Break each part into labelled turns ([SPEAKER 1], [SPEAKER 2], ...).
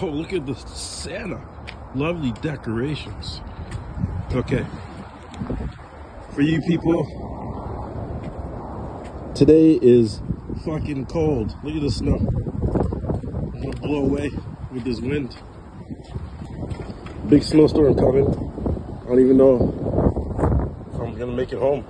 [SPEAKER 1] Oh, look at the Santa. Lovely decorations. Okay. For you people,
[SPEAKER 2] Today is
[SPEAKER 1] fucking cold. Look at the snow. Gonna blow away with this wind. Big snowstorm coming. I don't even know if I'm gonna make it home.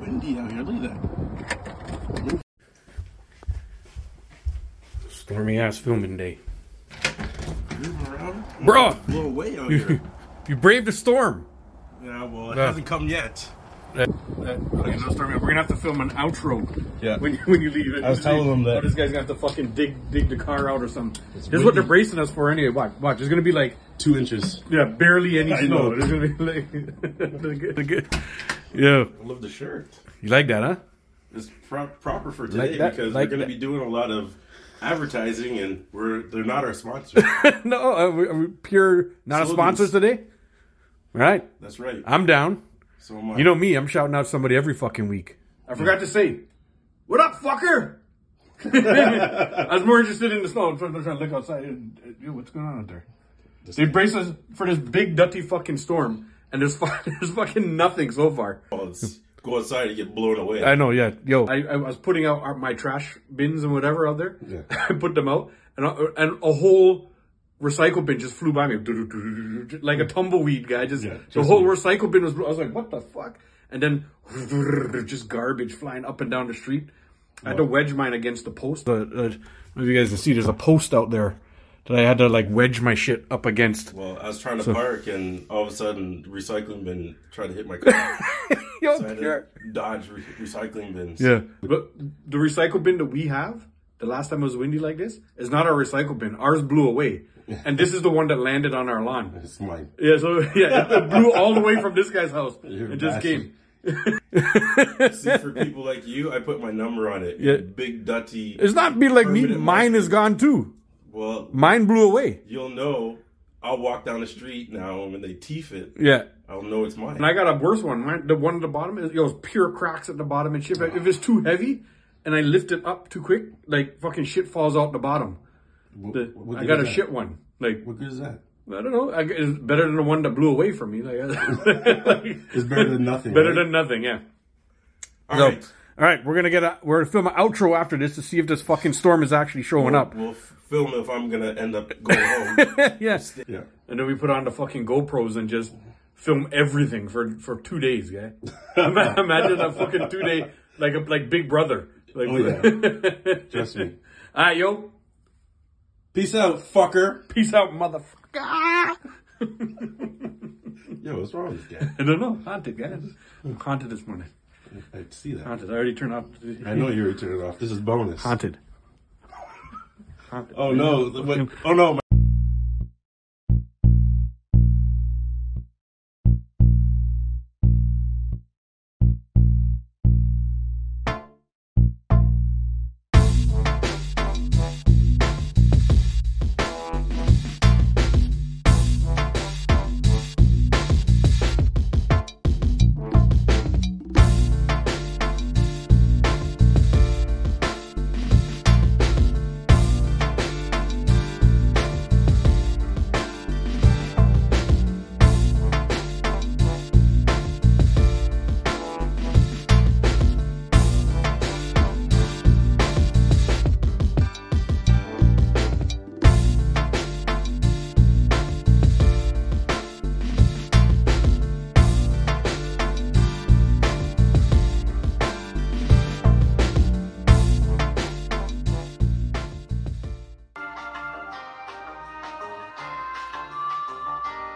[SPEAKER 1] windy out here. Look at that.
[SPEAKER 3] Stormy ass filming day.
[SPEAKER 1] Moving around.
[SPEAKER 3] Bruh!
[SPEAKER 1] Blow away out here.
[SPEAKER 3] You, you braved the storm.
[SPEAKER 1] yeah, well, it
[SPEAKER 3] Yeah.
[SPEAKER 1] hasn't come yet.
[SPEAKER 4] Uh, Okay, no, Stormy, we're gonna have to film an outro
[SPEAKER 1] Yeah.
[SPEAKER 4] when you, when you leave.
[SPEAKER 1] I was telling them that-
[SPEAKER 4] Oh, this guy's gonna have to fucking dig dig the car out or something. This is what they're bracing us for anyway. Watch, watch. There's gonna be like
[SPEAKER 1] Two inches.
[SPEAKER 4] yeah, barely any
[SPEAKER 1] I know.
[SPEAKER 4] snow. There's gonna be like the good- the good-
[SPEAKER 3] Yeah.
[SPEAKER 1] I love the shirt.
[SPEAKER 3] You like that, huh?
[SPEAKER 1] It's pro- proper for
[SPEAKER 3] Like
[SPEAKER 1] today
[SPEAKER 3] that-
[SPEAKER 1] because
[SPEAKER 3] like
[SPEAKER 1] we're going to
[SPEAKER 3] that.
[SPEAKER 1] be doing a lot of advertising, and we're they're not our sponsor.
[SPEAKER 3] no, are we, are we pure not a
[SPEAKER 1] Slogans.
[SPEAKER 3] sponsor today? All right.
[SPEAKER 1] That's right.
[SPEAKER 3] I'm down.
[SPEAKER 1] So am I.
[SPEAKER 3] You know me, I'm shouting out somebody every fucking week.
[SPEAKER 4] I forgot to say, what up, fucker? I was more interested in the snow. I'm trying, I'm trying to look outside. And, uh, yo, what's going on out there? They brace us for this big dirty fucking storm, and there's fu- there's fucking nothing so far.
[SPEAKER 1] Let's go outside and get blown away.
[SPEAKER 3] I know, yeah. Yo,
[SPEAKER 4] I, I was putting out our, my trash bins and whatever out there.
[SPEAKER 1] Yeah.
[SPEAKER 4] I put them out, and a, and a whole recycle bin just flew by me, like a tumbleweed guy. Just the whole recycle bin was. I was like, what the fuck? And then just garbage flying up and down the street. I had to wedge mine against the post.
[SPEAKER 3] uh, uh, I don't know if you guys can see, there's a post out there that I had to like wedge my shit up against.
[SPEAKER 1] well, I was trying to park, and all of a sudden, recycling bin tried to hit my car.
[SPEAKER 3] Yo,
[SPEAKER 1] so I had to dodge re- recycling bins.
[SPEAKER 3] yeah.
[SPEAKER 4] But the recycle bin that we have, the last time it was windy like this, is not our recycle bin. Ours blew away, and this is the one that landed on our lawn.
[SPEAKER 1] It's mine.
[SPEAKER 4] Yeah, so yeah, it- it blew all the way from this guy's house.
[SPEAKER 1] You're
[SPEAKER 4] it just
[SPEAKER 1] bashing.
[SPEAKER 4] came.
[SPEAKER 1] See, for people like you, I put my number on it.
[SPEAKER 3] Yeah.
[SPEAKER 1] Big Dutty.
[SPEAKER 3] It's not be like me.
[SPEAKER 1] Permanent
[SPEAKER 3] Mine is gone too.
[SPEAKER 1] well,
[SPEAKER 3] Mine blew away.
[SPEAKER 1] you'll know. I'll walk down the street now, and when they teeth it,
[SPEAKER 3] Yeah.
[SPEAKER 1] I'll know it's mine.
[SPEAKER 4] And I got a worse one. Mine, the one at the bottom is it was pure cracks at the bottom and shit. If it's too heavy and I lift it up too quick, like fucking shit falls out the bottom. The- I got a shit one. Like
[SPEAKER 1] What good is that?
[SPEAKER 4] I don't know. I, g- it's better than the one that blew away from me. Like, like,
[SPEAKER 1] It's better than nothing.
[SPEAKER 4] better
[SPEAKER 1] right?
[SPEAKER 4] than nothing. Yeah.
[SPEAKER 1] All
[SPEAKER 3] So,
[SPEAKER 1] right.
[SPEAKER 3] all right, we're gonna get a we're gonna film an outro after this to see if this fucking storm is actually showing up.
[SPEAKER 1] We'll f- film if I'm gonna end up going home.
[SPEAKER 3] Yes.
[SPEAKER 1] yeah.
[SPEAKER 4] And then we put on the fucking GoPros and just film everything for for two days, guy. Imagine a fucking two day like a like Big Brother. Like,
[SPEAKER 1] Oh yeah. Trust me.
[SPEAKER 4] all right, yo,
[SPEAKER 1] Peace out, fucker.
[SPEAKER 4] peace out, motherfucker.
[SPEAKER 1] Yo, what's wrong with this guy?
[SPEAKER 4] I don't know, haunted, guys. I'm haunted this morning.
[SPEAKER 1] I see that.
[SPEAKER 4] Haunted. I already turned off.
[SPEAKER 1] I know you were turning off. This is bonus.
[SPEAKER 3] Haunted.
[SPEAKER 1] Oh no! the- What? Oh no! My-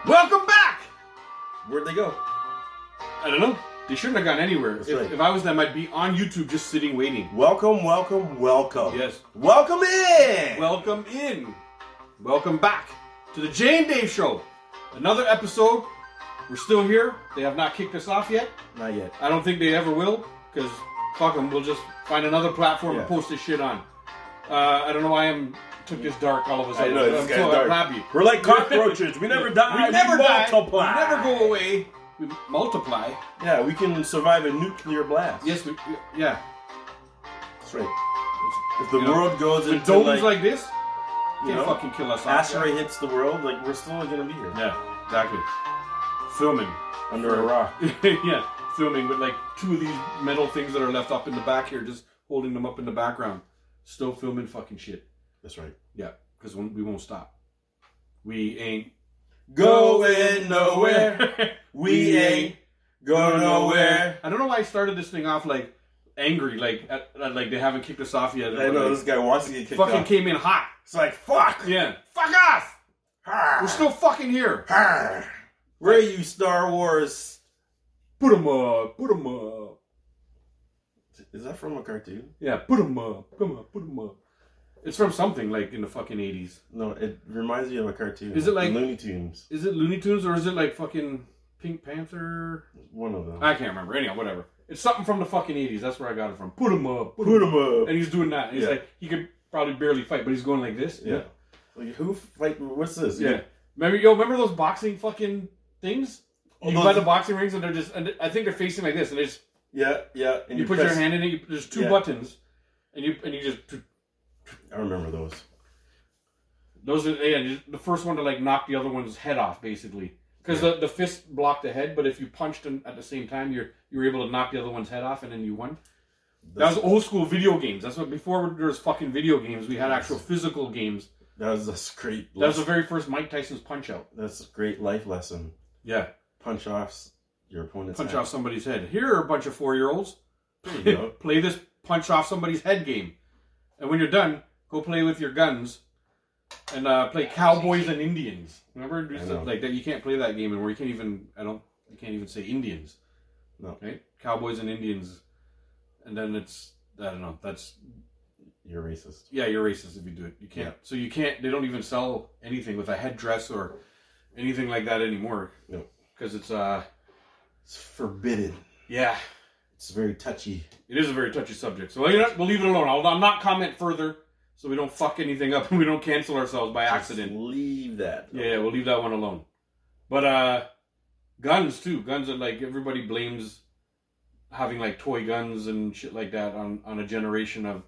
[SPEAKER 4] Welcome back.
[SPEAKER 1] Where'd they go?
[SPEAKER 4] I don't know. They shouldn't have gone anywhere. If,
[SPEAKER 1] right.
[SPEAKER 4] if I was them, I'd be on YouTube just sitting waiting.
[SPEAKER 1] Welcome, welcome, welcome.
[SPEAKER 4] Yes.
[SPEAKER 1] Welcome in.
[SPEAKER 4] Welcome in. Welcome back to the Jay and Dave Show. Another episode. We're still here. They have not kicked us off yet.
[SPEAKER 1] Not yet.
[SPEAKER 4] I don't think they ever will, because fuck them. We'll just find another platform
[SPEAKER 1] Yeah.
[SPEAKER 4] to post this shit on. Uh,
[SPEAKER 5] Uh, I don't know why I'm took this dark all of a
[SPEAKER 1] I
[SPEAKER 5] sudden.
[SPEAKER 1] know, this
[SPEAKER 5] I'm,
[SPEAKER 1] guy's
[SPEAKER 5] so- I'm
[SPEAKER 1] dark.
[SPEAKER 5] happy.
[SPEAKER 1] We're like cockroaches. We never die.
[SPEAKER 5] we never die.
[SPEAKER 1] multiply.
[SPEAKER 5] We never go away. We multiply.
[SPEAKER 1] Yeah, we can survive a nuclear blast.
[SPEAKER 5] Yes, we. Yeah.
[SPEAKER 1] that's right. If the
[SPEAKER 5] You know,
[SPEAKER 1] world goes
[SPEAKER 5] The
[SPEAKER 1] into
[SPEAKER 5] domes
[SPEAKER 1] like,
[SPEAKER 5] like, this
[SPEAKER 1] you
[SPEAKER 5] can
[SPEAKER 1] know,
[SPEAKER 5] fucking kill us. off.
[SPEAKER 1] asteroid hits the world, like we're still gonna be here
[SPEAKER 5] Yeah, exactly. Filming.
[SPEAKER 1] under a rock.
[SPEAKER 5] yeah, filming with like two of these metal things that are left up in the back here, just holding them up in the background. Still filming fucking shit.
[SPEAKER 1] That's right.
[SPEAKER 5] Yeah, because we won't stop. We ain't
[SPEAKER 1] Going nowhere. We ain't going nowhere.
[SPEAKER 5] I don't know why I started this thing off like angry, like at, at- like they haven't kicked us off yet.
[SPEAKER 1] I know
[SPEAKER 5] Like,
[SPEAKER 1] this guy wants to get kicked
[SPEAKER 5] fucking
[SPEAKER 1] off.
[SPEAKER 5] came in hot.
[SPEAKER 1] it's like fuck.
[SPEAKER 5] Yeah, fuck off. We're still fucking here.
[SPEAKER 1] Arr. Where are you, Star Wars?
[SPEAKER 5] Put 'em up. Put 'em up.
[SPEAKER 1] Is that from a cartoon?
[SPEAKER 5] Yeah, put 'em up. Come on, put 'em up. It's from something like in the fucking eighties.
[SPEAKER 1] No, it reminds me of a cartoon.
[SPEAKER 5] Is it like-
[SPEAKER 1] Looney Tunes?
[SPEAKER 5] Is it Looney Tunes or is it like fucking Pink Panther?
[SPEAKER 1] One of them.
[SPEAKER 5] I can't remember. Anyhow, whatever. It's something from the fucking eighties. That's where I got it from. Put 'em up. Put 'em
[SPEAKER 1] Put 'em up.
[SPEAKER 5] And he's doing that. He's
[SPEAKER 1] Yeah.
[SPEAKER 5] like, he could probably barely fight, but he's going like this.
[SPEAKER 1] Yeah. Like who? Like what's this?
[SPEAKER 5] Yeah. Remember, yo, remember those boxing fucking things?
[SPEAKER 1] Oh,
[SPEAKER 5] you
[SPEAKER 1] those-
[SPEAKER 5] buy the boxing rings and they're just, and I think they're facing like this, and they just,
[SPEAKER 1] yeah, yeah. And
[SPEAKER 5] you, put
[SPEAKER 1] press-
[SPEAKER 5] your hand in it. You, there's two
[SPEAKER 1] Yeah.
[SPEAKER 5] buttons, and you and you just
[SPEAKER 1] I remember those.
[SPEAKER 5] those are yeah, you- the first one to like knock the other one's head off basically because the, the fist blocked the head, but if you punched them at the same time, you're you were able to knock the other one's head off, and then you won.
[SPEAKER 1] That's-
[SPEAKER 5] that was old school video games. That's what before there was fucking video games. We had actual physical games.
[SPEAKER 1] That was that's great.
[SPEAKER 5] That was the very first Mike Tyson's punch out.
[SPEAKER 1] That's a great life lesson.
[SPEAKER 5] Yeah,
[SPEAKER 1] Punch offs your opponent's
[SPEAKER 5] punch
[SPEAKER 1] head.
[SPEAKER 5] off somebody's head. Here are a bunch of four year olds.
[SPEAKER 1] There you go.
[SPEAKER 5] play this punch off somebody's head game. And when you're done, go play with your guns and uh, play cowboys and Indians. Remember,
[SPEAKER 1] I know.
[SPEAKER 5] like that you can't play that game anymore. You can't even I don't you can't even say Indians.
[SPEAKER 1] No.
[SPEAKER 5] right? Cowboys and Indians, and then it's I don't know. That's
[SPEAKER 1] You're racist.
[SPEAKER 5] yeah, you're racist if you do it. You can't.
[SPEAKER 1] Yeah.
[SPEAKER 5] So you can't. They don't even sell anything with a headdress or anything like that anymore.
[SPEAKER 1] No.
[SPEAKER 5] because it's uh
[SPEAKER 1] It's forbidden.
[SPEAKER 5] yeah.
[SPEAKER 1] It's very touchy.
[SPEAKER 5] It is a very touchy subject. So you know, we'll leave it alone. I'll, I'll not comment further so we don't fuck anything up and we don't cancel ourselves by accident.
[SPEAKER 1] Just leave that.
[SPEAKER 5] Yeah, yeah, we'll leave that one alone. But uh guns too. Guns are like everybody blames having like toy guns and shit like that on on a generation of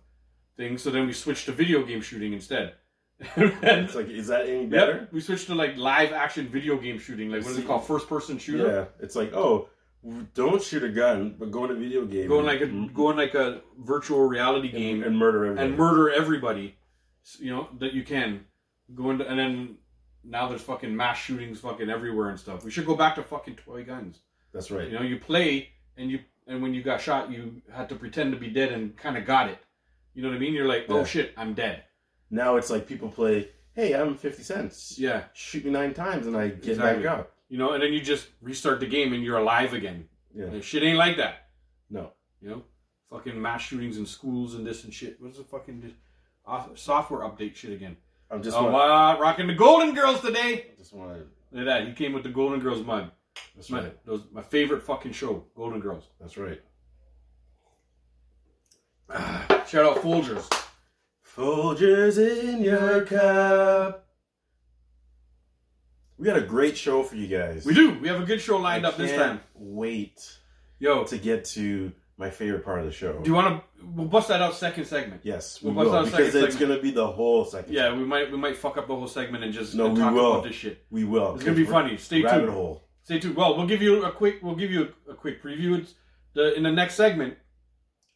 [SPEAKER 5] things. So then we switched to video game shooting instead. and,
[SPEAKER 1] It's like, is that any better?
[SPEAKER 5] yep, we switched to like live action video game shooting. Like what is it called? First person shooter.
[SPEAKER 1] Yeah. It's like, oh, w- don't shoot a gun, but go in a video game.
[SPEAKER 5] Going like a
[SPEAKER 1] and-
[SPEAKER 5] going like a virtual reality game.
[SPEAKER 1] and, and murder everyone.
[SPEAKER 5] and murder everybody, s- you know, that you can. Go into and then now there's fucking mass shootings fucking everywhere and stuff. We should go back to fucking toy guns.
[SPEAKER 1] That's right.
[SPEAKER 5] You know, you play and you and when you got shot, you had to pretend to be dead and kind of got it. You know what I mean? You're like, oh
[SPEAKER 1] Yeah.
[SPEAKER 5] shit, I'm dead.
[SPEAKER 1] Now it's like people play, hey, I'm 50 cents.
[SPEAKER 5] Yeah,
[SPEAKER 1] Shoot me nine times and I get
[SPEAKER 5] Exactly.
[SPEAKER 1] back up.
[SPEAKER 5] you know, and then you just restart the game and you're alive again.
[SPEAKER 1] Yeah.
[SPEAKER 5] And shit ain't like that.
[SPEAKER 1] No.
[SPEAKER 5] You know, fucking mass shootings in schools and this and shit. What's the fucking di- uh, software update shit again?
[SPEAKER 1] I'm just
[SPEAKER 5] Oh,
[SPEAKER 1] want,
[SPEAKER 5] uh, rocking the Golden Girls today.
[SPEAKER 1] just want to.
[SPEAKER 5] Look at that. He came with the Golden Girls mug.
[SPEAKER 1] That's
[SPEAKER 5] It's my,
[SPEAKER 1] right.
[SPEAKER 5] those, my favorite fucking show, Golden Girls.
[SPEAKER 1] That's right.
[SPEAKER 5] Shout out Folgers.
[SPEAKER 1] Folgers in your cup. We got a great show for you guys.
[SPEAKER 5] We do. We have a good show lined
[SPEAKER 1] I
[SPEAKER 5] up this
[SPEAKER 1] can't
[SPEAKER 5] time.
[SPEAKER 1] Wait
[SPEAKER 5] Yo, do
[SPEAKER 1] to get to my favorite part of the show.
[SPEAKER 5] you want to? We'll bust that out second segment.
[SPEAKER 1] yes, we
[SPEAKER 5] Well, what's
[SPEAKER 1] will
[SPEAKER 5] our
[SPEAKER 1] because
[SPEAKER 5] second
[SPEAKER 1] it's
[SPEAKER 5] segment?
[SPEAKER 1] gonna be the whole second.
[SPEAKER 5] Yeah, we might we might fuck up the whole segment and just
[SPEAKER 1] No,
[SPEAKER 5] and
[SPEAKER 1] we
[SPEAKER 5] talk
[SPEAKER 1] will.
[SPEAKER 5] about this shit.
[SPEAKER 1] we will.
[SPEAKER 5] It's gonna be
[SPEAKER 1] We're-
[SPEAKER 5] funny. Stay
[SPEAKER 1] rabbit
[SPEAKER 5] tuned.
[SPEAKER 1] hole.
[SPEAKER 5] Stay tuned. Well, we'll give you a quick we'll give you a, a quick preview. It's the in the next segment,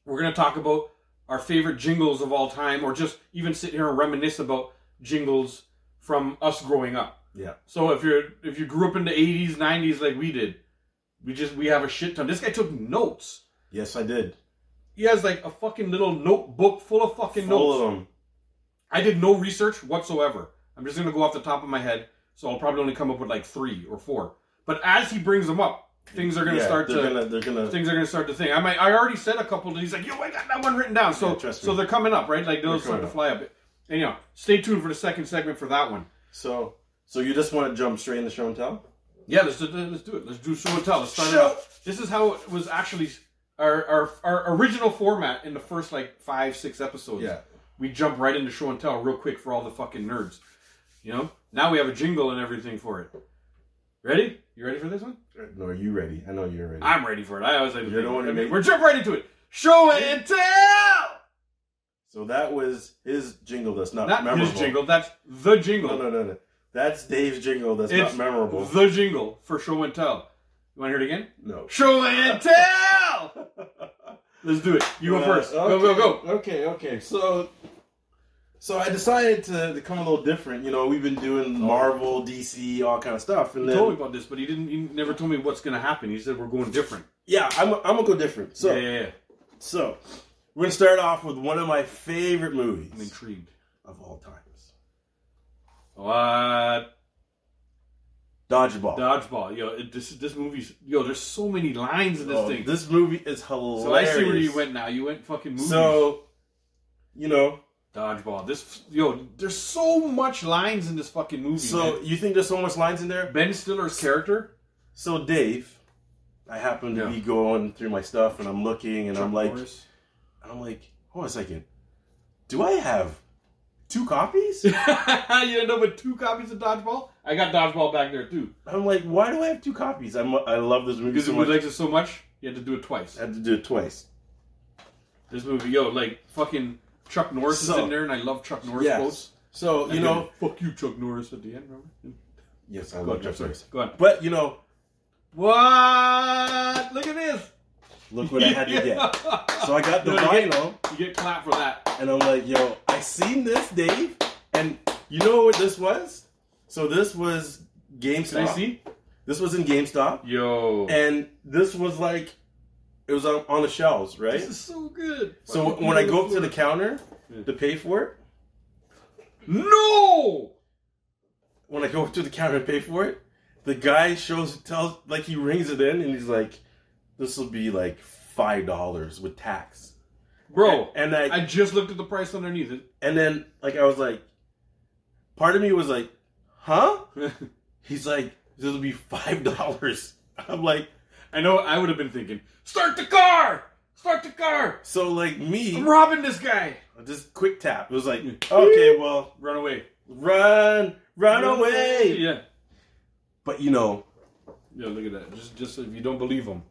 [SPEAKER 5] we're gonna talk about our favorite jingles of all time, or just even sit here and reminisce about jingles from us growing up.
[SPEAKER 1] Yeah.
[SPEAKER 5] So if you're if you grew up in the eighties, nineties like we did, we just we have a shit ton. This guy took notes.
[SPEAKER 1] Yes, I did.
[SPEAKER 5] He has like a fucking little notebook full of fucking
[SPEAKER 1] Full
[SPEAKER 5] notes.
[SPEAKER 1] of them.
[SPEAKER 5] I did no research whatsoever. I'm just gonna go off the top of my head, so I'll probably only come up with like three or four. But as he brings them up, things are gonna
[SPEAKER 1] Yeah,
[SPEAKER 5] start to
[SPEAKER 1] they're Gonna, they're gonna.
[SPEAKER 5] things are gonna start to think. I might I already said a couple. He's like, yo, I got that one written down. So
[SPEAKER 1] Yeah, trust me.
[SPEAKER 5] so they're coming up, right? Like they'll
[SPEAKER 1] They're
[SPEAKER 5] start to
[SPEAKER 1] coming
[SPEAKER 5] fly up. Anyhow, stay tuned for the second segment for that one.
[SPEAKER 1] So, so you just want to jump straight in the show and tell?
[SPEAKER 5] Yeah, let's do, let's do it. Let's do show and tell. Let's start it
[SPEAKER 1] Show-
[SPEAKER 5] up. This is how it was actually our, our our original format in the first like five six episodes. we jump right into show and tell real quick for all the fucking nerds. You know? Now we have a jingle and everything for it. Ready? You ready for this one?
[SPEAKER 1] No, are you ready? I know you're ready.
[SPEAKER 5] I'm ready for it. I always like to
[SPEAKER 1] You're the
[SPEAKER 5] think-
[SPEAKER 1] one who
[SPEAKER 5] I mean,
[SPEAKER 1] made-
[SPEAKER 5] We're jump right into it. Show and tell.
[SPEAKER 1] so that was his jingle that's not,
[SPEAKER 5] Not
[SPEAKER 1] memorable.
[SPEAKER 5] his jingle. That's the jingle.
[SPEAKER 1] No, no, no, no. That's Dave's jingle that's
[SPEAKER 5] It's
[SPEAKER 1] not memorable.
[SPEAKER 5] The jingle for show and tell. You want to hear it again?
[SPEAKER 1] no.
[SPEAKER 5] Show and tell. Let's do it. You go
[SPEAKER 1] Uh,
[SPEAKER 5] first. Go
[SPEAKER 1] okay,
[SPEAKER 5] go go.
[SPEAKER 1] Okay, okay. So, so I decided to, to come a little different. You know, we've been doing Marvel, DC, all kind of stuff, and
[SPEAKER 5] He
[SPEAKER 1] then
[SPEAKER 5] Oh. told me about this, but he didn't. He never told me what's going to happen. He said we're going different.
[SPEAKER 1] yeah, I'm I'm gonna go different. So,
[SPEAKER 5] yeah, yeah, yeah.
[SPEAKER 1] so we're gonna start off with one of my favorite movies
[SPEAKER 5] I'm intrigued.
[SPEAKER 1] of all times,
[SPEAKER 5] What?
[SPEAKER 1] Dodgeball.
[SPEAKER 5] Dodgeball. Yo, it, this this movie's. Yo, there's so many lines in this
[SPEAKER 1] Oh,
[SPEAKER 5] thing.
[SPEAKER 1] this movie is hilarious.
[SPEAKER 5] so I see where you went now. You went fucking movies.
[SPEAKER 1] So, you know,
[SPEAKER 5] Dodgeball. This yo, there's so much lines in this fucking movie.
[SPEAKER 1] so
[SPEAKER 5] man.
[SPEAKER 1] you think there's so much lines in there?
[SPEAKER 5] Ben Stiller's character,
[SPEAKER 1] So Dave, I happen to
[SPEAKER 5] Yeah.
[SPEAKER 1] be going through my stuff and I'm looking and I'm
[SPEAKER 5] Chuck
[SPEAKER 1] like.
[SPEAKER 5] Norris.
[SPEAKER 1] And I'm like, hold on a second. Do I have two copies?
[SPEAKER 5] you end up with two copies of Dodgeball. I got Dodgeball back there too
[SPEAKER 1] I'm like, why do I have two copies? I'm, I love this movie
[SPEAKER 5] because
[SPEAKER 1] so
[SPEAKER 5] we
[SPEAKER 1] much.
[SPEAKER 5] liked it so much. You had to do it twice.
[SPEAKER 1] I had to do it twice.
[SPEAKER 5] This movie, yo, like fucking Chuck Norris is
[SPEAKER 1] So-
[SPEAKER 5] in there, and I love Chuck Norris
[SPEAKER 1] Yes.
[SPEAKER 5] quotes.
[SPEAKER 1] So, you
[SPEAKER 5] And
[SPEAKER 1] know.
[SPEAKER 5] then, fuck you, Chuck Norris at the end. Remember?
[SPEAKER 1] Yes, I
[SPEAKER 5] Go
[SPEAKER 1] love
[SPEAKER 5] on,
[SPEAKER 1] Chuck
[SPEAKER 5] sorry.
[SPEAKER 1] Norris.
[SPEAKER 5] Go on.
[SPEAKER 1] But, you know,
[SPEAKER 5] What? Look at this.
[SPEAKER 1] look what I had to get. So I got the
[SPEAKER 5] No, you get-
[SPEAKER 1] vinyl,
[SPEAKER 5] You get clapped for that.
[SPEAKER 1] and I'm like, yo, I seen this, Dave. And you know what this was? So this was GameStop.
[SPEAKER 5] Can I see?
[SPEAKER 1] This was in GameStop.
[SPEAKER 5] Yo.
[SPEAKER 1] And this was like, it was on, on the shelves, right?
[SPEAKER 5] This is so good.
[SPEAKER 1] So when I go up to the counter
[SPEAKER 5] Yeah.
[SPEAKER 1] to pay for it,
[SPEAKER 5] no,
[SPEAKER 1] when I go up to the counter and pay for it, the guy shows tells like he rings it in and he's like, "This will be like five dollars with tax."
[SPEAKER 5] bro,
[SPEAKER 1] and I,
[SPEAKER 5] Oh. I just looked at the price underneath
[SPEAKER 1] and then like I was like, part of me was like, "Huh?"
[SPEAKER 5] it.
[SPEAKER 1] He's like, "This will be five dollars." I'm like,
[SPEAKER 5] I know. I would have been thinking, start the car, start the car.
[SPEAKER 1] so like me,
[SPEAKER 5] I'm robbing this guy.
[SPEAKER 1] just quick tap. It was like, okay, well,
[SPEAKER 5] Run away.
[SPEAKER 1] run, run away.
[SPEAKER 5] Yeah.
[SPEAKER 1] But you know,
[SPEAKER 5] Yeah. Look at that. Just, just if you don't believe him,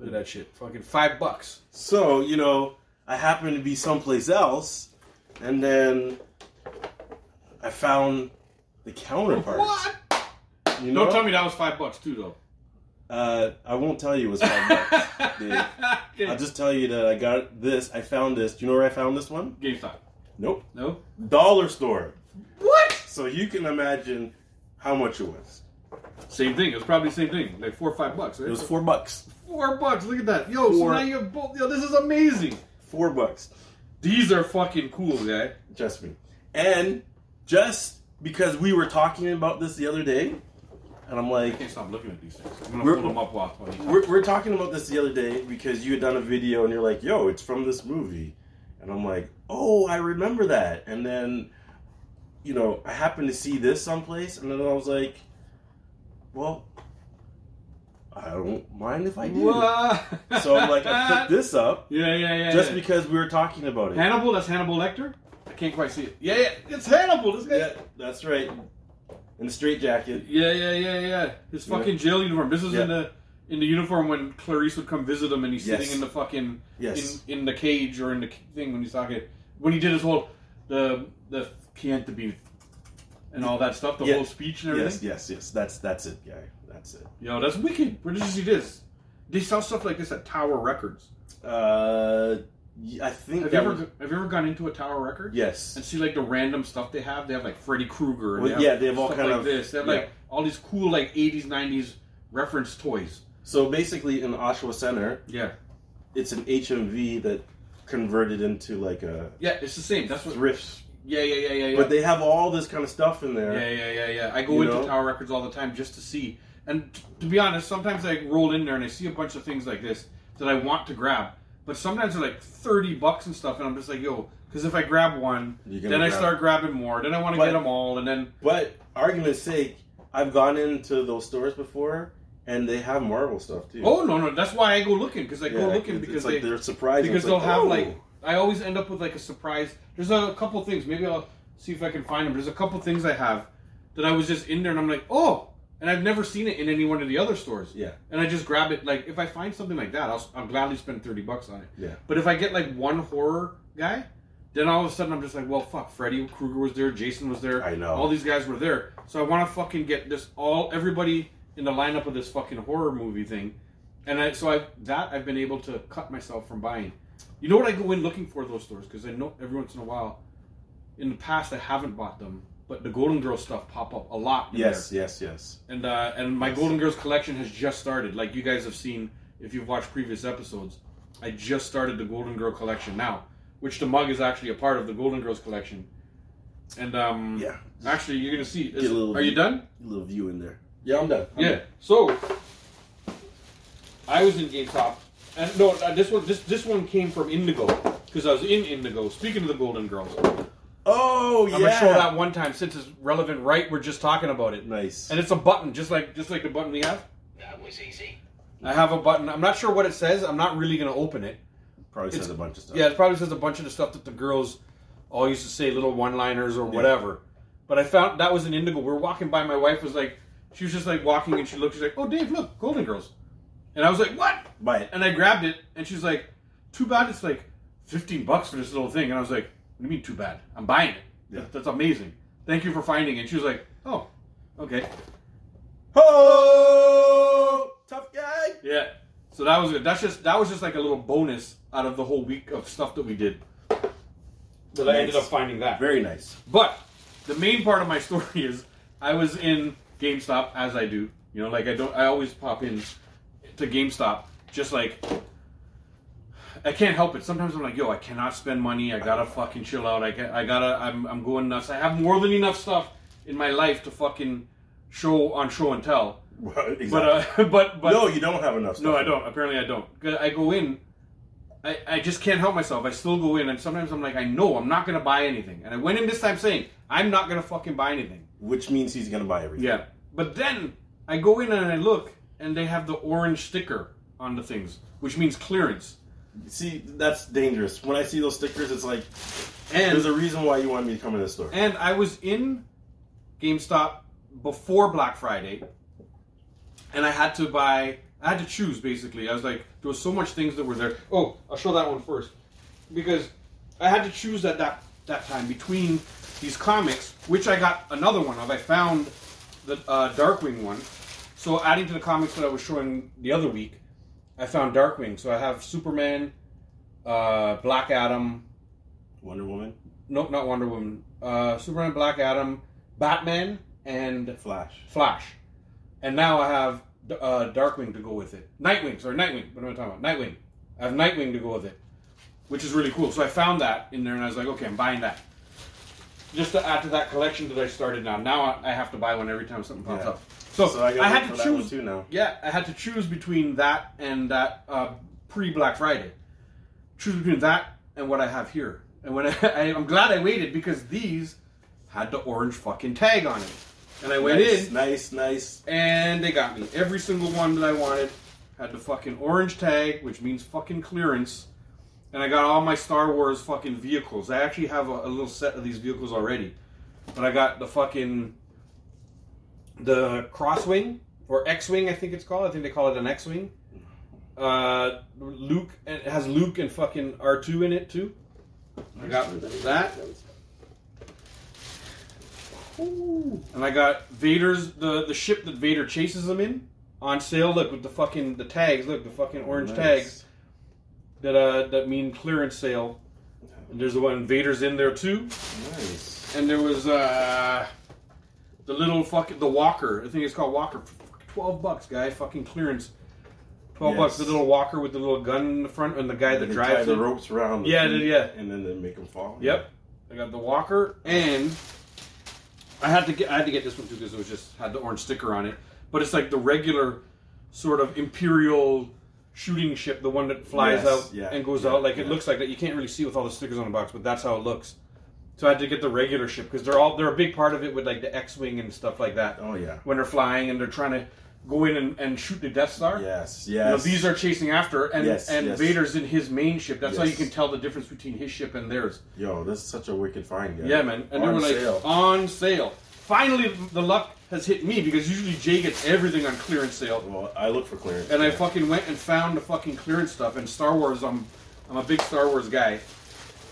[SPEAKER 5] look at that shit. Fucking five bucks.
[SPEAKER 1] So, you know, I happened to be someplace else, and then I found the counterpart.
[SPEAKER 5] What?
[SPEAKER 1] You know?
[SPEAKER 5] Don't tell me that was five bucks too, though.
[SPEAKER 1] Uh, I won't tell you it was five bucks. dude.
[SPEAKER 5] Okay.
[SPEAKER 1] I'll just tell you that I got this. I found this. Do you know where I found this one?
[SPEAKER 5] GameStop.
[SPEAKER 1] Nope.
[SPEAKER 5] No.
[SPEAKER 1] Dollar store.
[SPEAKER 5] What?
[SPEAKER 1] So you can imagine how much it was.
[SPEAKER 5] Same thing. It was probably the same thing. Like four or five bucks. Right?
[SPEAKER 1] It was four bucks.
[SPEAKER 5] four bucks. Look at that. Yo.
[SPEAKER 1] Four.
[SPEAKER 5] So now you have both. Yo, this is amazing.
[SPEAKER 1] Four bucks.
[SPEAKER 5] These are fucking cool, guy.
[SPEAKER 1] Trust me. And just because we were talking about this the other day, and I'm like,
[SPEAKER 5] I can't stop looking at these things. I'm gonna
[SPEAKER 1] We're-
[SPEAKER 5] hold them up while. while you talk.
[SPEAKER 1] We're, we're talking about this the other day because you had done a video and you're like, yo, it's from this movie. And I'm like, oh, I remember that. And then, you know, I happened to see this someplace. And then I was like, well, I don't mind if I do.
[SPEAKER 5] What?
[SPEAKER 1] So I'm like, I picked this up
[SPEAKER 5] Yeah, yeah, yeah.
[SPEAKER 1] just
[SPEAKER 5] yeah.
[SPEAKER 1] because we were talking about it.
[SPEAKER 5] Hannibal, that's Hannibal Lecter. I can't quite see it. Yeah, yeah, it's Hannibal. This guy.
[SPEAKER 1] Yeah, that's right. In the straight jacket.
[SPEAKER 5] Yeah, yeah, yeah, yeah. His fucking jail uniform. This is
[SPEAKER 1] Yeah.
[SPEAKER 5] in the in the uniform when Clarice would come visit him, and he's
[SPEAKER 1] Yes.
[SPEAKER 5] sitting in the fucking
[SPEAKER 1] Yes.
[SPEAKER 5] in, in the cage or in the c- thing when he's talking. When he did his whole the the Chianti beef and all that stuff, the
[SPEAKER 1] Yeah.
[SPEAKER 5] whole speech and
[SPEAKER 1] Yes,
[SPEAKER 5] everything.
[SPEAKER 1] yes, yes. That's that's it, guy. That's it.
[SPEAKER 5] Yo, that's wicked. Where did you see this? They sell stuff like this at Tower Records.
[SPEAKER 1] Uh, y- I think
[SPEAKER 5] Have you
[SPEAKER 1] that
[SPEAKER 5] ever
[SPEAKER 1] was-
[SPEAKER 5] have you ever gone into a Tower Records?
[SPEAKER 1] yes.
[SPEAKER 5] and see like the random stuff they have. They have like Freddy Krueger. and
[SPEAKER 1] Well, yeah, they have all
[SPEAKER 5] stuff
[SPEAKER 1] kind
[SPEAKER 5] like
[SPEAKER 1] of-
[SPEAKER 5] this. They have
[SPEAKER 1] yeah.
[SPEAKER 5] like all these cool like '80s, '90s reference toys.
[SPEAKER 1] So basically, in Oshawa Center,
[SPEAKER 5] Yeah,
[SPEAKER 1] it's an HMV that converted into like a
[SPEAKER 5] yeah, it's the same. That's what.
[SPEAKER 1] thrift.
[SPEAKER 5] Yeah, yeah, yeah, yeah, yeah.
[SPEAKER 1] But they have all this kind of stuff in there.
[SPEAKER 5] yeah, yeah, yeah, yeah. I go
[SPEAKER 1] You
[SPEAKER 5] into
[SPEAKER 1] know?
[SPEAKER 5] Tower Records all the time just to see. And t- to be honest, sometimes I roll in there and I see a bunch of things like this that I want to grab. But sometimes they're like thirty bucks and stuff, and I'm just like, yo, because if I grab one,
[SPEAKER 1] You're
[SPEAKER 5] then
[SPEAKER 1] gonna
[SPEAKER 5] I
[SPEAKER 1] grab-
[SPEAKER 5] start grabbing more. Then I want to
[SPEAKER 1] But-
[SPEAKER 5] get them all, and then
[SPEAKER 1] But argument's sake, I've gone into those stores before, and they have Marvel stuff too.
[SPEAKER 5] oh no, no, that's why I go looking because I
[SPEAKER 1] Yeah,
[SPEAKER 5] go
[SPEAKER 1] I
[SPEAKER 5] looking
[SPEAKER 1] can-
[SPEAKER 5] because
[SPEAKER 1] it's like oh.
[SPEAKER 5] they
[SPEAKER 1] they're surprised
[SPEAKER 5] because they'll have like I always end up with like a surprise. There's a couple things. Maybe I'll see if I can find them. There's a couple things I have that I was just in there and I'm like, oh, and I've never seen it in any one of the other stores.
[SPEAKER 1] Yeah.
[SPEAKER 5] And I just grab it. Like if I find something like that, I'll, s- I'll gladly spend thirty bucks on it.
[SPEAKER 1] Yeah.
[SPEAKER 5] But if I get like one horror guy, then all of a sudden I'm just like, well, fuck. Freddy Krueger was there. Jason was there.
[SPEAKER 1] I know.
[SPEAKER 5] All these guys were there. So I want to fucking get this all everybody in the lineup of this fucking horror movie thing. And I, so I that I've been able to cut myself from buying. You know what I go in looking for those stores because I know every once in a while, in the past I haven't bought them, but the Golden Girls stuff pop up a lot. in
[SPEAKER 1] Yes,
[SPEAKER 5] there.
[SPEAKER 1] yes, yes.
[SPEAKER 5] and uh, and my
[SPEAKER 1] Yes.
[SPEAKER 5] Golden Girls collection has just started. Like you guys have seen if you've watched previous episodes, I just started the Golden Girl collection now, which the mug is actually a part of the Golden Girls collection. And um,
[SPEAKER 1] Yeah.
[SPEAKER 5] actually you're gonna see.
[SPEAKER 1] Get
[SPEAKER 5] Is,
[SPEAKER 1] a little
[SPEAKER 5] are you
[SPEAKER 1] deep.
[SPEAKER 5] done?
[SPEAKER 1] little view in there. Yeah, I'm done. I'm
[SPEAKER 5] Yeah.
[SPEAKER 1] done.
[SPEAKER 5] So I was in GameStop, and no, uh, this one this this one came from Indigo because I was in Indigo. Speaking of the Golden Girls,
[SPEAKER 1] Oh
[SPEAKER 5] I'm gonna
[SPEAKER 1] yeah.
[SPEAKER 5] show that one time since it's relevant. Right, we're just talking about it,
[SPEAKER 1] Nice.
[SPEAKER 5] and it's a button just like just like the button we have.
[SPEAKER 6] That was easy.
[SPEAKER 5] I have a button. I'm not sure what it says. I'm not really gonna open it.
[SPEAKER 1] Probably says a
[SPEAKER 5] it's-
[SPEAKER 1] bunch of stuff.
[SPEAKER 5] Yeah, it probably says a bunch of the stuff that the girls all used to say, little one-liners or whatever. But I found that was an indigo. We were walking by. My wife was like, she was just like walking, and she looked. She's like, "Oh, Dave, look, Golden Girls," and I was like, "What?"
[SPEAKER 1] Buy it.
[SPEAKER 5] And I grabbed it, and she's like, "Too bad it's like fifteen bucks for this little thing." And I was like, "What do you mean too bad? I'm buying it.
[SPEAKER 1] Yeah.
[SPEAKER 5] That- That's amazing. Thank you for finding." it. And she was like, "Oh, okay,
[SPEAKER 1] Oh, tough guy.
[SPEAKER 5] yeah." So that was good. That's just that was just like a little bonus out of the whole week of stuff that we did. That I ended
[SPEAKER 1] Nice.
[SPEAKER 5] up finding that.
[SPEAKER 1] Very nice.
[SPEAKER 5] But the main part of my story is I was in GameStop as I do. You know, like I don't I always pop in to GameStop just like I can't help it. Sometimes I'm like, yo, I cannot spend money. I gotta fucking chill out. I can, I gotta I'm I'm going nuts. I have more than enough stuff in my life to fucking show on show and tell.
[SPEAKER 1] Well, exactly.
[SPEAKER 5] But uh but but
[SPEAKER 1] no, you don't have enough. Stuff
[SPEAKER 5] no, I don't. Apparently, I don't. 'Cause I go in. I, I just can't help myself. I still go in, and sometimes I'm like, I know I'm not gonna buy anything, and I went in this time saying I'm not gonna fucking buy anything.
[SPEAKER 1] Which means he's gonna buy everything.
[SPEAKER 5] Yeah. But then I go in and I look, and they have the orange sticker on the things, which means clearance.
[SPEAKER 1] See, that's dangerous. When I see those stickers, it's like
[SPEAKER 5] And
[SPEAKER 1] there's a reason why you want me to come in this store.
[SPEAKER 5] And I was in GameStop before Black Friday, and I had to buy. I had to choose basically. I was like, there was so much things that were there. Oh, I'll show that one first because I had to choose at that that time between these comics, which I got another one of. I found the uh, Darkwing one. So adding to the comics that I was showing the other week, I found Darkwing. So I have Superman, uh, Black Adam,
[SPEAKER 1] Wonder Woman,
[SPEAKER 5] Nope, not Wonder Woman. Uh, Superman, Black Adam, Batman, and
[SPEAKER 1] Flash.
[SPEAKER 5] Flash. And now I have uh, Darkwing to go with it. Nightwing, sorry, Nightwing. What am I talking about? Nightwing. I have Nightwing to go with it, which is really cool. So I found that in there, and I was like, okay, I'm buying that. Just to add to that collection that I started now. Now I- I have to buy one every time something pops
[SPEAKER 1] Yeah.
[SPEAKER 5] up. So,
[SPEAKER 1] So I
[SPEAKER 5] I,
[SPEAKER 1] gotta look
[SPEAKER 5] had
[SPEAKER 1] for
[SPEAKER 5] to
[SPEAKER 1] that one
[SPEAKER 5] choose.
[SPEAKER 1] too now.
[SPEAKER 5] Yeah, I had to choose between that and that uh, pre Black Friday. Choose between that and what I have here. And when I, I, I'm glad I waited because these had the orange fucking tag on it. And I went
[SPEAKER 1] nice,
[SPEAKER 5] in
[SPEAKER 1] Nice, nice.
[SPEAKER 5] and they got me. Every single one that I wanted had the fucking orange tag, which means fucking clearance. And I got all my Star Wars fucking vehicles. I actually have a, a little set of these vehicles already. But I got the fucking the crosswing or X-wing, I think it's called. I think they call it an X-wing. Uh, Luke and it has Luke and fucking R two in it too. I got that. And I got Vader's the the ship that Vader chases him in on sale. Look with the fucking the tags. Look the fucking orange
[SPEAKER 1] Nice.
[SPEAKER 5] tags that uh that mean clearance sale. And there's the one Vader's in there too.
[SPEAKER 1] Nice.
[SPEAKER 5] And there was uh the little fucking the walker. I think it's called walker. Twelve bucks, guy. Fucking clearance. Twelve bucks. The
[SPEAKER 1] Yes.
[SPEAKER 5] little walker with the little gun in the front and the guy that
[SPEAKER 1] They tie
[SPEAKER 5] drives
[SPEAKER 1] the
[SPEAKER 5] it.
[SPEAKER 1] ropes around. the
[SPEAKER 5] Yeah,
[SPEAKER 1] feet,
[SPEAKER 5] yeah.
[SPEAKER 1] And then they make them fall.
[SPEAKER 5] Yep. I got the Walker and I had to get I had to get this one too because it was just had the orange sticker on it. But it's like the regular sort of imperial shooting ship, the one that flies
[SPEAKER 1] Yes,
[SPEAKER 5] out
[SPEAKER 1] yeah,
[SPEAKER 5] and goes
[SPEAKER 1] yeah,
[SPEAKER 5] out. Like it
[SPEAKER 1] yeah.
[SPEAKER 5] looks like that. You can't really see with all the stickers on the box, but that's how it looks. So I had to get the regular ship because they're all they're a big part of it with like the X-wing and stuff like that
[SPEAKER 1] Oh yeah.
[SPEAKER 5] when they're flying and they're trying to go in and, and shoot the Death Star.
[SPEAKER 1] Yes, yes.
[SPEAKER 5] You know, these are chasing after, and
[SPEAKER 1] Yes,
[SPEAKER 5] and
[SPEAKER 1] yes.
[SPEAKER 5] Vader's in his main ship. That's how you
[SPEAKER 1] Yes.
[SPEAKER 5] can tell the difference between his ship and theirs.
[SPEAKER 1] Yo, this is such a wicked find, guy.
[SPEAKER 5] Yeah, man. And they
[SPEAKER 1] On
[SPEAKER 5] were like
[SPEAKER 1] sale.
[SPEAKER 5] on sale. Finally, the luck has hit me because usually Jay gets everything on clearance sale,
[SPEAKER 1] Well, I look for clearance.
[SPEAKER 5] and I
[SPEAKER 1] yeah.
[SPEAKER 5] fucking went and found the fucking clearance stuff. And Star Wars, I'm I'm a big Star Wars guy.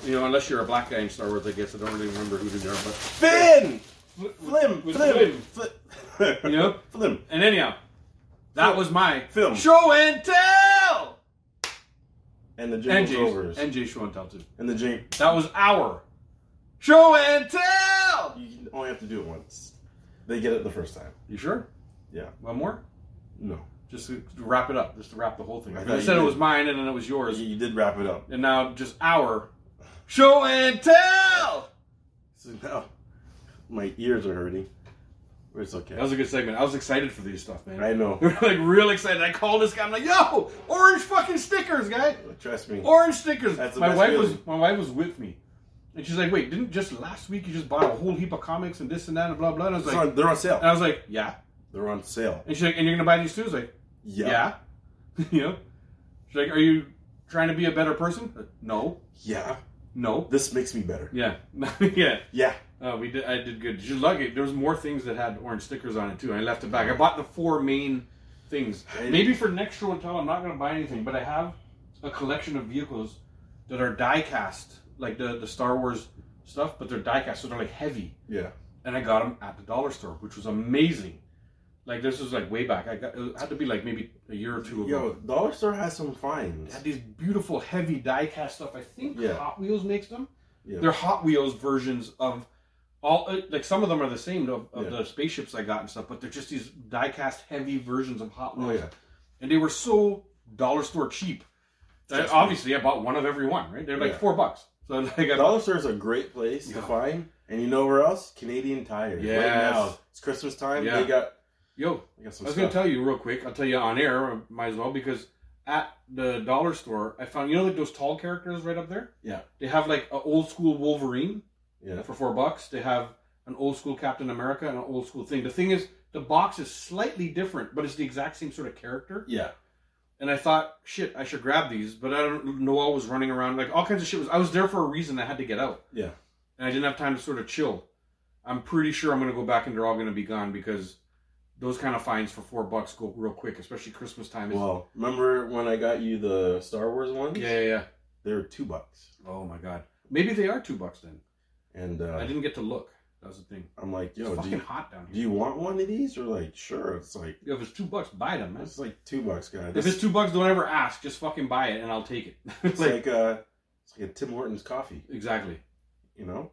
[SPEAKER 5] You know, unless you're a black guy in Star Wars, I guess I don't really remember who's in there, but
[SPEAKER 1] Finn! Flim!
[SPEAKER 5] with
[SPEAKER 1] Flim!
[SPEAKER 5] Flim.
[SPEAKER 1] Flim!
[SPEAKER 5] You know?
[SPEAKER 1] Flim.
[SPEAKER 5] And anyhow, that was my
[SPEAKER 1] Film.
[SPEAKER 5] show and tell.
[SPEAKER 1] And the
[SPEAKER 5] And
[SPEAKER 1] jingle's
[SPEAKER 5] Jay's,
[SPEAKER 1] overs.
[SPEAKER 5] and Jay's show and tell too.
[SPEAKER 1] And the jing.
[SPEAKER 5] That was our show and tell.
[SPEAKER 1] You only have to do it once. They get it the first time.
[SPEAKER 5] You sure?
[SPEAKER 1] Yeah.
[SPEAKER 5] One more.
[SPEAKER 1] No.
[SPEAKER 5] just to to wrap it up, just to wrap the whole thing.
[SPEAKER 1] I
[SPEAKER 5] up.
[SPEAKER 1] thought
[SPEAKER 5] I
[SPEAKER 1] you
[SPEAKER 5] said it
[SPEAKER 1] did.
[SPEAKER 5] was mine, and then it was
[SPEAKER 1] You-
[SPEAKER 5] yours,
[SPEAKER 1] You did wrap it up.
[SPEAKER 5] and now just our show and tell.
[SPEAKER 1] So now, my ears are hurting. But It's okay.
[SPEAKER 5] That was a good segment. I was excited for these stuff, man.
[SPEAKER 1] I know.
[SPEAKER 5] We were like real excited. I called this guy. I'm like, "Yo, orange fucking stickers, guy!
[SPEAKER 1] Trust me.
[SPEAKER 5] Orange stickers!"
[SPEAKER 1] That's the
[SPEAKER 5] my
[SPEAKER 1] best
[SPEAKER 5] wife
[SPEAKER 1] feeling.
[SPEAKER 5] was my wife was with me, and she's like, "Wait, didn't just last week you just bought a whole heap of comics and this and that and blah blah?" And I was
[SPEAKER 1] It's
[SPEAKER 5] like, Uh.
[SPEAKER 1] on- they're on
[SPEAKER 5] "And I
[SPEAKER 1] sale.
[SPEAKER 5] was like, yeah."
[SPEAKER 1] They're on sale.
[SPEAKER 5] And she's like, "And you're gonna buy these too?" I was like,
[SPEAKER 1] Yeah.
[SPEAKER 5] "Yeah." you know, she's like, "Are you trying to be a better person?" I said, No,
[SPEAKER 1] Yeah.
[SPEAKER 5] no.
[SPEAKER 1] This makes me better.
[SPEAKER 5] Yeah, yeah.
[SPEAKER 1] Yeah.
[SPEAKER 5] Uh, we did. I did good. Did you like it? There was more things that had orange stickers on it too. I left it back. I bought the four main things.
[SPEAKER 1] I-
[SPEAKER 5] Maybe for next show and tell, I'm not going to buy anything, but I have a collection of vehicles that are die cast, like the the Star Wars stuff, but they're die cast, so they're like heavy.
[SPEAKER 1] Yeah.
[SPEAKER 5] And I got them at the dollar store, which was amazing. Like this was like way back. I got it had to be like maybe a year or two ago.
[SPEAKER 1] Yo, Dollar Store has some
[SPEAKER 5] They
[SPEAKER 1] finds.
[SPEAKER 5] had these beautiful heavy die cast stuff. I think
[SPEAKER 1] Yeah.
[SPEAKER 5] Hot Wheels makes them.
[SPEAKER 1] Yeah.
[SPEAKER 5] They're Hot Wheels versions of all uh, like some of them are the same of, of
[SPEAKER 1] Yeah.
[SPEAKER 5] the spaceships I got and stuff, but they're just these die-cast heavy versions of Hot
[SPEAKER 1] Oh
[SPEAKER 5] Wheels,
[SPEAKER 1] yeah.
[SPEAKER 5] and they were so dollar store cheap. that
[SPEAKER 1] Trust me.
[SPEAKER 5] obviously, I bought one of every one. Right? They're like
[SPEAKER 1] Yeah.
[SPEAKER 5] four bucks. So like, I bought,
[SPEAKER 1] Dollar Store is a great place to
[SPEAKER 5] Yeah.
[SPEAKER 1] find. And you know where else? Canadian Tire. Right
[SPEAKER 5] Yes.
[SPEAKER 1] now. It's Christmas time.
[SPEAKER 5] Yeah.
[SPEAKER 1] They got
[SPEAKER 5] yo,
[SPEAKER 1] they got
[SPEAKER 5] I
[SPEAKER 1] some
[SPEAKER 5] was
[SPEAKER 1] stuff.
[SPEAKER 5] gonna tell you real quick. I'll tell you on air, might as well because at the dollar store, I found you know like those tall characters right up there.
[SPEAKER 1] Yeah.
[SPEAKER 5] they have like an old school Wolverine.
[SPEAKER 1] yeah.
[SPEAKER 5] for four bucks. They have an old school Captain America and an old school thing. The thing is, the box is slightly different, but it's the exact same sort of character.
[SPEAKER 1] Yeah.
[SPEAKER 5] And I thought, shit, I should grab these, but I don't. Noel was running around like all kinds of shit. Was I was there for a reason. I had to get out,
[SPEAKER 1] Yeah.
[SPEAKER 5] and I didn't have time to sort of chill. I'm pretty sure I'm gonna go back and they're all gonna be gone because those kind of finds for four bucks go real quick, especially Christmas time. is-
[SPEAKER 1] Well, remember when I got you the Star Wars ones?
[SPEAKER 5] yeah, yeah, yeah.
[SPEAKER 1] They were two bucks.
[SPEAKER 5] Oh my god, maybe they are two bucks then.
[SPEAKER 1] And
[SPEAKER 5] I
[SPEAKER 1] uh,
[SPEAKER 5] didn't get to look. That was the thing.
[SPEAKER 1] I'm like,
[SPEAKER 5] It's
[SPEAKER 1] yo, do
[SPEAKER 5] fucking
[SPEAKER 1] you,
[SPEAKER 5] hot down
[SPEAKER 1] do
[SPEAKER 5] here.
[SPEAKER 1] you want one of these? Or like, sure. It's like
[SPEAKER 5] If it's two bucks, buy them, man.
[SPEAKER 1] it's like two bucks, guy.
[SPEAKER 5] If
[SPEAKER 1] This,
[SPEAKER 5] it's two bucks, don't ever ask. Just fucking buy it, and I'll take it.
[SPEAKER 1] it's like, uh, it's like a Tim Hortons coffee.
[SPEAKER 5] exactly.
[SPEAKER 1] You know,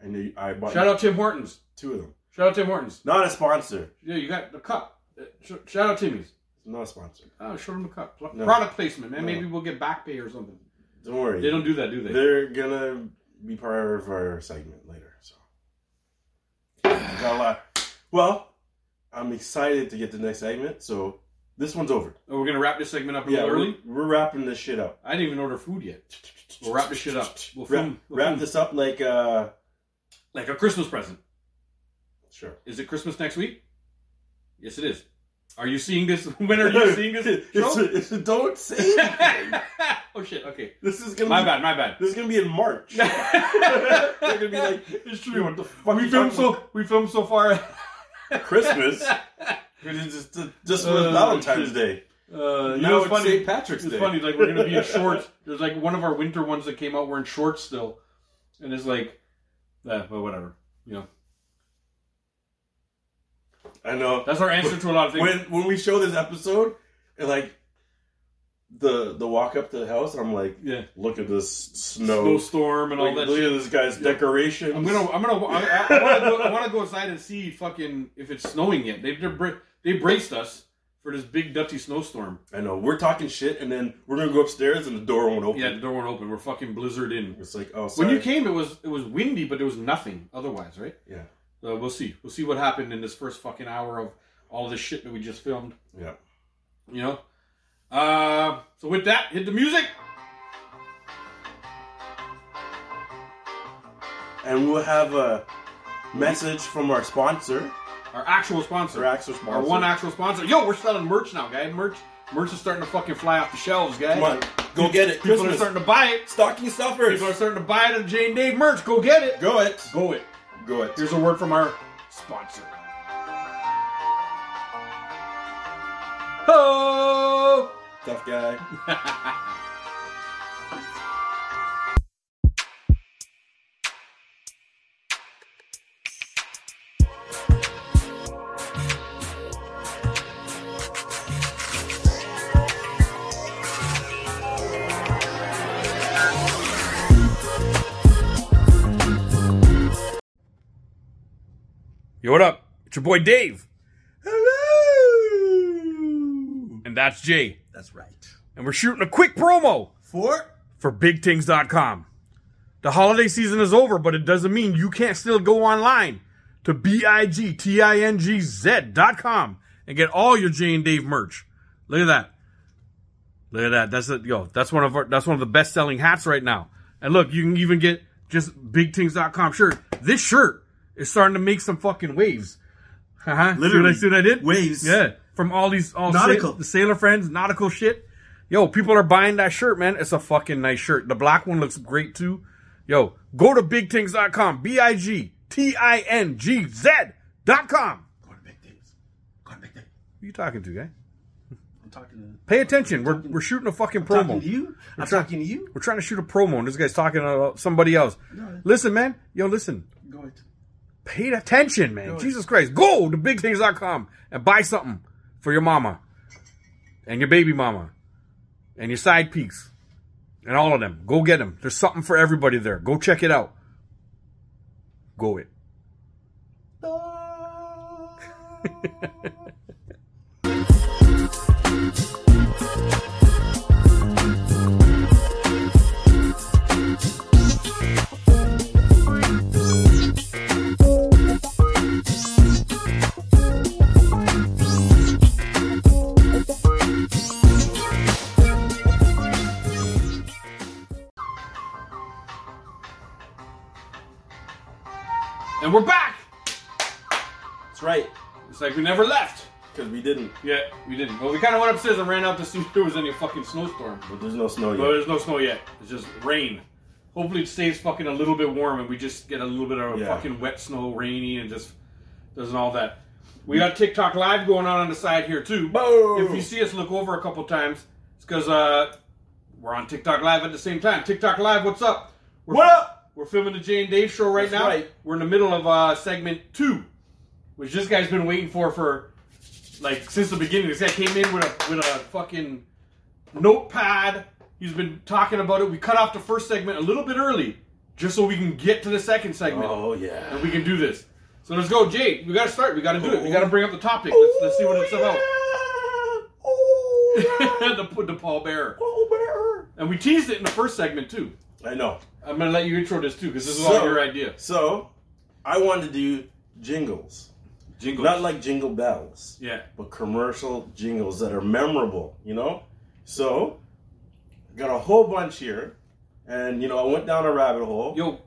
[SPEAKER 1] and you, I bought
[SPEAKER 5] Shout
[SPEAKER 1] you
[SPEAKER 5] out Tim Hortons.
[SPEAKER 1] two of them.
[SPEAKER 5] Shout out Tim Hortons.
[SPEAKER 1] Not a sponsor.
[SPEAKER 5] Yeah, you got the cup. Uh, sh- Shout out Timmy's.
[SPEAKER 1] It's not a sponsor.
[SPEAKER 5] Oh, show them the cup. Pl-
[SPEAKER 1] No.
[SPEAKER 5] Product placement, man.
[SPEAKER 1] No.
[SPEAKER 5] Maybe we'll get back pay or something.
[SPEAKER 1] Don't worry.
[SPEAKER 5] They don't do that, do they?
[SPEAKER 1] They're gonna be part of our segment later. So got a lot. Well, I'm excited to get to the next segment. So this one's over.
[SPEAKER 5] Oh, we're gonna wrap this segment up a
[SPEAKER 1] Yeah,
[SPEAKER 5] little
[SPEAKER 1] we're,
[SPEAKER 5] early.
[SPEAKER 1] we're wrapping this shit up.
[SPEAKER 5] I didn't even order food yet. We'll wrap this shit up. We'll
[SPEAKER 1] wrap,
[SPEAKER 5] film- we'll
[SPEAKER 1] wrap
[SPEAKER 5] film.
[SPEAKER 1] this up like uh
[SPEAKER 5] Like a Christmas present.
[SPEAKER 1] sure.
[SPEAKER 5] Is it Christmas next week? Yes, it is. Are you seeing this? When are you seeing this?
[SPEAKER 1] It's-
[SPEAKER 5] show?
[SPEAKER 1] it's- don't say anything.
[SPEAKER 5] oh shit. Okay.
[SPEAKER 1] this is gonna
[SPEAKER 5] My
[SPEAKER 1] be,
[SPEAKER 5] bad. My bad.
[SPEAKER 1] This is gonna be in March. They're gonna be like,
[SPEAKER 5] it's
[SPEAKER 1] "Yo, what the fuck?
[SPEAKER 5] we
[SPEAKER 1] you
[SPEAKER 5] filmed
[SPEAKER 1] talking
[SPEAKER 5] so we filmed so far.
[SPEAKER 1] about Christmas. It's just just for
[SPEAKER 5] Uh,
[SPEAKER 1] Valentine's
[SPEAKER 5] shit.
[SPEAKER 1] Day.
[SPEAKER 5] Uh, you
[SPEAKER 1] Now
[SPEAKER 5] know,
[SPEAKER 1] it's
[SPEAKER 5] it's funny.
[SPEAKER 1] St. Patrick's
[SPEAKER 5] It's
[SPEAKER 1] Day.
[SPEAKER 5] funny. Like we're gonna be in shorts. There's like one of our winter ones that came out. We're in shorts still, and it's like that. But whatever. You know,
[SPEAKER 1] I know.
[SPEAKER 5] that's our answer to a lot of things.
[SPEAKER 1] when when we show this episode, and like the the walk up to the house, I'm like,
[SPEAKER 5] yeah,
[SPEAKER 1] look at this snow,
[SPEAKER 5] snowstorm and all
[SPEAKER 1] look,
[SPEAKER 5] that.
[SPEAKER 1] look
[SPEAKER 5] shit.
[SPEAKER 1] at this guy's decorations.
[SPEAKER 5] I'm gonna, I'm gonna, I, I, I, wanna go, I wanna go outside and see fucking if it's snowing yet. They they're bra- they braced us for this big dusty snowstorm.
[SPEAKER 1] I know we're talking shit, and then we're gonna go upstairs, and the door won't open.
[SPEAKER 5] Yeah, the door won't open. We're fucking blizzard in.
[SPEAKER 1] It's like, oh, sorry.
[SPEAKER 5] When you came, it was it was windy, but there was nothing otherwise, right?
[SPEAKER 1] Yeah.
[SPEAKER 5] So Uh, we'll see. We'll see what happened in this first fucking hour of all this shit that we just filmed.
[SPEAKER 1] yeah.
[SPEAKER 5] You know. Uh, so with that, hit the music.
[SPEAKER 1] And we'll have a message from our sponsor.
[SPEAKER 5] Our actual sponsor.
[SPEAKER 1] Our actual
[SPEAKER 5] Our
[SPEAKER 1] sponsor.
[SPEAKER 5] one actual sponsor. Yo, we're selling merch now, guy. Merch, merch is starting to fucking fly off the shelves, guy.
[SPEAKER 1] Come on, go get it.
[SPEAKER 5] People are
[SPEAKER 1] Christmas.
[SPEAKER 5] starting to buy it.
[SPEAKER 1] Stocking stuffers.
[SPEAKER 5] People are starting to buy it of Jane Dave merch. Go get it.
[SPEAKER 1] Go it.
[SPEAKER 5] Go it.
[SPEAKER 1] Go it.
[SPEAKER 5] Here's a word from our sponsor. Oh!
[SPEAKER 1] Tough guy.
[SPEAKER 6] Yo, what up? It's your boy Dave,
[SPEAKER 1] Hello.
[SPEAKER 6] and that's Jay,
[SPEAKER 1] That's right.
[SPEAKER 6] and we're shooting a quick promo
[SPEAKER 1] Four.
[SPEAKER 6] for BigThings.com. The holiday season is over, but it doesn't mean you can't still go online to B-I-G-T-I-N-G-Z.com and get all your Jay and Dave merch. Look at that. Look at that. That's a, yo, that's one of our, that's one of the best selling hats right now. And look, you can even get just BigThings.com shirt. This shirt is starting to make some fucking waves. Uh-huh. See what I-
[SPEAKER 1] Literally.
[SPEAKER 6] See what I did?
[SPEAKER 1] Waves.
[SPEAKER 6] Yeah. From all these, all
[SPEAKER 1] Nautical.
[SPEAKER 6] sa- the sailor friends, nautical shit. Yo, people are buying that shirt, man. It's a fucking nice shirt. The black one looks great too. Yo, go to bigtings.com. B I G T I N G Z.com.
[SPEAKER 1] Go to big things. Go to big things.
[SPEAKER 6] Who you talking to, guy?
[SPEAKER 1] I'm talking to.
[SPEAKER 6] Pay attention. We're, we're shooting a fucking promo.
[SPEAKER 1] Talking to you. I'm talking to you.
[SPEAKER 6] We're trying to shoot a promo, and this guy's talking about somebody else. Listen, man. Yo, listen.
[SPEAKER 1] Go it.
[SPEAKER 6] Pay attention, man. Jesus Christ. Go to bigthings.com and buy something for your mama and your baby mama and your side peaks and all of them. Go get them. There's something for everybody there. Go check it out. Go it.
[SPEAKER 5] And we're back!
[SPEAKER 1] That's right.
[SPEAKER 5] It's like we never left.
[SPEAKER 1] Because we didn't.
[SPEAKER 5] Yeah, we didn't. Well, we kind of went upstairs and ran out to see if there was any fucking snowstorm.
[SPEAKER 1] But there's no snow
[SPEAKER 5] Well,
[SPEAKER 1] yet.
[SPEAKER 5] there's no snow yet. It's just rain. Hopefully, it stays fucking a little bit warm and we just get a little bit of
[SPEAKER 1] Yeah.
[SPEAKER 5] fucking wet snow, rainy, and just doesn't all that. We got TikTok live going on on the side here too.
[SPEAKER 1] Boom!
[SPEAKER 5] If you see us look over a couple times, it's because uh, we're on TikTok live at the same time. TikTok live, what's up? We're,
[SPEAKER 1] What up?
[SPEAKER 5] We're filming the Jay and Dave show right
[SPEAKER 1] That's
[SPEAKER 5] now.
[SPEAKER 1] right.
[SPEAKER 5] We're in the middle of uh, segment two, which this guy's been waiting for for like since the beginning. This guy came in with a with a fucking notepad. He's been talking about it. We cut off the first segment a little bit early, just so we can get to the second segment
[SPEAKER 1] Oh yeah.
[SPEAKER 5] and we can do this. So let's go, Jay. We gotta start. We gotta do it. We
[SPEAKER 1] Oh.
[SPEAKER 5] gotta bring up the topic. Let's, let's see what it's about. the, the Paul Bearer. And we teased it in the first segment too.
[SPEAKER 1] I know.
[SPEAKER 5] I'm gonna let you intro this too, because this is
[SPEAKER 1] So-
[SPEAKER 5] all your idea.
[SPEAKER 1] So, I wanted to do jingles,
[SPEAKER 5] Jingle.
[SPEAKER 1] not like jingle bells,
[SPEAKER 5] yeah.
[SPEAKER 1] but commercial jingles that are memorable. You know. So, got a whole bunch here, and you know I went down a rabbit hole.
[SPEAKER 5] Yo,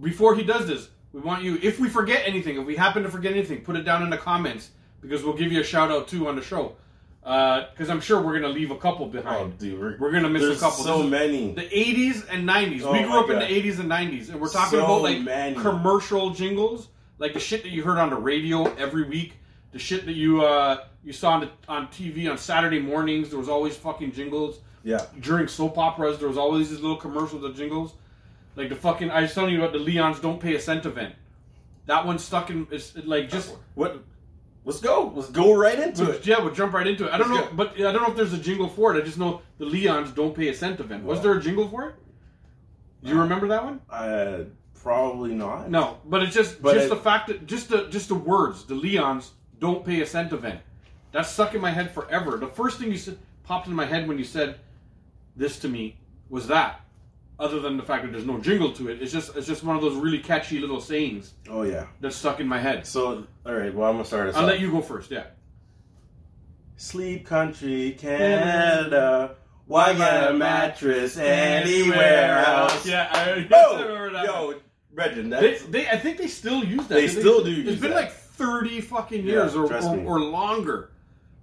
[SPEAKER 5] before he does this, we want you. If we forget anything, if we happen to forget anything, put it down in the comments because we'll give you a shout out too on the show. Because I'm sure we're gonna leave a couple
[SPEAKER 1] Oh,
[SPEAKER 5] behind.
[SPEAKER 1] dude, we're,
[SPEAKER 5] We're gonna miss a
[SPEAKER 1] there's
[SPEAKER 5] couple.
[SPEAKER 1] So
[SPEAKER 5] This is-
[SPEAKER 1] many.
[SPEAKER 5] The 80s and 90s.
[SPEAKER 1] Oh
[SPEAKER 5] we
[SPEAKER 1] my
[SPEAKER 5] grew up in
[SPEAKER 1] God.
[SPEAKER 5] the 80s and 90s, and we're talking
[SPEAKER 1] So
[SPEAKER 5] about like
[SPEAKER 1] many.
[SPEAKER 5] commercial jingles, like the shit that you heard on the radio every week, the shit that you uh, you saw on, the, on TV on Saturday mornings. There was always fucking jingles
[SPEAKER 1] yeah.
[SPEAKER 5] during soap operas. There was always these little commercials of jingles, like the fucking I was telling you about the Leon's "Don't Pay a Cent" event. That one stuck in. It's it, like just
[SPEAKER 1] What? Let's go. Let's go right into it.
[SPEAKER 5] yeah, we'll jump right into it. I don't know,
[SPEAKER 1] Let's go.
[SPEAKER 5] but I don't know if there's a jingle for it. I just know the Leon's "Don't Pay a Cent" event. Was
[SPEAKER 1] Wow.
[SPEAKER 5] there a jingle for it? Do you remember that one?
[SPEAKER 1] Uh, probably not.
[SPEAKER 5] No, but it's just
[SPEAKER 1] But
[SPEAKER 5] just
[SPEAKER 1] it-
[SPEAKER 5] the fact that just the just the words, the Leons don't pay a cent event. That stuck in my head forever. The first thing you said popped in my head when you said this to me was that. Other than the fact that there's no jingle to it, it's just it's just one of those really catchy little sayings
[SPEAKER 1] Oh yeah.
[SPEAKER 5] that stuck in my head.
[SPEAKER 1] So, all right. Well, I'm gonna start us.
[SPEAKER 5] I'll
[SPEAKER 1] off.
[SPEAKER 5] let you go first. Yeah.
[SPEAKER 1] Sleep country, Canada. Why get a mattress anywhere else?
[SPEAKER 5] Yeah. I, I
[SPEAKER 1] Oh,
[SPEAKER 5] remember that. one.
[SPEAKER 1] yo, Regin,
[SPEAKER 5] They,
[SPEAKER 1] that's
[SPEAKER 5] they, I think they still use that.
[SPEAKER 1] They
[SPEAKER 5] do
[SPEAKER 1] still do
[SPEAKER 5] It's
[SPEAKER 1] use
[SPEAKER 5] been
[SPEAKER 1] that.
[SPEAKER 5] like thirty fucking
[SPEAKER 1] Yeah,
[SPEAKER 5] years or,
[SPEAKER 1] trust
[SPEAKER 5] or,
[SPEAKER 1] me.
[SPEAKER 5] or longer.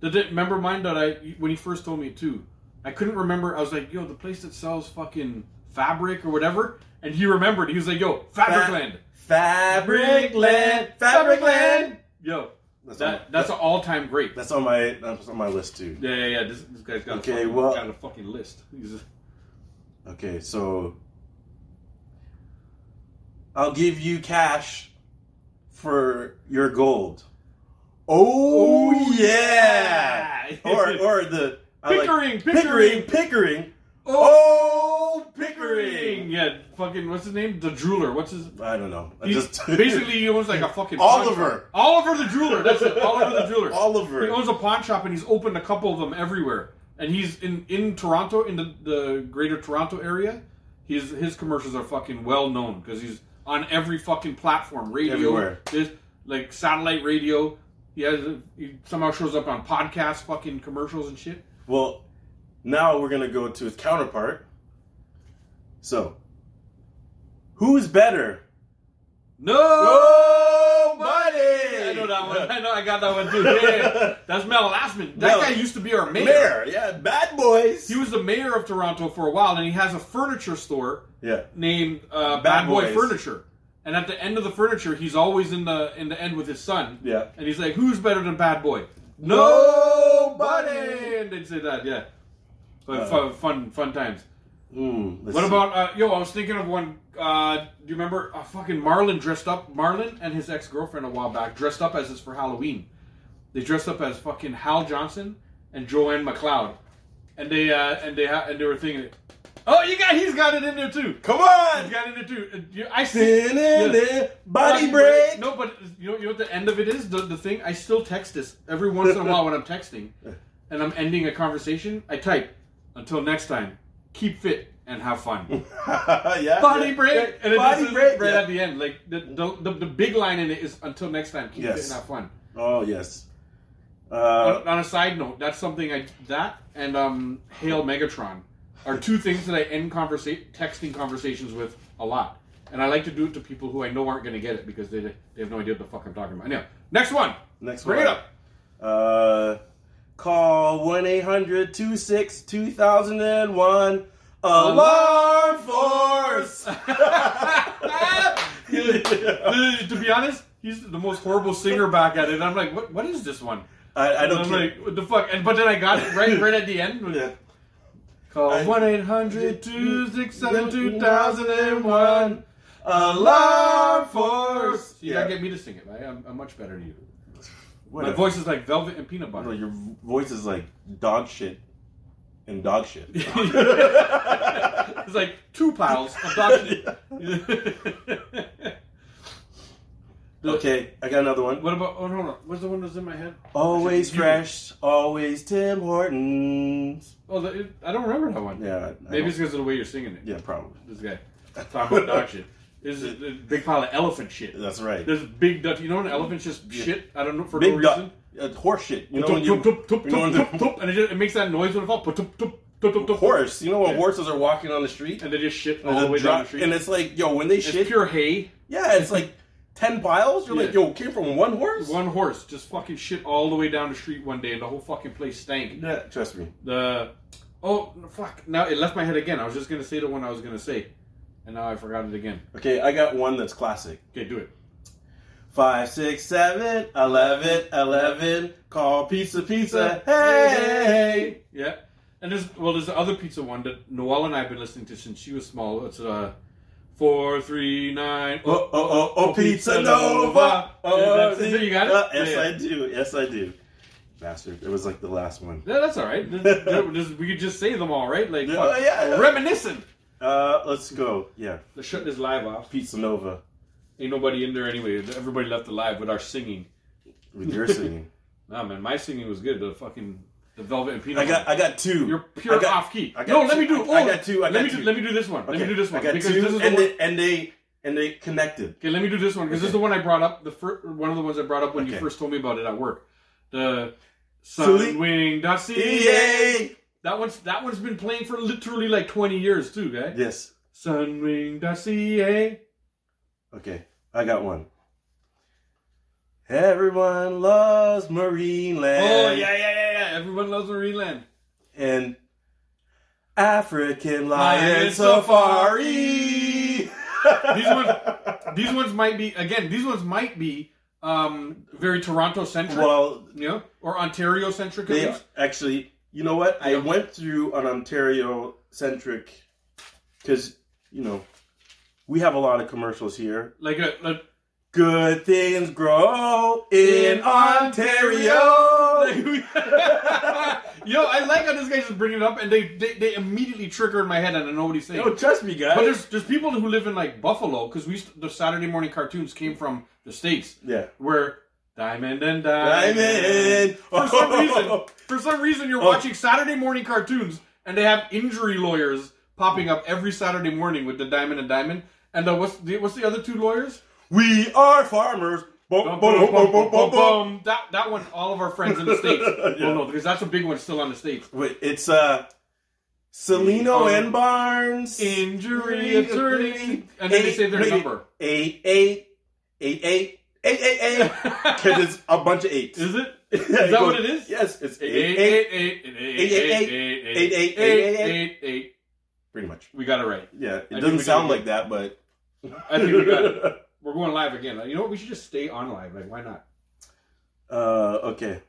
[SPEAKER 5] Did it, remember mine that I when he first told me too. I couldn't remember. I was like, yo, the place that sells fucking fabric or whatever, and he remembered. He was like, yo, Fabricland,
[SPEAKER 1] Fabric Land, Fabric Land.
[SPEAKER 5] Yo,
[SPEAKER 1] That's on my-
[SPEAKER 5] that that's an all time great.
[SPEAKER 1] That's on my that's on my list too.
[SPEAKER 5] Yeah, yeah, yeah. This, this guy's got,
[SPEAKER 1] Okay,
[SPEAKER 5] a fucking,
[SPEAKER 1] well-
[SPEAKER 5] got a fucking list. He's a-
[SPEAKER 1] Okay, so I'll give you cash for your gold. Oh, yeah.
[SPEAKER 5] yeah.
[SPEAKER 1] or or the I
[SPEAKER 5] Pickering,
[SPEAKER 1] Pickering,
[SPEAKER 5] Pickering.
[SPEAKER 1] Pickering. Oh, Pickering.
[SPEAKER 5] yeah, fucking what's his name? The drooler. What's his?
[SPEAKER 1] I don't know. I
[SPEAKER 5] He,
[SPEAKER 1] just
[SPEAKER 5] basically, he owns like a fucking
[SPEAKER 1] Oliver.
[SPEAKER 5] Pawn shop. Oliver the drooler. That's it. Oliver the drooler.
[SPEAKER 1] Oliver.
[SPEAKER 5] He owns a pawn shop and he's opened a couple of them everywhere. And he's in in Toronto, in the, the greater Toronto area. His his commercials are fucking well known because he's on every fucking platform, radio,
[SPEAKER 1] Everywhere.
[SPEAKER 5] this like satellite radio. He has he somehow shows up on podcasts, fucking commercials and shit.
[SPEAKER 1] Well, now we're gonna go to his counterpart. So, who is better?
[SPEAKER 5] No.
[SPEAKER 1] Nobody.
[SPEAKER 5] I know that one. I know I got that one too. Yeah, yeah. That's Mel Lastman. That
[SPEAKER 1] Mel-
[SPEAKER 5] guy used to be our mayor.
[SPEAKER 1] Mayor, yeah, bad boys.
[SPEAKER 5] He was the mayor of Toronto for a while, and he has a furniture store
[SPEAKER 1] yeah,
[SPEAKER 5] named uh, Bad,
[SPEAKER 1] Bad
[SPEAKER 5] Boy
[SPEAKER 1] Boys.
[SPEAKER 5] Furniture. And at the end of the furniture, he's always in the in the end with his son.
[SPEAKER 1] Yeah.
[SPEAKER 5] And he's like, "Who's better than Bad Boy?"
[SPEAKER 1] Nobody.
[SPEAKER 5] And they'd say that. Yeah. But
[SPEAKER 1] Uh,
[SPEAKER 5] fun, fun, fun times.
[SPEAKER 1] Mm, let's
[SPEAKER 5] What
[SPEAKER 1] see.
[SPEAKER 5] about uh, yo? I was thinking of one. Uh, do you remember uh, fucking Marlon dressed up? Marlon and his ex girlfriend a while back dressed up as this for Halloween. They dressed up as fucking Hal Johnson and Joanne McLeod, and they uh, and they ha- and they were thinking, oh, you got he's got it in there too.
[SPEAKER 1] Come
[SPEAKER 5] He's
[SPEAKER 1] on,
[SPEAKER 5] got it in there too. And you- I see.
[SPEAKER 1] in in
[SPEAKER 5] Yeah.
[SPEAKER 1] it, body break.
[SPEAKER 5] No, but you know, you know what the end of it is? The, the thing, I still text this every once in a while when I'm texting and I'm ending a conversation. I type, until next time, keep fit and have fun.
[SPEAKER 1] yeah,
[SPEAKER 5] Body
[SPEAKER 1] yeah,
[SPEAKER 5] break!
[SPEAKER 1] yeah.
[SPEAKER 5] And it
[SPEAKER 1] body
[SPEAKER 5] just-
[SPEAKER 1] break.
[SPEAKER 5] right
[SPEAKER 1] yeah.
[SPEAKER 5] at the end. Like, the, the, the, the big line in it is, until next time, keep
[SPEAKER 1] Yes.
[SPEAKER 5] fit and have fun.
[SPEAKER 1] Oh yes.
[SPEAKER 5] On,
[SPEAKER 1] Uh,
[SPEAKER 5] on a side note, that's something I, that and um, Hail Megatron are two things that I end conversa- texting conversations with a lot. And I like to do it to people who I know aren't going to get it because they, they have no idea what the fuck I'm talking about. Anyway, next one.
[SPEAKER 1] next
[SPEAKER 5] Bring
[SPEAKER 1] one.
[SPEAKER 5] it
[SPEAKER 1] Uh,
[SPEAKER 5] up.
[SPEAKER 1] call 1 800 26 2001. Alarm Force! I,
[SPEAKER 5] Uh, to be honest, he's the most horrible singer back at it. I'm like, what? What is this one?
[SPEAKER 1] I
[SPEAKER 5] And
[SPEAKER 1] don't
[SPEAKER 5] I'm
[SPEAKER 1] care.
[SPEAKER 5] like, what the fuck? And but then I got it right, right at the end. with-
[SPEAKER 1] Yeah.
[SPEAKER 5] Call
[SPEAKER 1] I-
[SPEAKER 5] one 800 267 2001
[SPEAKER 1] Alarm Force!
[SPEAKER 5] You gotta get me to sing it, right? I'm, I'm much better than you.
[SPEAKER 1] What
[SPEAKER 5] My
[SPEAKER 1] a-
[SPEAKER 5] voice is like velvet and peanut
[SPEAKER 1] No,
[SPEAKER 5] butter.
[SPEAKER 1] your voice is like dog shit and dog shit.
[SPEAKER 5] it's like two piles of dog shit.
[SPEAKER 1] okay, I got another one.
[SPEAKER 5] What about? Oh, hold on. What's the one that's in my head?
[SPEAKER 1] Always
[SPEAKER 5] You-
[SPEAKER 1] fresh, always Tim Hortons.
[SPEAKER 5] Oh, the, it, I don't remember that one.
[SPEAKER 1] Yeah. I
[SPEAKER 5] Maybe
[SPEAKER 1] don't-
[SPEAKER 5] it's because of the way you're singing it.
[SPEAKER 1] Yeah, probably.
[SPEAKER 5] This guy talking about dog shit. This is a big pile of elephant shit.
[SPEAKER 1] That's right.
[SPEAKER 5] There's big duck. You know when elephants just shit? I don't know for no
[SPEAKER 1] Big duck.
[SPEAKER 5] reason.
[SPEAKER 1] Uh, horse shit. You know when
[SPEAKER 5] Tup,
[SPEAKER 1] you.
[SPEAKER 5] tup, tup, tup,
[SPEAKER 1] you know when
[SPEAKER 5] tup,
[SPEAKER 1] the-
[SPEAKER 5] tup, tup, And it just- it makes that noise when it falls. Tup, tup, tup, tup, tup, tup.
[SPEAKER 1] horse. You know when
[SPEAKER 5] Yeah.
[SPEAKER 1] horses are walking on the street
[SPEAKER 5] And they just shit
[SPEAKER 1] and
[SPEAKER 5] all the
[SPEAKER 1] they
[SPEAKER 5] way down
[SPEAKER 1] drop-
[SPEAKER 5] the street.
[SPEAKER 1] and it's like, yo, when they
[SPEAKER 5] It's
[SPEAKER 1] shit,
[SPEAKER 5] pure hay.
[SPEAKER 1] yeah, it's like ten piles. You're like,
[SPEAKER 5] Yeah.
[SPEAKER 1] yo, it came from one horse.
[SPEAKER 5] One horse just fucking shit all the way down the street one day, and the whole fucking place stank.
[SPEAKER 1] Yeah, trust me.
[SPEAKER 5] The oh fuck! Now it left my head again. I was just gonna say the one I was gonna say, and now I forgot it again.
[SPEAKER 1] Okay, I got one that's classic.
[SPEAKER 5] Okay, do it.
[SPEAKER 1] Five, six, seven, eleven, eleven. Call pizza, pizza. Hey,
[SPEAKER 5] Yeah. And there's well, there's the other pizza one that Noelle and I have been listening to since she was small. It's uh four three nine.
[SPEAKER 1] oh, oh, oh, oh, pizza Nova.
[SPEAKER 5] Yeah,
[SPEAKER 1] Oh,
[SPEAKER 5] that's- you got it?
[SPEAKER 1] Uh, yes,
[SPEAKER 5] Yeah.
[SPEAKER 1] I do. Yes, I do. Bastard. It was like the last one.
[SPEAKER 5] Yeah, that's all right. This- this- we could just say them all, right? Like
[SPEAKER 1] Yeah,
[SPEAKER 5] fuck.
[SPEAKER 1] Oh, yeah, yeah.
[SPEAKER 5] reminiscing.
[SPEAKER 1] Uh, let's go. Yeah,
[SPEAKER 5] Let's shut this live off.
[SPEAKER 1] Pizza Nova.
[SPEAKER 5] Ain't nobody in there anyway. Everybody left alive with our singing.
[SPEAKER 1] With your singing.
[SPEAKER 5] Nah, man, my singing was good. The fucking the velvet and peanut.
[SPEAKER 1] I got, I got two.
[SPEAKER 5] You're pure
[SPEAKER 1] I got-
[SPEAKER 5] off key.
[SPEAKER 1] I got
[SPEAKER 5] No,
[SPEAKER 1] two.
[SPEAKER 5] let me do. Oh,
[SPEAKER 1] I- I got two. I
[SPEAKER 5] let
[SPEAKER 1] got
[SPEAKER 5] me
[SPEAKER 1] two.
[SPEAKER 5] do. Let me do this one.
[SPEAKER 1] Okay,
[SPEAKER 5] Let me do this one
[SPEAKER 1] I got
[SPEAKER 5] because
[SPEAKER 1] two,
[SPEAKER 5] this is the
[SPEAKER 1] and,
[SPEAKER 5] one.
[SPEAKER 1] they, and they and they connected.
[SPEAKER 5] Okay, let me do this one because this is the one I brought up. The fir- one of the ones I brought up when you
[SPEAKER 1] Okay.
[SPEAKER 5] first told me about it at work. The
[SPEAKER 1] Salute.
[SPEAKER 5] Sunwing Dossier.
[SPEAKER 1] Yay!
[SPEAKER 5] That one's that one's been playing for literally like twenty years too, eh? guy.
[SPEAKER 1] Yes.
[SPEAKER 5] eh? Sunwing Dossier.
[SPEAKER 1] Okay, I got one. Everyone loves Marine Land.
[SPEAKER 5] Oh yeah, yeah, yeah, yeah. Everyone loves Marineland.
[SPEAKER 1] And African Lion Safari.
[SPEAKER 5] These ones, these ones might be again. These ones might be um, very Toronto centric,
[SPEAKER 1] well, uh,
[SPEAKER 5] you know, or Ontario centric.
[SPEAKER 1] They actually, you know what? I went through an Ontario centric because you know we have a lot of commercials here.
[SPEAKER 5] Like a, like
[SPEAKER 1] Good things grow in Oh,
[SPEAKER 5] In
[SPEAKER 1] Ontario.
[SPEAKER 5] Yo, I like how this guy's just bringing it up, and they, they they immediately trigger in my head, and I don't know what he's saying.
[SPEAKER 1] No, trust me, guys.
[SPEAKER 5] but there's there's people who live in like Buffalo because we used to- the Saturday morning cartoons came from the states
[SPEAKER 1] yeah.
[SPEAKER 5] where diamond and diamond.
[SPEAKER 1] Diamond. Oh.
[SPEAKER 5] For some reason, for some reason, you're watching Saturday morning cartoons, and they have injury lawyers popping up every Saturday morning with the diamond and diamond. And uh, what's the what's the other two lawyers?
[SPEAKER 1] we are farmers. Bum,
[SPEAKER 5] Bum,
[SPEAKER 1] bum,
[SPEAKER 5] bum, bum,
[SPEAKER 1] bum, bum, bum.
[SPEAKER 5] That that one, all of our friends in the states.
[SPEAKER 1] Yeah.
[SPEAKER 5] Well, no, because that's a big one still on the states.
[SPEAKER 1] Wait, it's uh, Celino
[SPEAKER 5] Um,
[SPEAKER 1] and Barnes.
[SPEAKER 5] Injury attorney, and then they say their
[SPEAKER 1] Eight-
[SPEAKER 5] number.
[SPEAKER 1] Eight eight eight eight eight eight eight. Because it's a bunch of eights.
[SPEAKER 5] Is it?
[SPEAKER 1] Yeah,
[SPEAKER 5] that
[SPEAKER 1] you go-
[SPEAKER 5] what it is?
[SPEAKER 1] Yes, it's eight eight,
[SPEAKER 5] Eight eight eight eight eight eight eight eight eight eight eight.
[SPEAKER 1] Pretty much.
[SPEAKER 5] We got it right.
[SPEAKER 1] Yeah, it
[SPEAKER 5] think we
[SPEAKER 1] doesn't
[SPEAKER 5] got
[SPEAKER 1] sound
[SPEAKER 5] it.
[SPEAKER 1] like that, but
[SPEAKER 5] I think we got it. We're going live again. You know what? We should just stay on live. Like, why not?
[SPEAKER 1] uh, okay.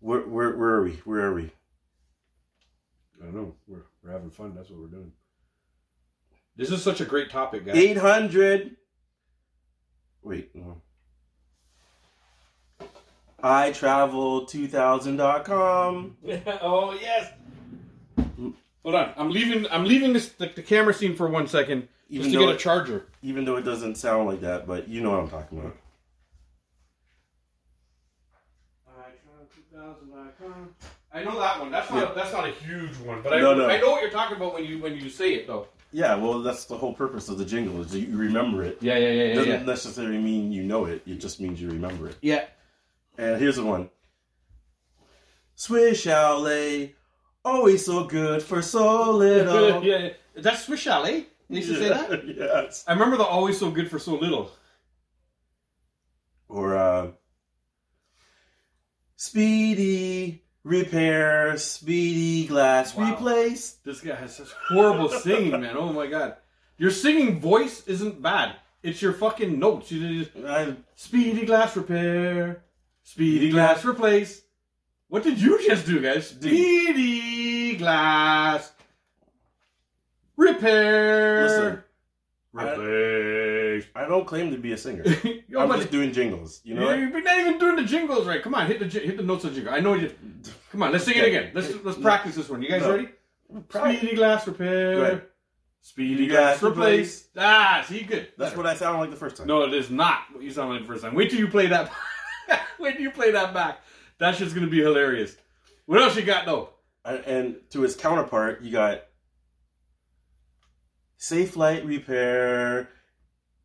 [SPEAKER 1] Where, where where are we? Where are we?
[SPEAKER 5] I don't know. We're, we're having fun. That's what we're doing. This is such a great topic, guys.
[SPEAKER 1] Eight hundred. Wait. No. I travel 2000.com.
[SPEAKER 5] oh yes. Hold on. I'm leaving. I'm leaving this the, the camera scene for one second
[SPEAKER 1] Even
[SPEAKER 5] just to
[SPEAKER 1] though
[SPEAKER 5] get a
[SPEAKER 1] it-
[SPEAKER 5] charger.
[SPEAKER 1] Even though it doesn't sound like that, but you know what I'm talking about.
[SPEAKER 5] I know that one. That's not. That's not a huge one, but I,
[SPEAKER 1] No, no.
[SPEAKER 5] I know what you're talking about when you when you say it though.
[SPEAKER 1] Yeah, well, that's the whole purpose of the jingle is that you remember it.
[SPEAKER 5] Yeah, yeah,
[SPEAKER 1] It
[SPEAKER 5] yeah,
[SPEAKER 1] doesn't necessarily mean you know it. It just means you remember it.
[SPEAKER 5] yeah.
[SPEAKER 1] And here's the one. Swish Alley, always so good for so little.
[SPEAKER 5] yeah. That's Swiss Chalet. They used to say that.
[SPEAKER 1] Yes.
[SPEAKER 5] I remember the always so good for so little.
[SPEAKER 1] Or uh, Speedy repair, Speedy glass
[SPEAKER 5] Wow.
[SPEAKER 1] replace.
[SPEAKER 5] This guy has such horrible singing, man. Oh my god. Your singing voice isn't bad. It's your fucking notes. You just
[SPEAKER 1] I,
[SPEAKER 5] speedy glass repair, speedy glass replace. What did you just do, guys? Speedy glass repair.
[SPEAKER 1] Listen,
[SPEAKER 5] replace.
[SPEAKER 1] I don't claim to be a singer.
[SPEAKER 5] Yo,
[SPEAKER 1] I'm
[SPEAKER 5] but
[SPEAKER 1] just doing jingles. You
[SPEAKER 5] you
[SPEAKER 1] know what?
[SPEAKER 5] are not even doing the jingles right. Come on, hit the ji- hit the notes of the jingle. I know you. Come on, let's sing it again. Let's let's practice this one. You guys
[SPEAKER 1] No.
[SPEAKER 5] ready? Speedy glass repair.
[SPEAKER 1] Go ahead.
[SPEAKER 5] Speedy
[SPEAKER 1] glass
[SPEAKER 5] glass replace. Ah, see, good.
[SPEAKER 1] That's what I sound like the first time.
[SPEAKER 5] No, it is not what you sound like the first time. Wait till you play that. Wait till you play that back. That shit's gonna be hilarious. What else you got though?
[SPEAKER 1] And- and to his counterpart, you got Safe Light Repair,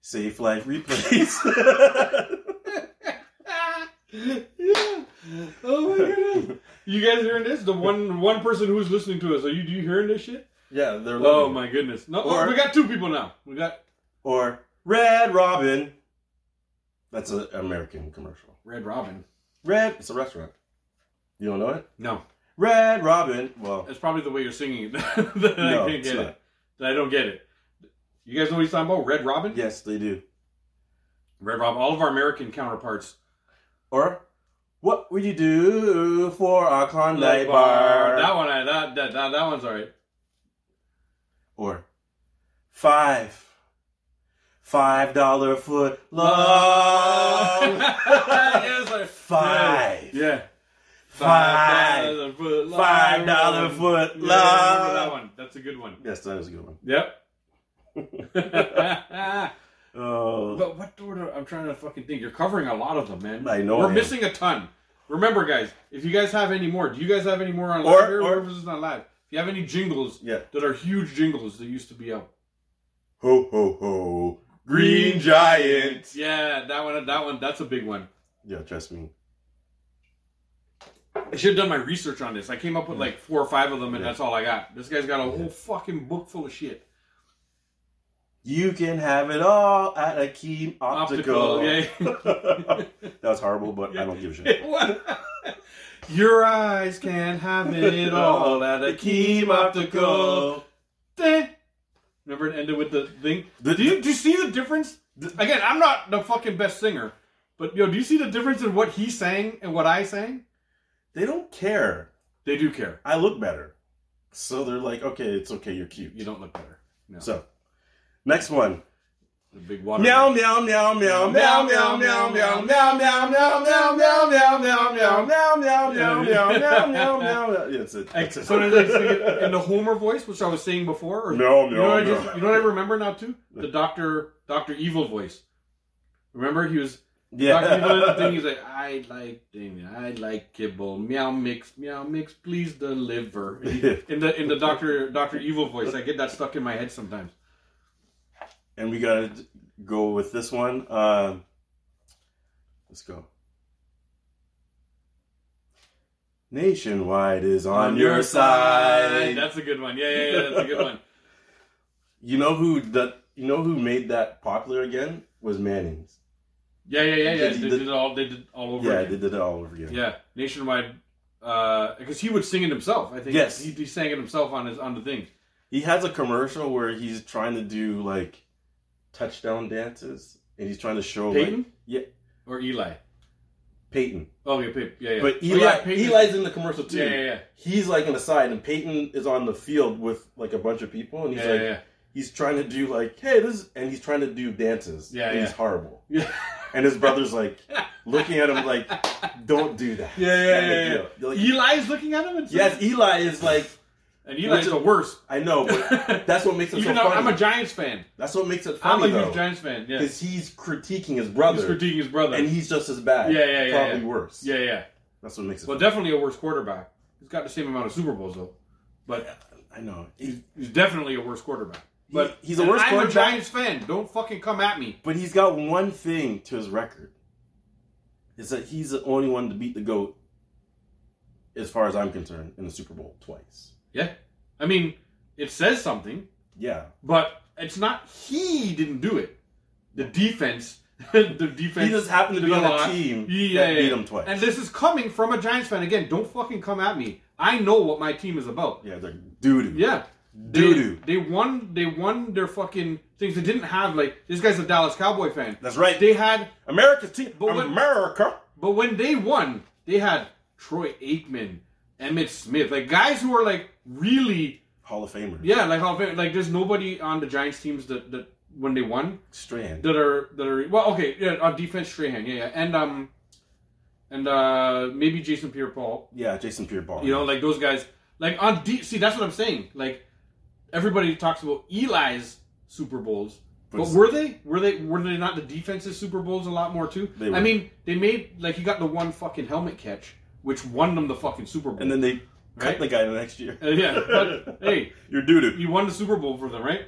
[SPEAKER 1] Safe Life Replace.
[SPEAKER 5] Ah, yeah. Oh my goodness. You guys hearing this? The one one person who's listening to us. Are you do you hearing this shit?
[SPEAKER 1] yeah, they're
[SPEAKER 5] Oh
[SPEAKER 1] loving it.
[SPEAKER 5] my goodness. No, oh,
[SPEAKER 1] Or-
[SPEAKER 5] we got two people now. We got
[SPEAKER 1] Or Red Robin. That's an American commercial.
[SPEAKER 5] Red Robin.
[SPEAKER 1] Red, it's a restaurant. You don't know it?
[SPEAKER 5] No,
[SPEAKER 1] Red Robin. Well,
[SPEAKER 5] that's probably the way you're singing it. that
[SPEAKER 1] no,
[SPEAKER 5] I can't
[SPEAKER 1] it's
[SPEAKER 5] get
[SPEAKER 1] not.
[SPEAKER 5] it. That I don't get it. You guys know what he's talking about? Red Robin.
[SPEAKER 1] Yes, they do.
[SPEAKER 5] Red Robin. All of our American counterparts.
[SPEAKER 1] Or what would you do for a Klondike bar?
[SPEAKER 5] That one. I, that, that that that one's alright.
[SPEAKER 1] or five five dollar foot long
[SPEAKER 5] Yes, I-
[SPEAKER 1] Five.
[SPEAKER 5] Yeah.
[SPEAKER 1] Five.
[SPEAKER 5] dollar foot long.
[SPEAKER 1] five dollar foot
[SPEAKER 5] Yeah, I remember that
[SPEAKER 1] long
[SPEAKER 5] one. That's a good one.
[SPEAKER 1] yes that was a good one
[SPEAKER 5] Yep. but
[SPEAKER 1] oh
[SPEAKER 5] what order? I'm trying to fucking think. You're covering a lot of them, man.
[SPEAKER 1] I know
[SPEAKER 5] We're
[SPEAKER 1] I am.
[SPEAKER 5] missing a ton. Remember, guys, if you guys have any more, do you guys have any more on
[SPEAKER 1] Or-
[SPEAKER 5] live? Or,
[SPEAKER 1] or-
[SPEAKER 5] or this is not live. If you have any jingles
[SPEAKER 1] yeah
[SPEAKER 5] that are huge jingles that used to be out.
[SPEAKER 1] ho ho ho green giant
[SPEAKER 5] Yeah, that one. That one. That's a big one.
[SPEAKER 1] yeah trust me
[SPEAKER 5] I should have done my research on this. I came up with like four or five of them, and that's all I got. This guy's got a whole fucking book full of shit.
[SPEAKER 1] You can have it all at Akeem Optical.
[SPEAKER 5] Optical, yeah.
[SPEAKER 1] that was horrible, but I don't give a shit.
[SPEAKER 5] What? Your eyes can't have it all at Akeem Optical. Deh. Remember it ended with the thing?
[SPEAKER 1] The-
[SPEAKER 5] do, you, do you see the difference? Again, I'm not the fucking best singer, but yo, do you see the difference in what he sang and what I sang?
[SPEAKER 1] They don't care.
[SPEAKER 5] They do care.
[SPEAKER 1] I look better. So they're like, okay, it's okay, you're cute.
[SPEAKER 5] You don't look better. No.
[SPEAKER 1] So, next one.
[SPEAKER 5] the big water.
[SPEAKER 1] Meow meow meow meow meow meow meow meow meow meow meow meow meow meow meow meow meow meow meow meow meow meow meow. Yeah, That's it.
[SPEAKER 5] Like,
[SPEAKER 1] That's
[SPEAKER 5] so did I sing
[SPEAKER 1] it.
[SPEAKER 5] it in the Homer voice, which I was saying before? Or
[SPEAKER 1] No,
[SPEAKER 5] You know,
[SPEAKER 1] no,
[SPEAKER 5] what I just,
[SPEAKER 1] no.
[SPEAKER 5] you know what I remember now too? The Doctor Doctor Evil voice. Remember he was Doctor Evil did the thing.
[SPEAKER 1] Yeah.
[SPEAKER 5] He's like, I like Damien. I like kibble. Meow mix. Meow mix. Please deliver. And he- in the in the Doctor Doctor Evil voice, I get that stuck in my head sometimes.
[SPEAKER 1] And we gotta go with this one. Um, let's go. Nationwide is on your side.
[SPEAKER 5] That's a good one. Yeah, yeah, yeah. That's a good one.
[SPEAKER 1] You know who that? You know who made that popular again? Was Manning's.
[SPEAKER 5] Yeah, yeah, yeah, yeah.
[SPEAKER 1] Did he-
[SPEAKER 5] They
[SPEAKER 1] did-
[SPEAKER 5] did it all. They did it all over.
[SPEAKER 1] Yeah,
[SPEAKER 5] again.
[SPEAKER 1] they did it all over again.
[SPEAKER 5] Yeah, nationwide. Because he would sing it himself. I think.
[SPEAKER 1] Yes.
[SPEAKER 5] he, he sang it himself on his on the thing.
[SPEAKER 1] He has a commercial where he's trying to do like touchdown dances, and he's trying to show
[SPEAKER 5] Peyton
[SPEAKER 1] like yeah,
[SPEAKER 5] or Eli.
[SPEAKER 1] Peyton.
[SPEAKER 5] Oh yeah, Peyton. Yeah, yeah.
[SPEAKER 1] But
[SPEAKER 5] Oh,
[SPEAKER 1] Eli,
[SPEAKER 5] yeah, Peyton-
[SPEAKER 1] Eli's in the commercial too.
[SPEAKER 5] Yeah, yeah, yeah.
[SPEAKER 1] He's like on the side, and Peyton is on the field with like a bunch of people, and he's
[SPEAKER 5] yeah,
[SPEAKER 1] like
[SPEAKER 5] yeah,
[SPEAKER 1] he's trying to do like hey this, is, and he's trying to do dances.
[SPEAKER 5] Yeah,
[SPEAKER 1] and he's
[SPEAKER 5] yeah.
[SPEAKER 1] horrible.
[SPEAKER 5] yeah.
[SPEAKER 1] And his brother's like looking at him like, don't do that.
[SPEAKER 5] Yeah,
[SPEAKER 1] Not
[SPEAKER 5] yeah,
[SPEAKER 1] a
[SPEAKER 5] yeah,
[SPEAKER 1] big
[SPEAKER 5] yeah.
[SPEAKER 1] deal. They're like,
[SPEAKER 5] Eli's looking at him. And saying-
[SPEAKER 1] yes, Eli is like
[SPEAKER 5] and Eli's the worst.
[SPEAKER 1] I know, but that's what makes it so
[SPEAKER 5] Even though
[SPEAKER 1] funny.
[SPEAKER 5] I'm a Giants fan,
[SPEAKER 1] that's what makes it funny
[SPEAKER 5] I'm a
[SPEAKER 1] though.
[SPEAKER 5] huge Giants fan. Yeah, he's
[SPEAKER 1] because he's critiquing his brother,
[SPEAKER 5] critiquing his brother.
[SPEAKER 1] and he's just as bad.
[SPEAKER 5] Yeah, yeah, yeah,
[SPEAKER 1] probably
[SPEAKER 5] yeah.
[SPEAKER 1] worse.
[SPEAKER 5] yeah, yeah.
[SPEAKER 1] that's what makes it.
[SPEAKER 5] Well,
[SPEAKER 1] Well,
[SPEAKER 5] definitely a worse quarterback. He's got the same amount of Super Bowls though, but
[SPEAKER 1] I know, He-
[SPEAKER 5] he's definitely a worse quarterback. But
[SPEAKER 1] he's a
[SPEAKER 5] and
[SPEAKER 1] worse
[SPEAKER 5] I'm
[SPEAKER 1] quarterback.
[SPEAKER 5] a Giants fan. Don't fucking come at me.
[SPEAKER 1] but he's got one thing to his record: is that he's the only one to beat the goat, as far as I'm concerned, in the Super Bowl twice.
[SPEAKER 5] Yeah, I mean, it says something,
[SPEAKER 1] Yeah,
[SPEAKER 5] but it's not. He didn't do it. The defense. the defense.
[SPEAKER 1] he just happened to
[SPEAKER 5] did
[SPEAKER 1] be
[SPEAKER 5] a
[SPEAKER 1] on a
[SPEAKER 5] lot.
[SPEAKER 1] team
[SPEAKER 5] Yeah,
[SPEAKER 1] that
[SPEAKER 5] yeah,
[SPEAKER 1] beat
[SPEAKER 5] yeah.
[SPEAKER 1] him twice.
[SPEAKER 5] And this is coming from a Giants fan. Again, don't fucking come at me. I know what my team is about.
[SPEAKER 1] yeah, they're doo doo.
[SPEAKER 5] Yeah. They-
[SPEAKER 1] Doo-doo.
[SPEAKER 5] They won they won their fucking things. They didn't have like this guy's a Dallas Cowboy fan.
[SPEAKER 1] that's right.
[SPEAKER 5] They had
[SPEAKER 1] America's team,
[SPEAKER 5] But what-
[SPEAKER 1] America.
[SPEAKER 5] but when they won, they had Troy Aikman, Emmett Smith, like guys who are like really
[SPEAKER 1] Hall of Famer.
[SPEAKER 5] yeah, like how like there's nobody on the Giants teams that, that when they won
[SPEAKER 1] Strand.
[SPEAKER 5] that are that are well okay, yeah, on defense Strahan, yeah, yeah. And um and uh maybe Jason Pierre Paul.
[SPEAKER 1] Yeah, Jason Pierre-Paul.
[SPEAKER 5] You know, like those guys, like on D. See, that's what I'm saying. Like everybody talks about Eli's Super Bowls, but,
[SPEAKER 1] But-
[SPEAKER 5] were they? Were they? Were they not the defense's Super Bowls a lot more too?
[SPEAKER 1] They were.
[SPEAKER 5] I mean, they made like he got the one fucking helmet catch, which won them the fucking Super Bowl.
[SPEAKER 1] and then they cut
[SPEAKER 5] Right?
[SPEAKER 1] the guy the next year.
[SPEAKER 5] Uh, yeah, but hey,
[SPEAKER 1] You're doo doo.
[SPEAKER 5] you won the Super Bowl for them, right?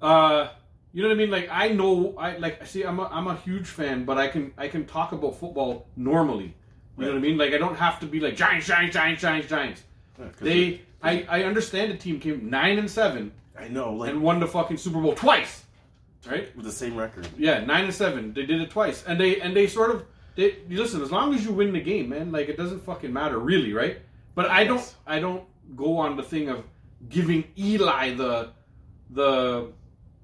[SPEAKER 5] Uh, you know what I mean? Like I know, I like see, I'm a, I'm a huge fan, but I can I can talk about football normally. You know what I mean? Like I don't have to be like Giants, Giants, Giants, Giants, Giants. They, I, I understand the team came nine and seven
[SPEAKER 1] I know, like
[SPEAKER 5] and won the fucking Super Bowl twice, right?
[SPEAKER 1] with the same record.
[SPEAKER 5] Yeah, nine and seven. They did it twice, and they and they sort of they you listen. As long as you win the game, man, like it doesn't fucking matter, really, right? But I don't,
[SPEAKER 1] Yes.
[SPEAKER 5] I don't go on the thing of giving Eli the the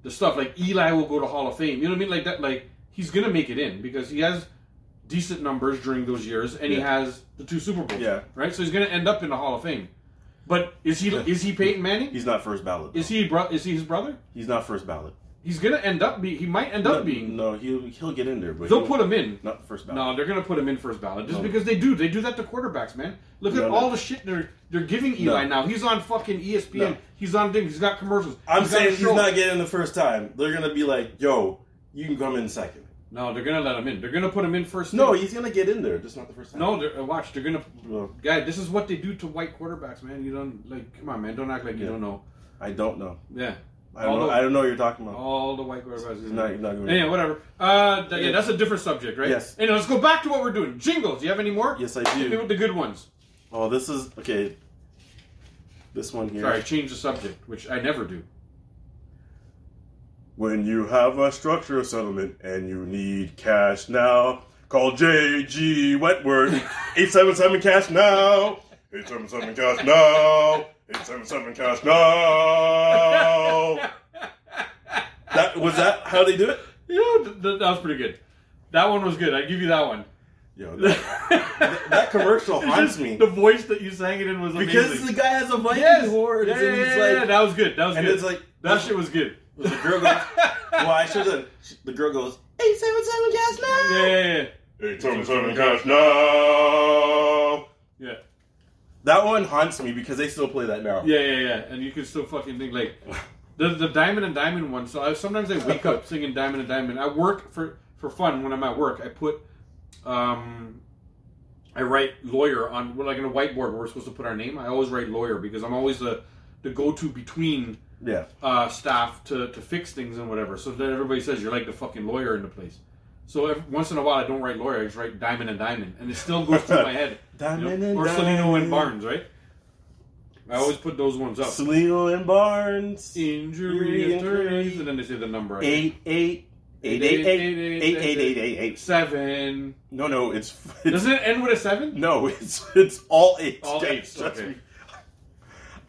[SPEAKER 5] the stuff like Eli will go to Hall of Fame. You know what I mean? Like that, like he's gonna make it in because he has decent numbers during those years, and he
[SPEAKER 1] Yeah.
[SPEAKER 5] has the two Super Bowls.
[SPEAKER 1] Yeah.
[SPEAKER 5] right. So he's gonna end up in the Hall of Fame. But is he is he Peyton Manning?
[SPEAKER 1] He's not first ballot.
[SPEAKER 5] Is
[SPEAKER 1] though.
[SPEAKER 5] he bro- is he his brother?
[SPEAKER 1] He's not first ballot.
[SPEAKER 5] He's gonna end up be he might end
[SPEAKER 1] No,
[SPEAKER 5] up being.
[SPEAKER 1] no, he'll he'll get in there, but
[SPEAKER 5] They'll
[SPEAKER 1] he'll-
[SPEAKER 5] put him in.
[SPEAKER 1] not first ballot.
[SPEAKER 5] No, they're gonna put him in first ballot just
[SPEAKER 1] No.
[SPEAKER 5] because they do. They do that to quarterbacks, man. Look
[SPEAKER 1] No,
[SPEAKER 5] at
[SPEAKER 1] no.
[SPEAKER 5] all the shit they're they're giving Eli now. He's on fucking E ESPN.
[SPEAKER 1] No.
[SPEAKER 5] He's on things. He's got commercials.
[SPEAKER 1] I'm
[SPEAKER 5] He's got a
[SPEAKER 1] saying he's
[SPEAKER 5] show.
[SPEAKER 1] not getting in the first time. They're gonna be like, yo, you can come in second.
[SPEAKER 5] No, they're gonna let him in. They're gonna put him in first.
[SPEAKER 1] No,
[SPEAKER 5] thing.
[SPEAKER 1] he's gonna get in there, just not the first time.
[SPEAKER 5] no. They're, uh, watch, they're gonna.
[SPEAKER 1] No,
[SPEAKER 5] Guy, this is what they do to white quarterbacks, man. You don't like. Come on, man. Don't act like you
[SPEAKER 1] Yeah.
[SPEAKER 5] don't know.
[SPEAKER 1] I don't know.
[SPEAKER 5] Yeah,
[SPEAKER 1] I don't
[SPEAKER 5] Although- Oh.
[SPEAKER 1] know. I don't know what you're talking about.
[SPEAKER 5] all the white quarterbacks.
[SPEAKER 1] He's not, he's not gonna.
[SPEAKER 5] Anyway, whatever. Uh, th- yeah, that's a different subject, right?
[SPEAKER 1] Yes.
[SPEAKER 5] Anyway, let's go back to what we're doing. Jingles. Do you have any more?
[SPEAKER 1] Yes, I
[SPEAKER 5] Hit me
[SPEAKER 1] do.
[SPEAKER 5] with the good ones.
[SPEAKER 1] Oh, this is okay. This one here.
[SPEAKER 5] Sorry, change the subject, which I never do.
[SPEAKER 1] When you have a structure settlement and you need cash now, call J.G. Wetworth. 877 cash now. 877 cash now. 877 cash now. That was that how they do it?
[SPEAKER 5] Yeah, th- th- that was pretty good. That one was good. I give you that one.
[SPEAKER 1] Yo, that, that commercial
[SPEAKER 5] It's
[SPEAKER 1] haunts
[SPEAKER 5] just
[SPEAKER 1] me.
[SPEAKER 5] The voice that you sang it in was amazing.
[SPEAKER 1] Because the guy has a Viking
[SPEAKER 5] yes,
[SPEAKER 1] horn.
[SPEAKER 5] yeah,
[SPEAKER 1] and
[SPEAKER 5] yeah,
[SPEAKER 1] it's
[SPEAKER 5] yeah,
[SPEAKER 1] like-
[SPEAKER 5] yeah, that was good. That was
[SPEAKER 1] and
[SPEAKER 5] good.
[SPEAKER 1] it's like-
[SPEAKER 5] that shit was good.
[SPEAKER 1] The girl goes, well, I should have. The girl goes, 877 cash
[SPEAKER 5] Yeah,
[SPEAKER 1] now!
[SPEAKER 5] yeah, yeah.
[SPEAKER 1] 877 cash now!
[SPEAKER 5] yeah.
[SPEAKER 1] That one haunts me because they still play that now.
[SPEAKER 5] Yeah, yeah, yeah. And you can still fucking think like the the diamond and diamond one. So I, sometimes I wake up singing diamond and diamond. I work for for fun when I'm at work. I put um I write lawyer on well, like in a whiteboard where we're supposed to put our name. I always write lawyer because I'm always the the go to between
[SPEAKER 1] Yeah.
[SPEAKER 5] uh, staff to, to fix things and whatever. So then everybody says you're like the fucking lawyer in the place. So every, once in a while I don't write lawyer. I just write diamond and diamond, and it still goes through my head.
[SPEAKER 1] Diamond and
[SPEAKER 5] or Celino
[SPEAKER 1] diamond.
[SPEAKER 5] and Barnes, right? I always put those ones up.
[SPEAKER 1] Salino and Barnes.
[SPEAKER 5] Injury attorneys, and then they say the number. I think.
[SPEAKER 1] 888 888 8888.
[SPEAKER 5] Seven.
[SPEAKER 1] No, no, it's. it's
[SPEAKER 5] Doesn't it end with a seven?
[SPEAKER 1] no, it's it's all eights.
[SPEAKER 5] All
[SPEAKER 1] guys,
[SPEAKER 5] eights,
[SPEAKER 1] trust
[SPEAKER 5] okay.
[SPEAKER 1] me.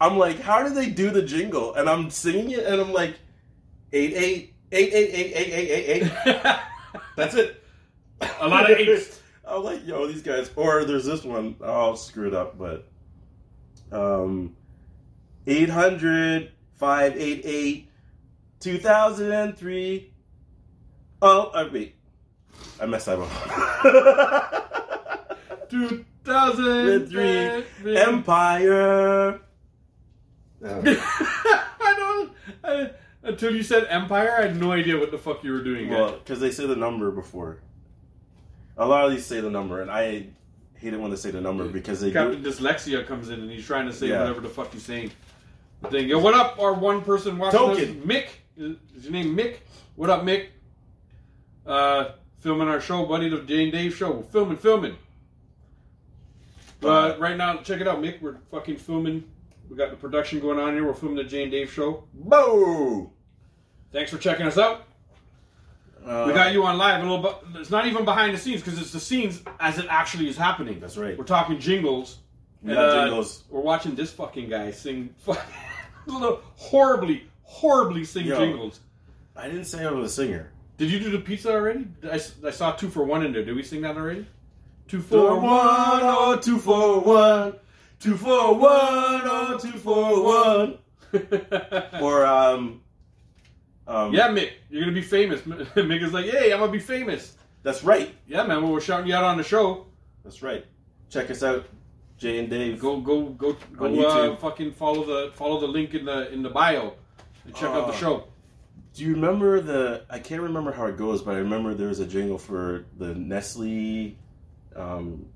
[SPEAKER 1] I'm like, how do they do the jingle? And I'm singing it, and I'm like, eight eight eight eight eight eight eight eight eight.
[SPEAKER 5] a
[SPEAKER 1] That's it.
[SPEAKER 5] lot of eights.
[SPEAKER 1] I'm like, yo, these guys. Or there's this one. I'll screw it up, but um, 800 588 2003. Oh, uh, wait. I messed that up.
[SPEAKER 5] Two
[SPEAKER 1] With
[SPEAKER 5] thousand
[SPEAKER 1] three Empire. Uh,
[SPEAKER 5] I don't. I, until you said Empire, I had no idea what the fuck you were doing. guys.
[SPEAKER 1] well, because they say the number before. A lot of these say the number, and I hate it when they say the number because they do.
[SPEAKER 5] Captain Dyslexia comes in and he's trying to say
[SPEAKER 1] Yeah.
[SPEAKER 5] whatever the fuck he's saying. The thing. Yo, what up? Our one person watching
[SPEAKER 1] Token.
[SPEAKER 5] us, Mick. Is is your name Mick? What up, Mick? Uh, filming our show, buddy, the Jane Dave show. We're filming, filming. But right now, check it out, Mick. We're fucking filming. We got the production going on here. We're filming the Jane Dave show.
[SPEAKER 1] Boo!
[SPEAKER 5] Thanks for checking us out.
[SPEAKER 1] Uh,
[SPEAKER 5] We got you on live a little bit. It's not even behind the scenes because it's the scenes as it actually is happening.
[SPEAKER 1] That's right.
[SPEAKER 5] We're talking jingles.
[SPEAKER 1] We got
[SPEAKER 5] Uh,
[SPEAKER 1] jingles.
[SPEAKER 5] We're watching this fucking guy sing fucking horribly, horribly sing
[SPEAKER 1] Yo.
[SPEAKER 5] jingles.
[SPEAKER 1] I didn't say I was a singer.
[SPEAKER 5] Did you do the pizza already? I, s- I saw two for one in there. Did we sing that already? Two
[SPEAKER 1] Four
[SPEAKER 5] for
[SPEAKER 1] one
[SPEAKER 5] one.
[SPEAKER 1] oh two four one two four one oh two four one. Or um, um
[SPEAKER 5] yeah, Mick, you're gonna be famous. Mick is like, hey, I'm gonna be famous.
[SPEAKER 1] That's right.
[SPEAKER 5] Yeah, man, we were shouting you out on the show.
[SPEAKER 1] That's right. Check us out, Jay and Dave.
[SPEAKER 5] Go, go, go, go!
[SPEAKER 1] On
[SPEAKER 5] uh,
[SPEAKER 1] YouTube.
[SPEAKER 5] fucking follow the follow the link in the in the bio and check out the
[SPEAKER 1] Uh,
[SPEAKER 5] show.
[SPEAKER 1] Do you remember the? I can't remember how it goes, but I remember there was a jingle for the Nestle, um,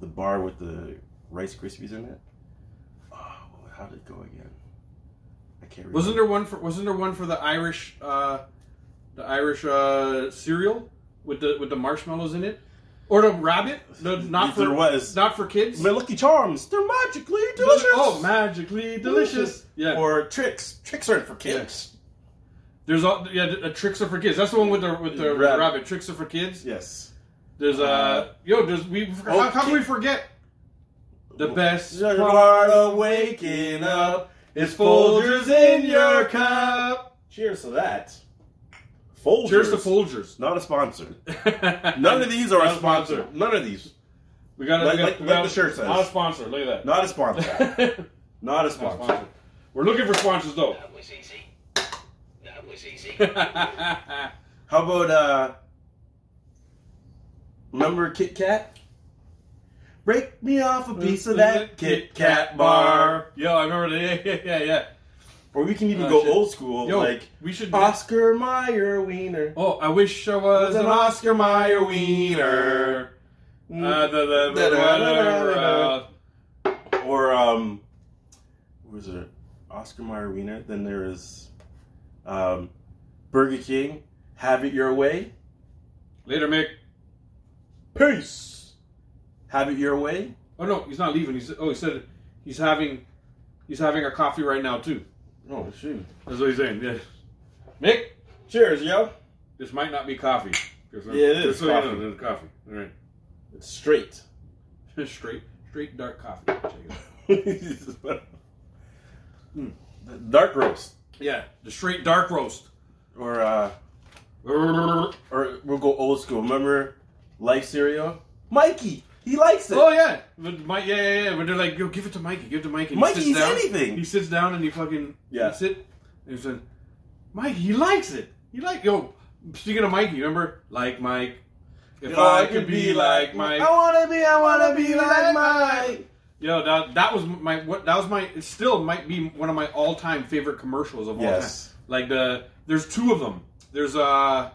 [SPEAKER 1] the bar with the Rice Krispies in it. Oh, how did it go again? I can't remember.
[SPEAKER 5] Wasn't there one for Wasn't there one for the Irish, uh, the Irish uh, cereal with the with the marshmallows in it, or the rabbit? The not for
[SPEAKER 1] There was.
[SPEAKER 5] not for kids.
[SPEAKER 1] My Lucky Charms, they're magically
[SPEAKER 5] Deli-
[SPEAKER 1] delicious.
[SPEAKER 5] Oh, magically delicious! Yeah,
[SPEAKER 1] Or tricks. Tricks aren't for kids.
[SPEAKER 5] there's all yeah. The, the tricks are for kids. That's the one with the with the,
[SPEAKER 1] Rabbit.
[SPEAKER 5] rabbit. Tricks are for kids.
[SPEAKER 1] Yes.
[SPEAKER 5] There's uh, yo. There's we.
[SPEAKER 1] Oh,
[SPEAKER 5] how how can
[SPEAKER 1] kid-
[SPEAKER 5] we forget? The best
[SPEAKER 1] The part of waking up is Folgers in your cup. Cheers to that. Folgers.
[SPEAKER 5] Cheers to Folgers.
[SPEAKER 1] Not a sponsor. None of these are a sponsor. None of these.
[SPEAKER 5] We got
[SPEAKER 1] Like-
[SPEAKER 5] we got-
[SPEAKER 1] like-
[SPEAKER 5] we
[SPEAKER 1] like
[SPEAKER 5] got-
[SPEAKER 1] the shirt says.
[SPEAKER 5] Not a sponsor. Look at that.
[SPEAKER 1] Not a sponsor. Not a
[SPEAKER 5] Not a
[SPEAKER 1] sponsor.
[SPEAKER 5] sponsor. We're looking for sponsors though.
[SPEAKER 7] That was easy. That was easy.
[SPEAKER 1] How about uh remember Kit Kat? Break me off a piece of that Uh, Kit Kat bar.
[SPEAKER 5] Yo, I remember that. Yeah, yeah, yeah, yeah.
[SPEAKER 1] Or we can even
[SPEAKER 5] Oh,
[SPEAKER 1] go
[SPEAKER 5] shit.
[SPEAKER 1] old school,
[SPEAKER 5] Yo,
[SPEAKER 1] like
[SPEAKER 5] we should.
[SPEAKER 1] Oscar Mayer Wiener.
[SPEAKER 5] oh, I wish I was an Oscar
[SPEAKER 1] Mayer
[SPEAKER 5] wiener.
[SPEAKER 1] Mm.
[SPEAKER 5] Uh, the, the, the,
[SPEAKER 1] Da-da-da-da-da-da.
[SPEAKER 5] uh,
[SPEAKER 1] Or um, what was it? Oscar Mayer Wiener. Then there is um, Burger King. Have it your way.
[SPEAKER 5] later, Mick.
[SPEAKER 1] Peace. Have it your way.
[SPEAKER 5] Oh no, he's not leaving. He's oh, he said he's having he's having a coffee right now too.
[SPEAKER 1] Oh shoot.
[SPEAKER 5] That's what he's saying. Yeah. Mick,
[SPEAKER 1] Cheers, yo.
[SPEAKER 5] this might not be coffee. 'Cause I'm-
[SPEAKER 1] Yeah, it is
[SPEAKER 5] just so you know,
[SPEAKER 1] coffee.
[SPEAKER 5] it's coffee. All right.
[SPEAKER 1] It's straight.
[SPEAKER 5] straight, straight dark coffee. Check it out.
[SPEAKER 1] Hmm. Dark roast.
[SPEAKER 5] Yeah, the straight dark roast.
[SPEAKER 1] Or uh
[SPEAKER 5] Oh
[SPEAKER 1] or we'll go old school. Remember life cereal? Oh, Mikey! He likes it.
[SPEAKER 5] Oh, yeah, but Mike, yeah, yeah, yeah. When they're like, "Yo, give it to Mikey, give it to Mikey." And he
[SPEAKER 1] Mikey
[SPEAKER 5] sits
[SPEAKER 1] eats
[SPEAKER 5] down.
[SPEAKER 1] anything.
[SPEAKER 5] He sits down and he fucking
[SPEAKER 1] Yeah.
[SPEAKER 5] yeah. eats it. And he's like, "Mike, he likes it. He like yo." Speaking of Mikey, remember like Mike. If
[SPEAKER 1] You know,
[SPEAKER 5] Oh, I could be like Mike,
[SPEAKER 1] I wanna be, I wanna be like Mike.
[SPEAKER 5] yo, that that was my what that was my it still might be one of my all time favorite commercials of all
[SPEAKER 1] Yes.
[SPEAKER 5] time. Like the there's two of them. There's uh,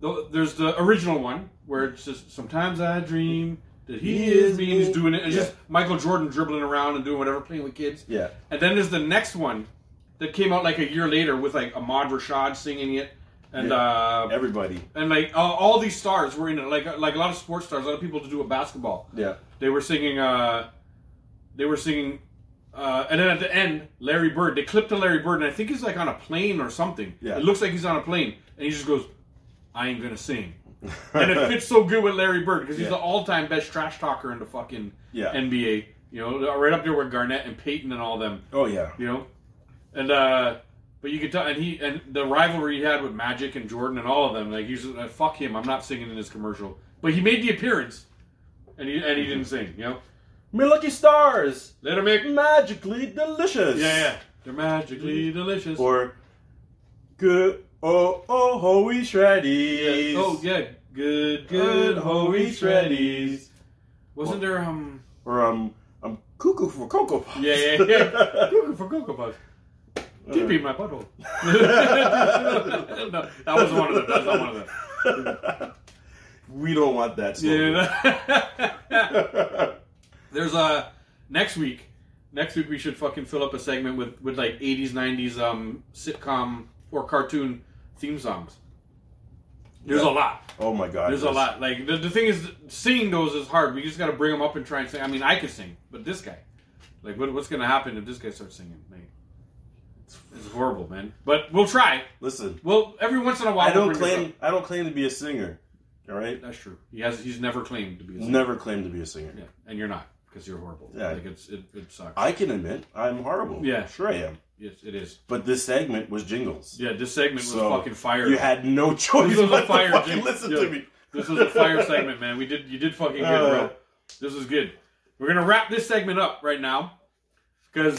[SPEAKER 5] the, there's the original one where it's just sometimes I dream that he,
[SPEAKER 1] He
[SPEAKER 5] is
[SPEAKER 1] is
[SPEAKER 5] me,
[SPEAKER 1] me.
[SPEAKER 5] he's doing it. It's just
[SPEAKER 1] Yeah.
[SPEAKER 5] Michael Jordan dribbling around and doing whatever, playing with kids.
[SPEAKER 1] Yeah.
[SPEAKER 5] And then there's the next one that came out like a year later with like Ahmad Rashad singing it, and
[SPEAKER 1] Yeah.
[SPEAKER 5] uh,
[SPEAKER 1] Everybody.
[SPEAKER 5] and like uh, all these stars were in it. Like like a lot of sports stars, a lot of people to do with basketball.
[SPEAKER 1] Yeah.
[SPEAKER 5] They were singing. uh They were singing. Uh, and then at the end, Larry Bird. They clipped to Larry Bird, and I think he's like on a plane or something.
[SPEAKER 1] Yeah.
[SPEAKER 5] It looks like he's on a plane, and he just goes, "I ain't gonna sing," and it fits so good with Larry Bird because he's
[SPEAKER 1] Yeah.
[SPEAKER 5] the all-time best trash talker in the fucking
[SPEAKER 1] Yeah.
[SPEAKER 5] NBA. You know, right up there with Garnett and Peyton and all them
[SPEAKER 1] oh yeah.
[SPEAKER 5] you know and uh but you could tell and he and the rivalry he had with magic and jordan and all of them like he's uh, fuck him i'm not singing in this commercial but he made the appearance and he and he didn't sing you know
[SPEAKER 1] Me lucky stars.
[SPEAKER 5] let him make yeah
[SPEAKER 1] Magically delicious.
[SPEAKER 5] yeah they're magically delicious
[SPEAKER 1] Or good oh oh hoey shreddies.
[SPEAKER 5] Yeah. oh yeah
[SPEAKER 1] Good
[SPEAKER 5] good good
[SPEAKER 1] hoey
[SPEAKER 5] holy
[SPEAKER 1] shreddies.
[SPEAKER 5] Oh, shreddies wasn't there um
[SPEAKER 1] Or um I'm cuckoo for cocoa puffs.
[SPEAKER 5] yeah yeah yeah Cuckoo for cocoa puffs Uh. Tippy my butthole. no, that wasn't one of them. That's not one of them.
[SPEAKER 1] we don't want that. slogan.
[SPEAKER 5] Yeah. There's a next week. Next week we should fucking fill up a segment with with like 80s, 90s um sitcom or cartoon theme songs. There's
[SPEAKER 1] Yeah.
[SPEAKER 5] a lot.
[SPEAKER 1] oh my god.
[SPEAKER 5] There's a lot. Like the, the thing is, singing those is hard. We just got to bring them up and try and sing. I mean, I could sing, but this guy, like, what, what's gonna happen if this guy starts singing? Like, it's, it's horrible, man. But we'll try.
[SPEAKER 1] Listen,
[SPEAKER 5] Well, every once in a while,
[SPEAKER 1] I
[SPEAKER 5] we'll
[SPEAKER 1] don't
[SPEAKER 5] bring this
[SPEAKER 1] claim
[SPEAKER 5] up.
[SPEAKER 1] I don't claim to be a singer. All right,
[SPEAKER 5] That's true. He has. He's never claimed to be. A singer.
[SPEAKER 1] never claimed to be a singer.
[SPEAKER 5] Yeah, and you're not because you're horrible.
[SPEAKER 1] Yeah.
[SPEAKER 5] like it's it, it sucks.
[SPEAKER 1] I can admit I'm horrible.
[SPEAKER 5] Yeah.
[SPEAKER 1] sure I am.
[SPEAKER 5] Yes, it is.
[SPEAKER 1] But this segment was jingles.
[SPEAKER 5] Yeah, this segment was
[SPEAKER 1] So,
[SPEAKER 5] fucking fire.
[SPEAKER 1] You had no choice
[SPEAKER 5] This was a
[SPEAKER 1] but
[SPEAKER 5] fire
[SPEAKER 1] to fucking
[SPEAKER 5] jingle.
[SPEAKER 1] listen
[SPEAKER 5] Yeah.
[SPEAKER 1] to me.
[SPEAKER 5] this was a fire segment, man. We did you did fucking good,
[SPEAKER 1] Uh.
[SPEAKER 5] bro. This was good. We're gonna wrap this segment up right now because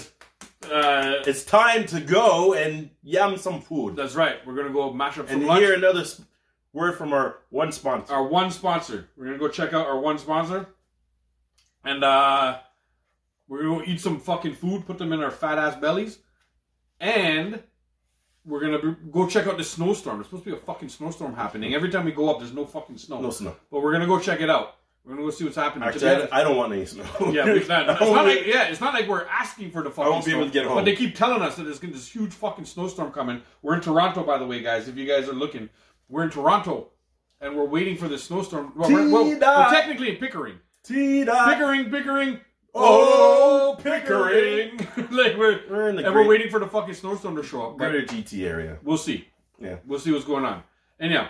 [SPEAKER 5] uh,
[SPEAKER 1] It's time to go and yam some food
[SPEAKER 5] that's right. We're gonna go mash up some
[SPEAKER 1] and
[SPEAKER 5] lunch.
[SPEAKER 1] hear another s- word from our one sponsor.
[SPEAKER 5] our one sponsor. We're gonna go check out our one sponsor, and uh, we're gonna go eat some fucking food, put them in our fat ass bellies, and we're gonna be, go check out this snowstorm. There's supposed to be a fucking snowstorm happening. Every time we go up, there's no fucking snow.
[SPEAKER 1] No snow.
[SPEAKER 5] But we're gonna go check it out. We're gonna go see what's happening.
[SPEAKER 1] Actually,
[SPEAKER 5] Today-
[SPEAKER 1] I, I don't want any snow.
[SPEAKER 5] yeah, we- it's not,
[SPEAKER 1] I
[SPEAKER 5] it's
[SPEAKER 1] won't
[SPEAKER 5] not
[SPEAKER 1] be-
[SPEAKER 5] like yeah, it's not like we're asking for the fucking.
[SPEAKER 1] won't be able to get
[SPEAKER 5] storm.
[SPEAKER 1] home.
[SPEAKER 5] But they keep telling us that there's gonna this huge fucking snowstorm coming. We're in Toronto, by the way, guys. If you guys are looking, we're in Toronto, and we're waiting for this snowstorm. Well, we're, well,
[SPEAKER 1] T-dot.
[SPEAKER 5] we're technically in Pickering,
[SPEAKER 1] T-dot.
[SPEAKER 5] Pickering, Pickering.
[SPEAKER 1] Oh,
[SPEAKER 5] like we're,
[SPEAKER 1] We're in the
[SPEAKER 5] and
[SPEAKER 1] great-
[SPEAKER 5] we're waiting for the fucking snowstorm to show up. But
[SPEAKER 1] Greater GT area.
[SPEAKER 5] we'll see.
[SPEAKER 1] Yeah.
[SPEAKER 5] We'll see what's going on. Anyhow,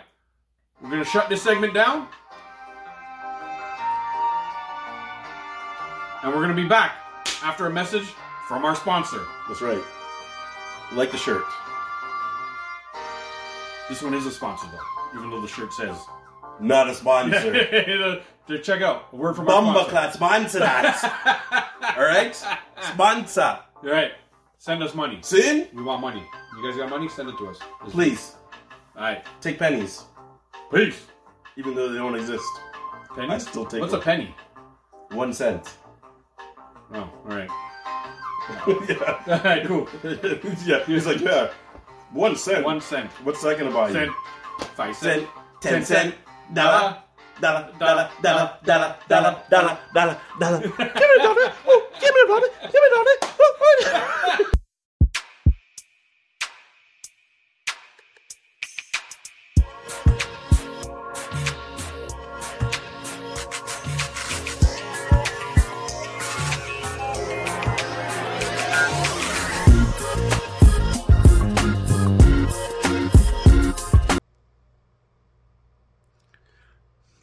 [SPEAKER 5] we're gonna shut this segment down. And we're gonna be back after a message from our sponsor.
[SPEAKER 1] That's right. Like the shirt.
[SPEAKER 5] This one is a sponsor though, even though the shirt says.
[SPEAKER 1] Not a sponsor.
[SPEAKER 5] to check out a word from our
[SPEAKER 1] Bumba
[SPEAKER 5] sponsor.
[SPEAKER 1] clap, sponsor that. All right? Sponsor.
[SPEAKER 5] All right. Send us money.
[SPEAKER 1] Sin?
[SPEAKER 5] We want money. You guys got money? Send it to us.
[SPEAKER 1] Please,
[SPEAKER 5] Alright.
[SPEAKER 1] take pennies,
[SPEAKER 5] Peace.
[SPEAKER 1] even though they don't exist.
[SPEAKER 5] Penny?
[SPEAKER 1] I still take
[SPEAKER 5] What's
[SPEAKER 1] one.
[SPEAKER 5] a penny?
[SPEAKER 1] One cent.
[SPEAKER 5] Oh, alright.
[SPEAKER 1] yeah.
[SPEAKER 5] Alright, cool.
[SPEAKER 1] yeah. He's like, yeah. One cent.
[SPEAKER 5] One cent.
[SPEAKER 1] What's that gonna buy
[SPEAKER 5] Cent.
[SPEAKER 1] you?
[SPEAKER 5] Five cent.
[SPEAKER 1] Cent. Ten
[SPEAKER 5] Ten
[SPEAKER 1] cent.
[SPEAKER 5] cent.
[SPEAKER 1] Dollar. Dollar. Dollar. Dollar. Dollar. Dollar. Dollar. Dollar. Dollar. Give me a dollar. Oh, give me a dollar. Give me a dollar. Oh, oh.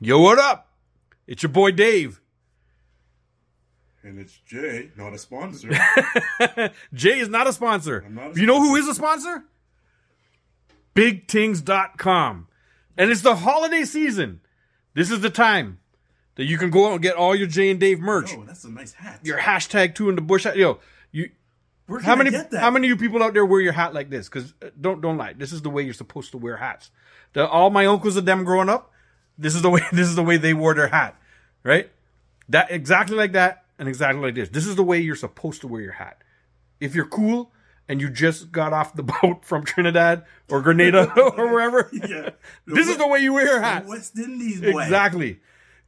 [SPEAKER 6] Yo, what up? It's your boy Dave.
[SPEAKER 8] And it's Jay, not a sponsor.
[SPEAKER 6] Jay is not a sponsor.
[SPEAKER 8] I'm not a
[SPEAKER 6] you know who is a sponsor? BigTings.com. And it's the holiday season. This is the time that you can go out and get all your Jay and Dave merch.
[SPEAKER 8] oh, that's a nice hat.
[SPEAKER 6] Your hashtag two in the bush. hat. Yo, you
[SPEAKER 8] Where
[SPEAKER 6] how
[SPEAKER 8] can I
[SPEAKER 6] many
[SPEAKER 8] get that?
[SPEAKER 6] how many of you people out there wear your hat like this? Because don't don't lie, this is the way you're supposed to wear hats. The, all my uncles and them growing up, this is the way this is the way they wore their hat, right? That exactly like that and exactly like this. This is the way you're supposed to wear your hat. If you're cool and you just got off the boat from Trinidad or Grenada or wherever,
[SPEAKER 8] Yeah.
[SPEAKER 6] this is the way you wear your hat.
[SPEAKER 8] West Indies way.
[SPEAKER 6] Exactly.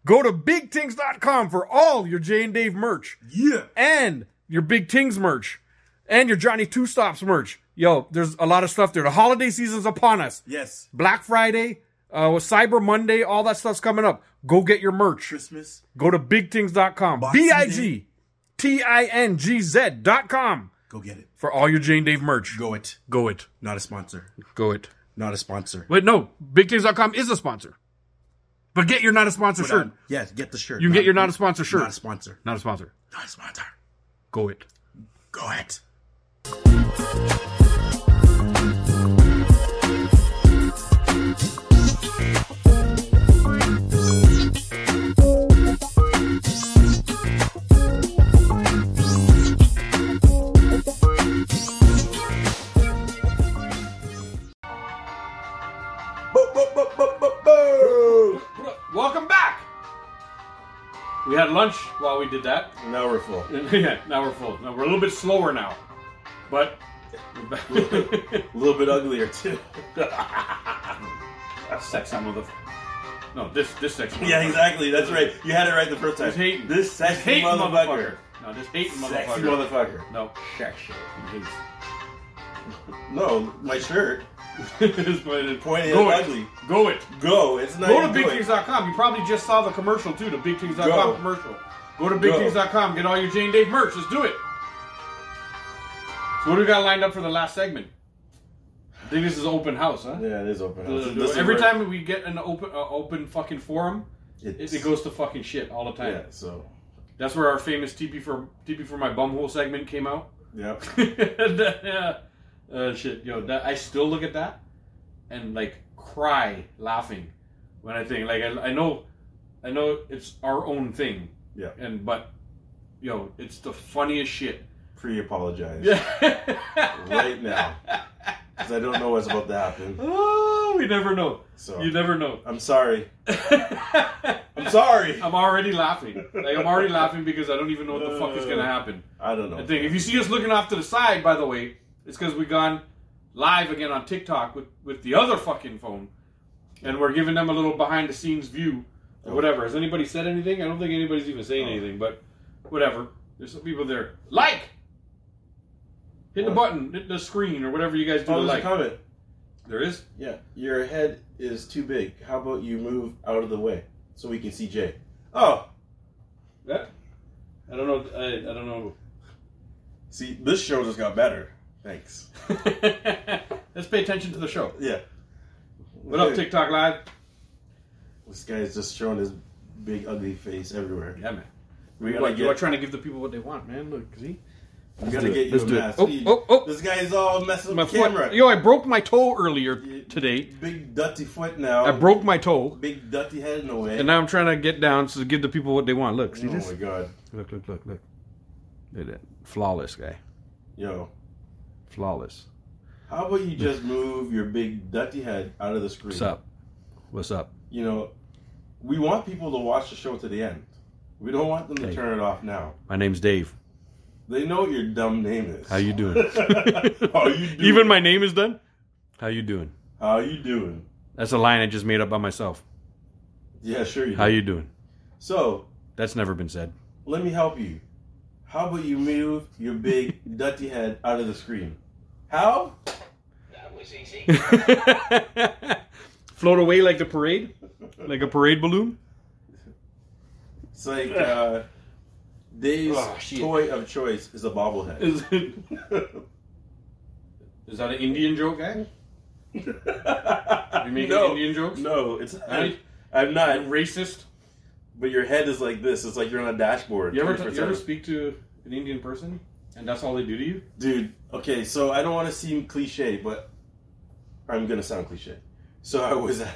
[SPEAKER 6] Go to bigtings.com for all your Jay and Dave merch
[SPEAKER 8] Yeah.
[SPEAKER 6] and your Big Tings merch and your Johnny Two Stops merch. Yo, there's a lot of stuff there. The holiday season's upon us.
[SPEAKER 8] Yes.
[SPEAKER 6] Black Friday, uh, with Cyber Monday, all that stuff's coming up. Go get your merch.
[SPEAKER 8] Christmas.
[SPEAKER 6] Go to bigtings.com.
[SPEAKER 8] Boxing
[SPEAKER 6] B
[SPEAKER 8] Day.
[SPEAKER 6] I G T I N G Z.com
[SPEAKER 8] Go get it.
[SPEAKER 6] for all your Jane Dave merch.
[SPEAKER 8] Go it.
[SPEAKER 6] Go it.
[SPEAKER 8] Not a sponsor.
[SPEAKER 6] Go it.
[SPEAKER 8] Not a sponsor.
[SPEAKER 6] Wait, no. BigTings.com is a sponsor. But get your not a sponsor shirt.
[SPEAKER 8] Yes, get the shirt.
[SPEAKER 6] You can get your not a sponsor shirt.
[SPEAKER 8] uh, Not a sponsor.
[SPEAKER 6] not a sponsor.
[SPEAKER 8] Not a sponsor.
[SPEAKER 6] Go it.
[SPEAKER 8] Go it.
[SPEAKER 5] Welcome back. We had lunch while we did that.
[SPEAKER 1] Now we're full.
[SPEAKER 5] yeah, now we're full. Now we're a little bit slower now, but we're back.
[SPEAKER 1] A little bit uglier too.
[SPEAKER 5] sexy mother. No, this this section.
[SPEAKER 1] yeah, exactly. That's right. You had it right the first time.
[SPEAKER 5] This hating.
[SPEAKER 1] This
[SPEAKER 5] This
[SPEAKER 1] sexy
[SPEAKER 5] hating motherfucker.
[SPEAKER 1] motherfucker.
[SPEAKER 5] No, this hating motherfucker.
[SPEAKER 1] Sexy motherfucker.
[SPEAKER 5] No,
[SPEAKER 1] Sexy.
[SPEAKER 5] he hates.
[SPEAKER 1] No, my shirt.
[SPEAKER 5] Just put it in-
[SPEAKER 1] Point is
[SPEAKER 5] Go it.
[SPEAKER 1] ugly.
[SPEAKER 5] Go it.
[SPEAKER 1] Go. It's not.
[SPEAKER 5] Go to
[SPEAKER 1] even going.
[SPEAKER 5] bigtings.com. You probably just saw the commercial too, the bigtings.com
[SPEAKER 1] Go.
[SPEAKER 5] commercial. Go to
[SPEAKER 1] Go.
[SPEAKER 5] bigtings.com. Get all your Jane Dave merch. Let's do it. So what do we got lined up for the last segment? I think this is open house, huh?
[SPEAKER 1] Yeah, it is open. house.
[SPEAKER 5] Uh,
[SPEAKER 1] This is
[SPEAKER 5] Every
[SPEAKER 1] where-
[SPEAKER 5] time we get an open uh, open fucking forum, it, it goes to fucking shit all the time.
[SPEAKER 1] Yeah. So.
[SPEAKER 5] That's where our famous TP for TP for my bumhole segment came out.
[SPEAKER 1] Yeah.
[SPEAKER 5] yeah. Uh, shit, yo, that, I still look at that and like cry laughing when I think like I, I know, I know it's our own thing,
[SPEAKER 1] Yeah.
[SPEAKER 5] and but yo, it's the funniest shit.
[SPEAKER 1] Pre-apologize
[SPEAKER 5] right
[SPEAKER 1] right now because I don't know what's about to happen.
[SPEAKER 5] Oh, we never know.
[SPEAKER 1] So
[SPEAKER 5] You never know.
[SPEAKER 1] I'm sorry. I'm sorry.
[SPEAKER 5] I'm already laughing. Like I'm already laughing because I don't even know what the fuck is gonna happen.
[SPEAKER 1] I don't know.
[SPEAKER 5] I think if you see us looking off to the side, by the way, it's because we gone live again on TikTok with, with the other fucking phone, and we're giving them a little behind the scenes view
[SPEAKER 1] Oh.
[SPEAKER 5] or whatever. Has anybody said anything? I don't think anybody's even saying anything, but whatever. There's some people there. Like, hit the
[SPEAKER 1] What?
[SPEAKER 5] button, hit the screen, or whatever you guys do. to
[SPEAKER 1] Oh, there's a
[SPEAKER 5] like,
[SPEAKER 1] comment.
[SPEAKER 5] there is.
[SPEAKER 1] Yeah, your head is too big. How about you move out of the way so we can see Jay? Oh,
[SPEAKER 5] Yeah. I don't know. I, I don't know.
[SPEAKER 1] see, this show just got better. Thanks.
[SPEAKER 5] Let's pay attention to the show.
[SPEAKER 1] Yeah.
[SPEAKER 5] What up, TikTok Live?
[SPEAKER 1] This guy's just showing his big ugly face everywhere.
[SPEAKER 5] Yeah, man.
[SPEAKER 1] We gotta
[SPEAKER 5] We're,
[SPEAKER 1] get,
[SPEAKER 5] we're trying to give the people what they want, man. Look, see.
[SPEAKER 1] we gotta get you
[SPEAKER 6] Let's
[SPEAKER 1] a
[SPEAKER 6] do it.
[SPEAKER 1] mask.
[SPEAKER 6] Oh,
[SPEAKER 1] He-
[SPEAKER 6] oh, oh.
[SPEAKER 1] This guy's all messing
[SPEAKER 6] My
[SPEAKER 1] with the camera.
[SPEAKER 6] foot. Yo, I broke my toe earlier
[SPEAKER 1] Yeah.
[SPEAKER 6] today.
[SPEAKER 1] Big dirty foot now.
[SPEAKER 6] I broke my toe,
[SPEAKER 1] Big dirty head in the way.
[SPEAKER 6] and now I'm trying to get down to give the people what they want. Look, see
[SPEAKER 1] oh
[SPEAKER 6] this?
[SPEAKER 1] my god.
[SPEAKER 6] Look, look, look, look. Look at that. Flawless guy.
[SPEAKER 1] Yo.
[SPEAKER 6] Flawless.
[SPEAKER 1] How about you just move your big dirty head out of the screen?
[SPEAKER 6] What's up? What's up?
[SPEAKER 1] You know, we want people to watch the show to the end. We don't want them to
[SPEAKER 6] Hey.
[SPEAKER 1] turn it off now.
[SPEAKER 6] My name's Dave.
[SPEAKER 1] They know what your dumb name is.
[SPEAKER 6] How you doing?
[SPEAKER 1] How you doing?
[SPEAKER 6] Even my name is done. How you doing?
[SPEAKER 1] How you doing?
[SPEAKER 6] That's a line I just made up by myself.
[SPEAKER 1] Yeah, sure you.
[SPEAKER 6] How
[SPEAKER 1] do.
[SPEAKER 6] you doing?
[SPEAKER 1] So
[SPEAKER 6] That's never been said.
[SPEAKER 1] let me help you. How about you move your big dirty head out of the screen? How?
[SPEAKER 7] That was easy.
[SPEAKER 6] Float away like the parade, like a parade balloon.
[SPEAKER 1] It's like uh, Dave's
[SPEAKER 5] Oh, shit.
[SPEAKER 1] toy of choice is a bobblehead.
[SPEAKER 5] Is, is that an Indian joke, guy? You making
[SPEAKER 1] no,
[SPEAKER 5] Indian jokes?
[SPEAKER 1] No, it's not.
[SPEAKER 5] Right?
[SPEAKER 1] I'm not,
[SPEAKER 5] Racist.
[SPEAKER 1] but your head is like this. It's like you're on a dashboard.
[SPEAKER 5] You ever,
[SPEAKER 1] 24/7.
[SPEAKER 5] you ever speak to an Indian person and that's all they do to you?
[SPEAKER 1] Dude, okay, so I don't want to seem cliche, but I'm gonna sound cliche. So I was, at,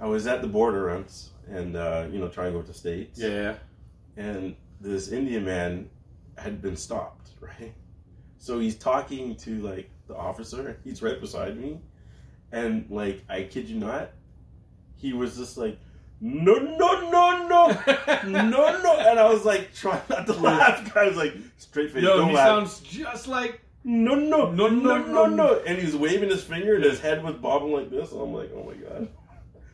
[SPEAKER 1] I was at the border once, and uh, you know, trying to go to states.
[SPEAKER 5] Yeah.
[SPEAKER 1] and this Indian man had been stopped, right? So he's talking to like the officer. He's right beside me, and like I kid you not, he was just like, "No, no, no, no, no, no," and I was like trying not to laugh. I was like straight face,
[SPEAKER 5] No,
[SPEAKER 1] don't
[SPEAKER 5] he
[SPEAKER 1] laugh.
[SPEAKER 5] sounds just like.
[SPEAKER 1] no, no,
[SPEAKER 5] No,
[SPEAKER 1] no, no,
[SPEAKER 5] no,
[SPEAKER 1] no,
[SPEAKER 5] no.
[SPEAKER 1] no, and he's waving his finger, and his head was bobbing like this. I'm like, oh my god,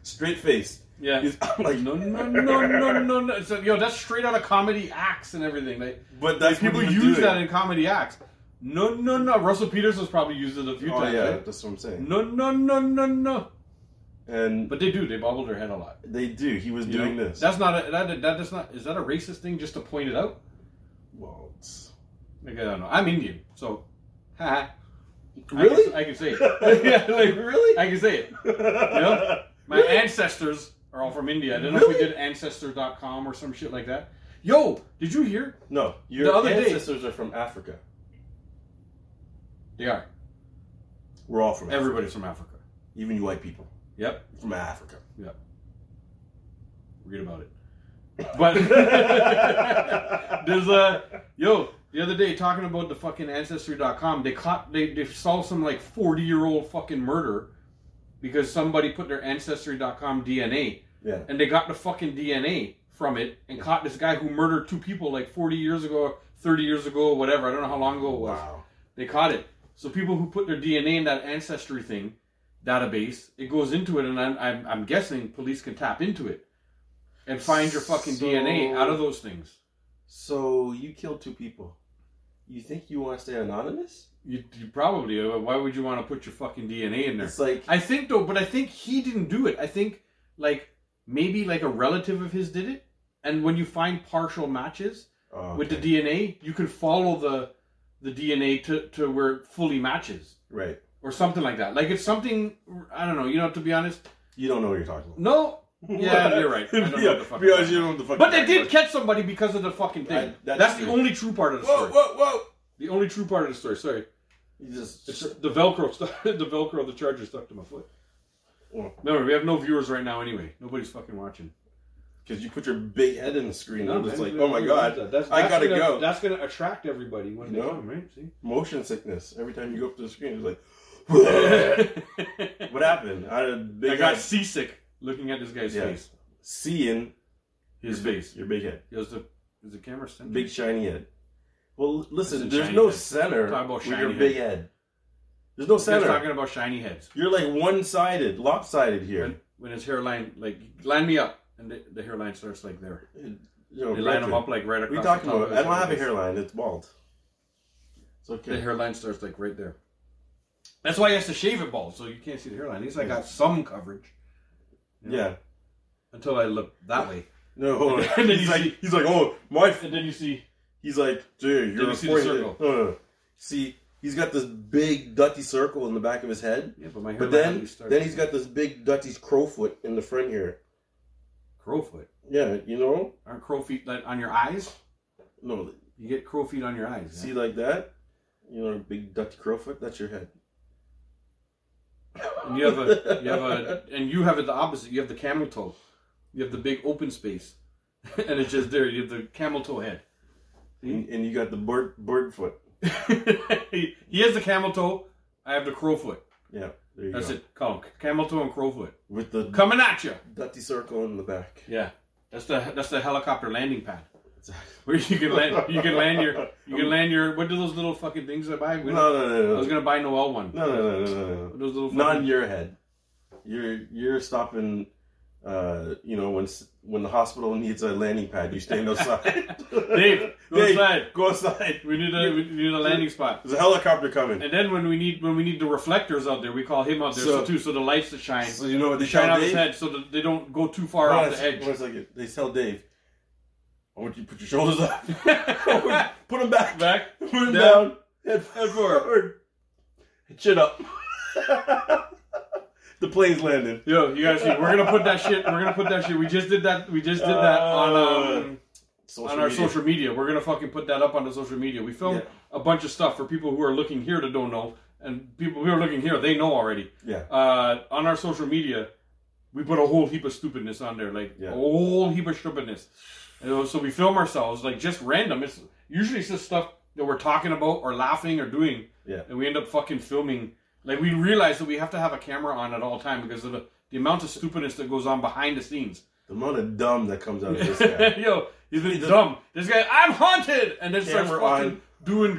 [SPEAKER 1] straight face.
[SPEAKER 5] Yeah.
[SPEAKER 1] He's, I'm like,
[SPEAKER 5] no, no, no, no, no, no. So, yo, that's straight out of comedy acts and everything. Like,
[SPEAKER 1] But
[SPEAKER 5] like
[SPEAKER 1] that's what
[SPEAKER 5] people
[SPEAKER 1] he was
[SPEAKER 5] use that
[SPEAKER 1] doing.
[SPEAKER 5] in comedy acts. No, no, no. Russell Peterson's probably used it a few
[SPEAKER 1] Oh
[SPEAKER 5] times.
[SPEAKER 1] yeah,
[SPEAKER 5] right?
[SPEAKER 1] that's what I'm saying.
[SPEAKER 5] No, no, no, no, no.
[SPEAKER 1] And
[SPEAKER 5] But they do. They bobble their head a lot.
[SPEAKER 1] They do. He was
[SPEAKER 5] You
[SPEAKER 1] doing
[SPEAKER 5] know?
[SPEAKER 1] this.
[SPEAKER 5] That's not a, that. That does not. Is that a racist thing just to point it out?
[SPEAKER 1] well, it's-
[SPEAKER 5] Like, I don't know. I'm Indian, so. haha.
[SPEAKER 1] Really?
[SPEAKER 5] I can, I can say it. yeah, like really? I can say it. know? My ancestors are all from India. I don't know if we
[SPEAKER 1] Really?
[SPEAKER 5] did ancestor.com or some shit like that. Yo, did you hear?
[SPEAKER 1] No, your
[SPEAKER 5] The other day-
[SPEAKER 1] ancestors are from Africa.
[SPEAKER 5] They are.
[SPEAKER 1] We're all from Africa.
[SPEAKER 5] Everybody's from Africa.
[SPEAKER 1] Even you white people
[SPEAKER 5] Yep.
[SPEAKER 1] from Africa.
[SPEAKER 5] Yep. Read about it. But there's a yo the other day talking about the fucking ancestry.com. They caught they, they saw some like 40 year old fucking murder because somebody put their ancestry.com DNA
[SPEAKER 1] yeah.
[SPEAKER 5] and they got the fucking DNA from it and caught this guy who murdered two people like 40 years ago, 30 years ago, whatever. I don't know how long ago it was.
[SPEAKER 1] Wow.
[SPEAKER 5] They caught it. So people who put their DNA in that ancestry thing database, it goes into it, and I'm, I'm, I'm guessing police can tap into it and find your fucking
[SPEAKER 1] So-
[SPEAKER 5] DNA out of those things.
[SPEAKER 1] So you killed two people. You think you want to stay anonymous?
[SPEAKER 5] You, you probably. uh, Why would you want to put your fucking DNA in there?
[SPEAKER 1] It's like
[SPEAKER 5] I think though, but I think he didn't do it. I think like maybe like a relative of his did it. And when you find partial matches
[SPEAKER 1] Oh,
[SPEAKER 5] with the
[SPEAKER 1] okay.
[SPEAKER 5] DNA, you can follow the the DNA to, to where it fully matches
[SPEAKER 1] right.
[SPEAKER 5] or something like that. Like it's something I don't know. You know, to be honest,
[SPEAKER 1] You don't know what you're talking about.
[SPEAKER 5] No. Yeah, you're right. I don't know
[SPEAKER 1] yeah,
[SPEAKER 5] what the fuck
[SPEAKER 1] be honest,
[SPEAKER 5] happened.
[SPEAKER 1] you don't know what the fuck.
[SPEAKER 5] But they
[SPEAKER 1] you're
[SPEAKER 5] did
[SPEAKER 1] talking
[SPEAKER 5] catch somebody because of the fucking thing.
[SPEAKER 1] I-
[SPEAKER 5] that's
[SPEAKER 1] that's
[SPEAKER 5] the
[SPEAKER 1] true.
[SPEAKER 5] only true part of the
[SPEAKER 1] about.
[SPEAKER 5] story.
[SPEAKER 1] Whoa, whoa, whoa!
[SPEAKER 5] The only true part of the story. Sorry,
[SPEAKER 1] You just
[SPEAKER 5] it's the Velcro. stuck- the Velcro of the charger stuck to my foot.
[SPEAKER 1] Oh.
[SPEAKER 5] Remember, we have no viewers right now. Anyway, nobody's fucking watching.
[SPEAKER 1] because you put your big head in the screen. I'm just
[SPEAKER 5] man,
[SPEAKER 1] like,
[SPEAKER 5] we-
[SPEAKER 1] oh my
[SPEAKER 5] we
[SPEAKER 1] god,
[SPEAKER 5] lose that. That's-
[SPEAKER 1] I
[SPEAKER 5] that's
[SPEAKER 1] gotta
[SPEAKER 5] gonna-
[SPEAKER 1] go.
[SPEAKER 5] That's gonna attract everybody when
[SPEAKER 1] You
[SPEAKER 5] they
[SPEAKER 1] know?
[SPEAKER 5] come, right? See.
[SPEAKER 1] motion sickness. Every time you go up to the screen, it's like, what happened? I, had a big
[SPEAKER 5] I got
[SPEAKER 1] head.
[SPEAKER 5] seasick looking at this guy's
[SPEAKER 1] Yeah.
[SPEAKER 5] face.
[SPEAKER 1] seeing
[SPEAKER 5] His face.
[SPEAKER 1] your big head,
[SPEAKER 5] Is the is the camera centered?
[SPEAKER 1] big shiny head. Well, l-
[SPEAKER 5] It's
[SPEAKER 1] listen,
[SPEAKER 5] a
[SPEAKER 1] there's
[SPEAKER 5] shiny
[SPEAKER 1] no
[SPEAKER 5] head.
[SPEAKER 1] center
[SPEAKER 5] Talking about
[SPEAKER 1] with
[SPEAKER 5] shiny
[SPEAKER 1] your
[SPEAKER 5] head.
[SPEAKER 1] big head. There's no
[SPEAKER 5] They're
[SPEAKER 1] center.
[SPEAKER 5] talking about shiny heads.
[SPEAKER 1] You're like one-sided, lopsided here.
[SPEAKER 5] when, when his hairline like line me up and the, the hairline starts like there
[SPEAKER 1] You know,
[SPEAKER 5] they line him
[SPEAKER 1] Gretchen,
[SPEAKER 5] up like right
[SPEAKER 1] We
[SPEAKER 5] across
[SPEAKER 1] talking
[SPEAKER 5] the top
[SPEAKER 1] about?
[SPEAKER 5] of
[SPEAKER 1] I
[SPEAKER 5] his
[SPEAKER 1] don't have a
[SPEAKER 5] head.
[SPEAKER 1] hairline. It's bald. It's
[SPEAKER 5] the
[SPEAKER 1] okay.
[SPEAKER 5] hairline starts like right there that's why he has to shave it bald so you can't see the hairline he's like got some coverage
[SPEAKER 1] Yeah.
[SPEAKER 5] until I look that way
[SPEAKER 1] No. hold on.
[SPEAKER 5] And then
[SPEAKER 1] he's
[SPEAKER 5] you
[SPEAKER 1] like,
[SPEAKER 5] see-
[SPEAKER 1] he's like, oh my. f-"
[SPEAKER 5] and then you see
[SPEAKER 1] He's like, dude, you're
[SPEAKER 5] you
[SPEAKER 1] a
[SPEAKER 5] see the
[SPEAKER 1] forehead."
[SPEAKER 5] circle?
[SPEAKER 1] No, no, no. See, he's got this big dutty circle in the back of his head,
[SPEAKER 5] yeah but my hairline
[SPEAKER 1] but then
[SPEAKER 5] always starts
[SPEAKER 1] then he's got this big dutty crow foot in the front here.
[SPEAKER 5] crow foot
[SPEAKER 1] Yeah, you know.
[SPEAKER 5] aren't crow feet like on your eyes
[SPEAKER 1] No,
[SPEAKER 5] you get crow feet on your eyes yeah?
[SPEAKER 1] See like that? You know, big duck crowfoot? That's your head.
[SPEAKER 5] and you have a you have a and you have it the opposite you have the camel toe you have the big open space and it's just there you have the camel toe head Hmm?
[SPEAKER 1] And, and you got the bird bird foot.
[SPEAKER 5] he he has the camel toe. I have the crow foot.
[SPEAKER 1] Yeah, there you
[SPEAKER 5] That's
[SPEAKER 1] go.
[SPEAKER 5] it. Call him camel toe and crow foot.
[SPEAKER 1] With the
[SPEAKER 5] Coming at you.
[SPEAKER 1] dutty circle in the back.
[SPEAKER 5] Yeah, that's the that's the helicopter landing pad
[SPEAKER 1] Exactly.
[SPEAKER 5] where you can land you can land your you can land your what do those little fucking things I buy? We
[SPEAKER 1] No,
[SPEAKER 5] don't-
[SPEAKER 1] no,
[SPEAKER 5] I
[SPEAKER 1] no,
[SPEAKER 5] was
[SPEAKER 1] no.
[SPEAKER 5] gonna buy Noel one.
[SPEAKER 1] No, no, no, no, no, no.
[SPEAKER 5] Those little
[SPEAKER 1] Not in
[SPEAKER 5] fucking,
[SPEAKER 1] your head. You're you're stopping. Uh, you know when s- when the hospital needs a landing pad, you stand outside.
[SPEAKER 5] Dave, go
[SPEAKER 1] Dave,
[SPEAKER 5] outside.
[SPEAKER 1] Go outside.
[SPEAKER 5] We need a we need a landing spot.
[SPEAKER 1] There's a helicopter coming.
[SPEAKER 5] And then when we need when we need the reflectors out there, we call him out there so,
[SPEAKER 1] So-
[SPEAKER 5] too, so the lights that shine,
[SPEAKER 1] So you know what they
[SPEAKER 5] shine
[SPEAKER 1] tell
[SPEAKER 5] on his
[SPEAKER 1] Dave?
[SPEAKER 5] head, so that they don't go too far
[SPEAKER 1] Hold on
[SPEAKER 5] off
[SPEAKER 1] a
[SPEAKER 5] the
[SPEAKER 1] sec-
[SPEAKER 5] edge.
[SPEAKER 1] hold on a second. They tell Dave, I want you to put your shoulders up. put them back.
[SPEAKER 5] Back
[SPEAKER 1] Put them
[SPEAKER 5] down.
[SPEAKER 1] down. Head, head forward. Chin up. The plane's landing.
[SPEAKER 5] Yo, you guys, we're gonna put that shit. We're gonna put that shit. We just did that. We just did that on um,
[SPEAKER 1] Uh, Social
[SPEAKER 5] on our
[SPEAKER 1] media.
[SPEAKER 5] social media. We're gonna fucking put that up on the social media. We filmed
[SPEAKER 1] Yeah.
[SPEAKER 5] a bunch of stuff for people who are looking here that don't know, and people who are looking here they know already.
[SPEAKER 1] Yeah.
[SPEAKER 5] Uh, on our social media, we put a whole heap of stupidness on there, like
[SPEAKER 1] Yeah.
[SPEAKER 5] a whole heap of stupidness. And so we film ourselves like just random. It's usually it's just stuff that we're talking about or laughing or doing.
[SPEAKER 1] Yeah.
[SPEAKER 5] And we end up fucking filming. Like we realize that we have to have a camera on at all time because of the, the amount of stupidness that goes on behind the scenes.
[SPEAKER 1] The amount of dumb that comes out of this guy.
[SPEAKER 5] Yo, he's been dumb. This guy, I'm haunted, and then starts
[SPEAKER 1] Camera
[SPEAKER 5] fucking
[SPEAKER 1] on.
[SPEAKER 5] doing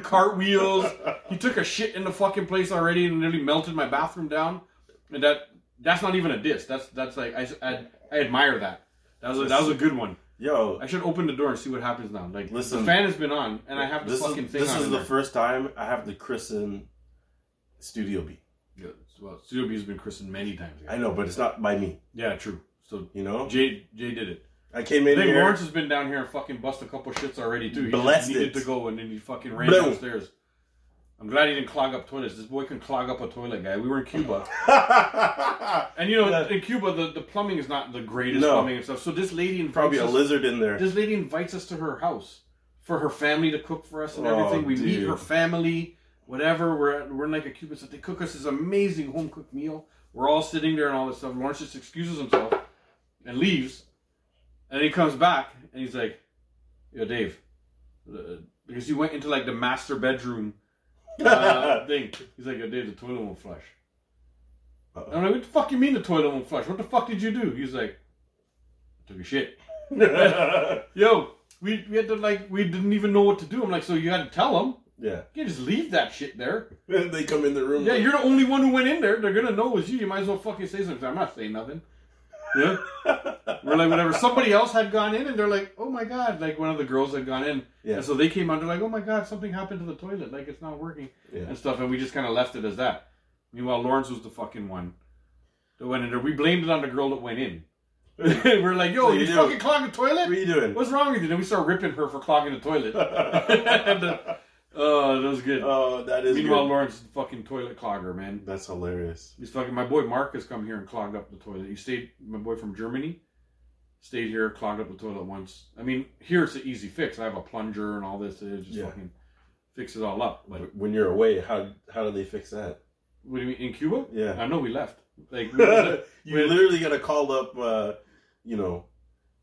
[SPEAKER 5] cartwheels. he took a shit in the fucking place already and nearly melted my bathroom down. And that that's not even a diss. That's that's like I I, I admire that. That was a, that was a good one.
[SPEAKER 1] Yo,
[SPEAKER 5] I should open the door and see what happens now. Like
[SPEAKER 1] Listen.
[SPEAKER 5] the fan has been on, and I have the
[SPEAKER 1] this
[SPEAKER 5] fucking
[SPEAKER 1] is
[SPEAKER 5] thing
[SPEAKER 1] this
[SPEAKER 5] on.
[SPEAKER 1] is
[SPEAKER 5] in
[SPEAKER 1] the
[SPEAKER 5] there.
[SPEAKER 1] first time I have to christen Studio B.
[SPEAKER 5] Yeah, well, Studio B has been christened many times.
[SPEAKER 1] I know, Oh. but it's not by me.
[SPEAKER 5] Yeah, true. So
[SPEAKER 1] You know,
[SPEAKER 5] Jay Jay did it.
[SPEAKER 1] I came
[SPEAKER 5] I
[SPEAKER 1] in
[SPEAKER 5] think
[SPEAKER 1] here.
[SPEAKER 5] Lawrence has been down here and fucking bust a couple shits already too. He just
[SPEAKER 1] Blessed
[SPEAKER 5] needed
[SPEAKER 1] it.
[SPEAKER 5] to go and then he fucking ran
[SPEAKER 1] Blow.
[SPEAKER 5] downstairs. I'm glad he didn't clog up toilets. This boy can clog up a toilet, guy. We were in Cuba, and you know,
[SPEAKER 1] Yeah.
[SPEAKER 5] in Cuba the, the plumbing is not the greatest
[SPEAKER 1] No.
[SPEAKER 5] plumbing and stuff. So this lady invites
[SPEAKER 1] Probably a
[SPEAKER 5] us-
[SPEAKER 1] lizard in there.
[SPEAKER 5] This lady invites us to her house for her family to cook for us and
[SPEAKER 1] Oh,
[SPEAKER 5] everything. We meet
[SPEAKER 1] dude.
[SPEAKER 5] her family, whatever. We're at, we're in like a Cuban stuff. They cook us this amazing home cooked meal. We're all sitting there and all this stuff. Lawrence just excuses himself and leaves, and he comes back and he's like, "Yo, Dave," uh, because he went into like the master bedroom uh, thing. He's like, "Yo, Dave, the toilet won't flush."
[SPEAKER 1] Uh-oh.
[SPEAKER 5] I'm like, "What the fuck you mean the toilet won't flush? What the fuck did you do?" He's like, "I "Took a shit." Yo, we, we had to like we didn't even know what to do. I'm like, so you had to tell them.
[SPEAKER 1] yeah,
[SPEAKER 5] You can't just leave that shit there.
[SPEAKER 1] they come in the room.
[SPEAKER 5] Yeah, you're the only one who went in there. They're gonna know it was you. You might as well fucking say something. I'm not saying nothing. Yeah, we're like whatever. Somebody else had gone in, and they're like, oh my god, like one of the girls had gone in,
[SPEAKER 1] Yeah.
[SPEAKER 5] and so they came out. They're like, oh my god, something happened to the toilet. Like it's not working
[SPEAKER 1] Yeah.
[SPEAKER 5] and stuff. And we just kind of left it as that. Meanwhile, Lawrence was the fucking one that went in there. We blamed it on the girl that went in. we're like, yo,
[SPEAKER 1] So you
[SPEAKER 5] you,
[SPEAKER 1] do-
[SPEAKER 5] fucking clogged the toilet.
[SPEAKER 1] What are you doing?
[SPEAKER 5] What's wrong with you? Then we start ripping her for clogging the toilet. And, uh, oh, that was good.
[SPEAKER 1] oh, that is.
[SPEAKER 5] Meanwhile,
[SPEAKER 1] good.
[SPEAKER 5] Lawrence is a fucking toilet clogger, man.
[SPEAKER 1] That's hilarious.
[SPEAKER 5] He's fucking my boy Mark has come here and clogged up the toilet. He stayed my boy from Germany stayed here, clogged up the toilet once. I mean, here it's an easy fix. I have a plunger and all this. It just
[SPEAKER 1] Yeah.
[SPEAKER 5] fucking fixes it all up. But
[SPEAKER 1] But when you're away, how how do they fix that?
[SPEAKER 5] what do you mean in Cuba?
[SPEAKER 1] Yeah.
[SPEAKER 5] I know we left. Like we
[SPEAKER 1] you
[SPEAKER 5] left
[SPEAKER 1] literally gotta call up, uh, you know,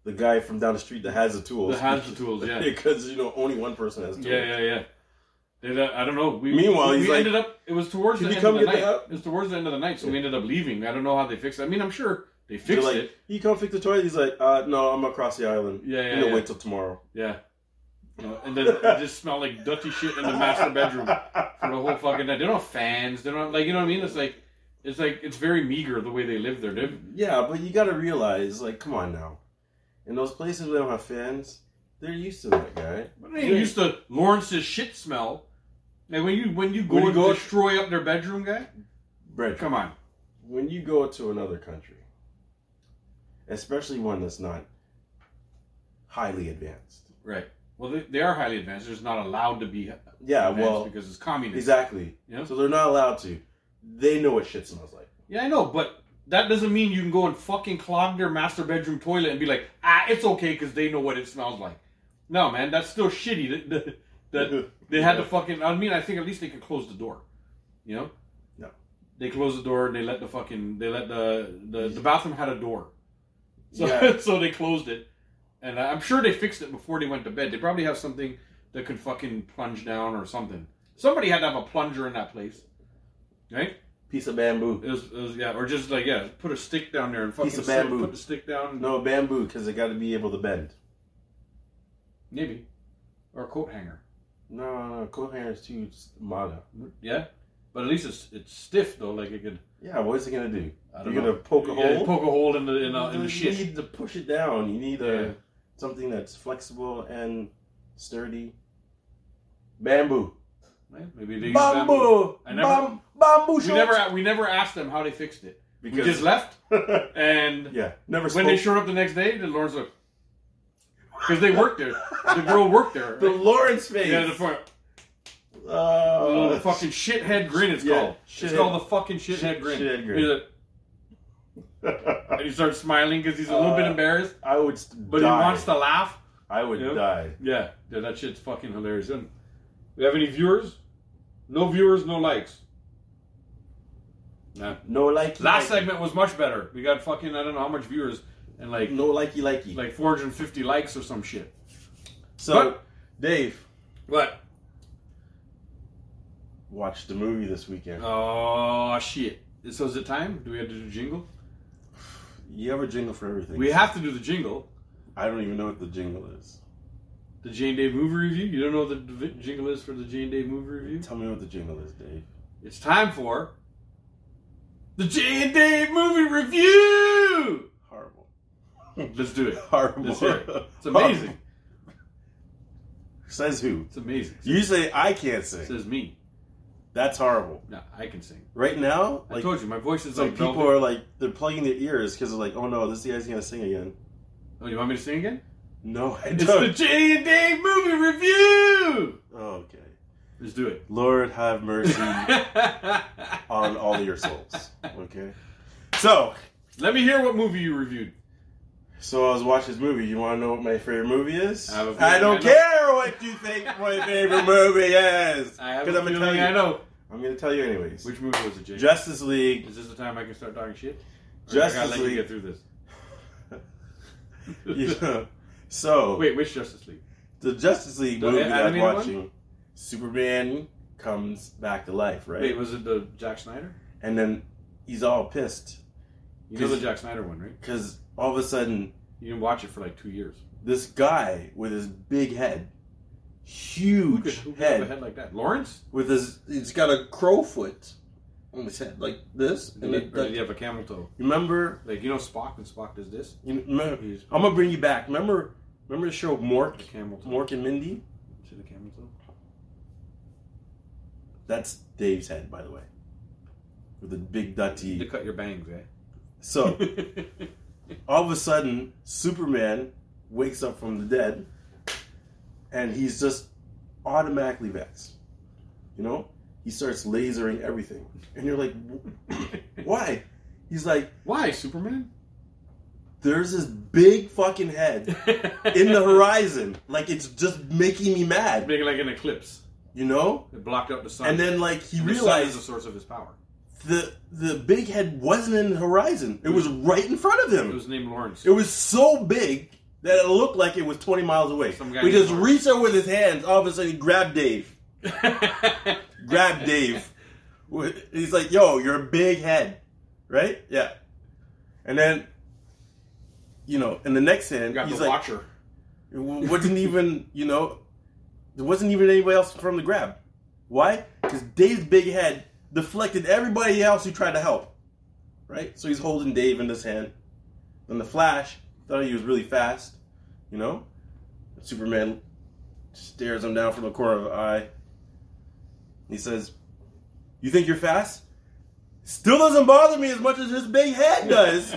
[SPEAKER 1] the guy from down the street that has the tools.
[SPEAKER 5] the hands the tools, yeah.
[SPEAKER 1] because you know only one person has tools.
[SPEAKER 5] Yeah, yeah, yeah. They, uh, I don't know. We,
[SPEAKER 1] Meanwhile,
[SPEAKER 5] we,
[SPEAKER 1] he's
[SPEAKER 5] we
[SPEAKER 1] like,
[SPEAKER 5] ended up. It was towards
[SPEAKER 1] "Can
[SPEAKER 5] the
[SPEAKER 1] you
[SPEAKER 5] end
[SPEAKER 1] come
[SPEAKER 5] of the
[SPEAKER 1] get
[SPEAKER 5] night.
[SPEAKER 1] the help?"
[SPEAKER 5] It was towards the end of the night, so we ended up leaving. I don't know how they fixed. it. I mean, I'm sure they
[SPEAKER 1] They're
[SPEAKER 5] fixed
[SPEAKER 1] like,
[SPEAKER 5] it.
[SPEAKER 1] you come fix the toilet. He's like, uh, no, I'm across the island.
[SPEAKER 5] Yeah, yeah,
[SPEAKER 1] you know,
[SPEAKER 5] yeah.
[SPEAKER 1] wait till tomorrow.
[SPEAKER 5] Yeah. You know, and then it just smelled like dirty shit in the master bedroom for the whole fucking night. They don't have fans. They don't like you know what I mean. It's like it's like it's very meager the way they live there. They,
[SPEAKER 1] Yeah, but you gotta realize, like, come on now. In those places where they don't have fans, they're used to that guy.
[SPEAKER 5] but they ain't used to Lawrence's shit smell. Like when you when you go
[SPEAKER 1] When you
[SPEAKER 5] and
[SPEAKER 1] go-
[SPEAKER 5] destroy up their bedroom, guy.
[SPEAKER 1] Bread.
[SPEAKER 5] Come on.
[SPEAKER 1] When you go to another country, especially one that's not highly advanced.
[SPEAKER 5] Right. Well, they, they are highly advanced. They're just not allowed to be
[SPEAKER 1] Yeah,
[SPEAKER 5] advanced
[SPEAKER 1] well,
[SPEAKER 5] because it's communist.
[SPEAKER 1] exactly.
[SPEAKER 5] You know?
[SPEAKER 1] So they're not allowed to. They know what shit smells like.
[SPEAKER 5] Yeah, I know, but that doesn't mean you can go and fucking clog their master bedroom toilet and be like, ah, it's okay because they know what it smells like. No, man, that's still shitty. That, that, that they had to fucking. I mean, I think at least they could close the door. You know?
[SPEAKER 1] No.
[SPEAKER 5] They closed the door and they let the fucking. They let the the, the bathroom had a door, so
[SPEAKER 1] Yeah.
[SPEAKER 5] so they closed it, and I'm sure they fixed it before they went to bed. They probably have something that could fucking plunge down or something. Somebody had to have a plunger in that place, right?
[SPEAKER 1] Piece of bamboo.
[SPEAKER 5] It was, it was- yeah, or just like yeah, put a stick down there and fucking
[SPEAKER 1] Piece of
[SPEAKER 5] sit-
[SPEAKER 1] bamboo.
[SPEAKER 5] put the stick down.
[SPEAKER 1] No, bamboo, because they gotta be able to bend.
[SPEAKER 5] Maybe, or a coat hanger.
[SPEAKER 1] No, no, no. Coat hanger is too modern.
[SPEAKER 5] Yeah, but at least it's it's stiff though. Like it could.
[SPEAKER 1] Yeah, what is it gonna do?
[SPEAKER 5] I don't
[SPEAKER 1] You're
[SPEAKER 5] know.
[SPEAKER 1] gonna poke a
[SPEAKER 5] Yeah,
[SPEAKER 1] hole?
[SPEAKER 5] poke a hole in the in, the in the
[SPEAKER 1] you
[SPEAKER 5] shit.
[SPEAKER 1] need to push it down. You need a,
[SPEAKER 5] Yeah.
[SPEAKER 1] something that's flexible and sturdy. Bamboo.
[SPEAKER 5] Right? Maybe they use
[SPEAKER 1] Bamboo.
[SPEAKER 5] I never-
[SPEAKER 1] Bam- bamboo.
[SPEAKER 5] We never we never asked them how they fixed it.
[SPEAKER 1] because
[SPEAKER 5] we just left, and
[SPEAKER 1] yeah, never.
[SPEAKER 5] when they showed up the next day, the Lawrence looked because they worked there. the girl worked there.
[SPEAKER 1] the
[SPEAKER 5] right?
[SPEAKER 1] Lawrence face.
[SPEAKER 5] yeah, the, front-
[SPEAKER 1] Oh,
[SPEAKER 5] the fucking shithead grin. It's
[SPEAKER 1] Yeah,
[SPEAKER 5] called.
[SPEAKER 1] Oh, shithead-
[SPEAKER 5] It's called the fucking shithead
[SPEAKER 1] shit-
[SPEAKER 5] grin.
[SPEAKER 1] shithead grin.
[SPEAKER 5] He's like, and he starts smiling because he's a little bit
[SPEAKER 1] Uh,
[SPEAKER 5] embarrassed,
[SPEAKER 1] I would st-
[SPEAKER 5] but
[SPEAKER 1] die.
[SPEAKER 5] he wants to laugh.
[SPEAKER 1] I would
[SPEAKER 5] Yeah.
[SPEAKER 1] die.
[SPEAKER 5] Yeah, yeah, that shit's fucking hilarious. And we have any viewers? No viewers, no likes. Nah.
[SPEAKER 1] No likey.
[SPEAKER 5] Last
[SPEAKER 1] likey.
[SPEAKER 5] segment was much better. We got fucking I don't know how much viewers and like
[SPEAKER 1] No likey likey.
[SPEAKER 5] like 450 likes or some shit.
[SPEAKER 1] so,
[SPEAKER 5] But-
[SPEAKER 1] Dave
[SPEAKER 5] What?
[SPEAKER 1] watched the movie this weekend.
[SPEAKER 5] Oh shit! So is it time? Do we have to do jingle?
[SPEAKER 1] you have a jingle for everything.
[SPEAKER 5] We have to do the jingle.
[SPEAKER 1] I don't even know what the jingle is.
[SPEAKER 5] The Jane Dave movie review. You don't know what the v- jingle is for the Jane Dave movie review?
[SPEAKER 1] Tell me what the jingle is, Dave.
[SPEAKER 5] It's time for the Jane Dave movie review.
[SPEAKER 1] Horrible.
[SPEAKER 5] Let's do it.
[SPEAKER 1] Horrible.
[SPEAKER 5] Let's hear it. It's amazing.
[SPEAKER 1] Says who?
[SPEAKER 5] It's amazing.
[SPEAKER 1] You say I can't
[SPEAKER 5] It
[SPEAKER 1] sing.
[SPEAKER 5] says me.
[SPEAKER 1] That's horrible.
[SPEAKER 5] No, I can sing.
[SPEAKER 1] Right now,
[SPEAKER 5] I
[SPEAKER 1] like
[SPEAKER 5] told you, my voice is
[SPEAKER 1] some
[SPEAKER 5] like
[SPEAKER 1] people
[SPEAKER 5] velvet.
[SPEAKER 1] are like they're plugging their ears because they're like, oh no, this guy's gonna sing again.
[SPEAKER 5] Oh, you want me to sing again?
[SPEAKER 1] No, I
[SPEAKER 5] It's the
[SPEAKER 1] don't.
[SPEAKER 5] Jane and Dave movie review.
[SPEAKER 1] oh, okay.
[SPEAKER 5] Let's do it.
[SPEAKER 1] Lord have mercy on all your souls. Okay. So,
[SPEAKER 5] Let me hear what movie you reviewed.
[SPEAKER 1] so I was watching this movie. You want to know what my favorite movie is?
[SPEAKER 5] I have a feeling
[SPEAKER 1] I
[SPEAKER 5] I
[SPEAKER 1] don't
[SPEAKER 5] know.
[SPEAKER 1] care what you think my favorite movie is.
[SPEAKER 5] I have
[SPEAKER 1] 'Cause
[SPEAKER 5] a
[SPEAKER 1] I'm gonna
[SPEAKER 5] feeling
[SPEAKER 1] tell you.
[SPEAKER 5] I know.
[SPEAKER 1] I'm gonna tell you anyways.
[SPEAKER 5] Which movie was it, Jake?
[SPEAKER 1] Justice League.
[SPEAKER 5] Is this the time I can start talking shit? Or
[SPEAKER 1] Justice
[SPEAKER 5] I gotta let
[SPEAKER 1] League.
[SPEAKER 5] you get through this.
[SPEAKER 1] Yeah. so
[SPEAKER 5] Wait, which Justice League?
[SPEAKER 1] the Justice League
[SPEAKER 5] The
[SPEAKER 1] movie I'm
[SPEAKER 5] animated one?
[SPEAKER 1] watching, Superman comes back to life, right?
[SPEAKER 5] Wait, was it the Jack Snyder?
[SPEAKER 1] and then he's all pissed
[SPEAKER 5] You know the
[SPEAKER 1] Cause-
[SPEAKER 5] Jack Snyder one, right?
[SPEAKER 1] because all of a sudden
[SPEAKER 5] You didn't watch it for like two years.
[SPEAKER 1] this guy with his big head,
[SPEAKER 5] Who could,
[SPEAKER 1] huge
[SPEAKER 5] who could
[SPEAKER 1] head,
[SPEAKER 5] have a head like that? Lawrence?
[SPEAKER 1] with his he's got a crow foot on his head like this.
[SPEAKER 5] Did
[SPEAKER 1] And
[SPEAKER 5] he,
[SPEAKER 1] it,
[SPEAKER 5] or did he have a camel toe?
[SPEAKER 1] remember,
[SPEAKER 5] Like you know Spock when Spock does this?
[SPEAKER 1] you remember,
[SPEAKER 5] He's
[SPEAKER 1] I'm gonna bring you back. Remember, remember the show Mork,
[SPEAKER 5] a camel toe.
[SPEAKER 1] Mork and Mindy.
[SPEAKER 5] See the camel toe?
[SPEAKER 1] That's Dave's head, by the way, with the big
[SPEAKER 5] To
[SPEAKER 1] dutty.
[SPEAKER 5] cut your bangs, eh?
[SPEAKER 1] So all of a sudden, Superman wakes up from the dead, and he's just automatically vexed. You know, he starts lasering everything, and you're like, "Wh- why? He's like,
[SPEAKER 5] Why Superman?
[SPEAKER 1] there's this big fucking head in the horizon, like it's just making me mad.
[SPEAKER 5] Big like an eclipse.
[SPEAKER 1] You know?
[SPEAKER 5] It blocked up the sun.
[SPEAKER 1] And then like he
[SPEAKER 5] And the sun is
[SPEAKER 1] realized
[SPEAKER 5] the source of his power.
[SPEAKER 1] the the big head wasn't in the horizon; it was right in front of him.
[SPEAKER 5] It was named Lawrence.
[SPEAKER 1] It was so big that it looked like it was 20 miles away.
[SPEAKER 5] Some guy
[SPEAKER 1] We
[SPEAKER 5] named
[SPEAKER 1] just
[SPEAKER 5] Mark.
[SPEAKER 1] reached out with his hands. All of a sudden, he grabbed Dave. Grabbed Dave. With- He's like, yo, you're a big head. Right? Yeah. And then, you know, in the next hand,
[SPEAKER 5] Got
[SPEAKER 1] he's
[SPEAKER 5] the
[SPEAKER 1] like,
[SPEAKER 5] Watcher.
[SPEAKER 1] it w- wasn't even, you know, there wasn't even anybody else from the grab. Why? Because Dave's big head deflected everybody else who tried to help. Right? So he's holding Dave in his hand. Then the Flash thought he was really fast, you know? Superman stares him down from the corner of the eye. He says, You think you're fast? Still doesn't bother me as much as his big head does.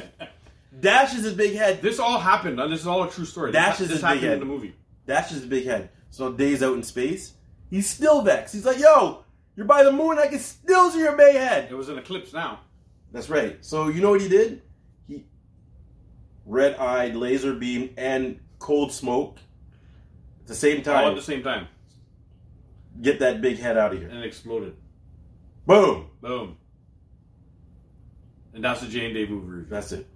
[SPEAKER 1] Dashes his big head.
[SPEAKER 5] This all happened. and This is all a true story. This-
[SPEAKER 1] Dash is
[SPEAKER 5] this
[SPEAKER 1] his
[SPEAKER 5] happened
[SPEAKER 1] big
[SPEAKER 5] in
[SPEAKER 1] head.
[SPEAKER 5] the movie.
[SPEAKER 1] That's just a big head. So Dave's out in space. He's still vexed. He's like, yo, you're by the moon. I can still see your big
[SPEAKER 5] It
[SPEAKER 1] head.
[SPEAKER 5] was an eclipse now.
[SPEAKER 1] That's right. So you know what he did? He red eyed laser beam and cold smoke at the same
[SPEAKER 5] All
[SPEAKER 1] time.
[SPEAKER 5] at the same time.
[SPEAKER 1] Get that big head out of here.
[SPEAKER 5] And it exploded.
[SPEAKER 1] Boom.
[SPEAKER 5] Boom. And that's the Jane Dave movie review.
[SPEAKER 1] That's it.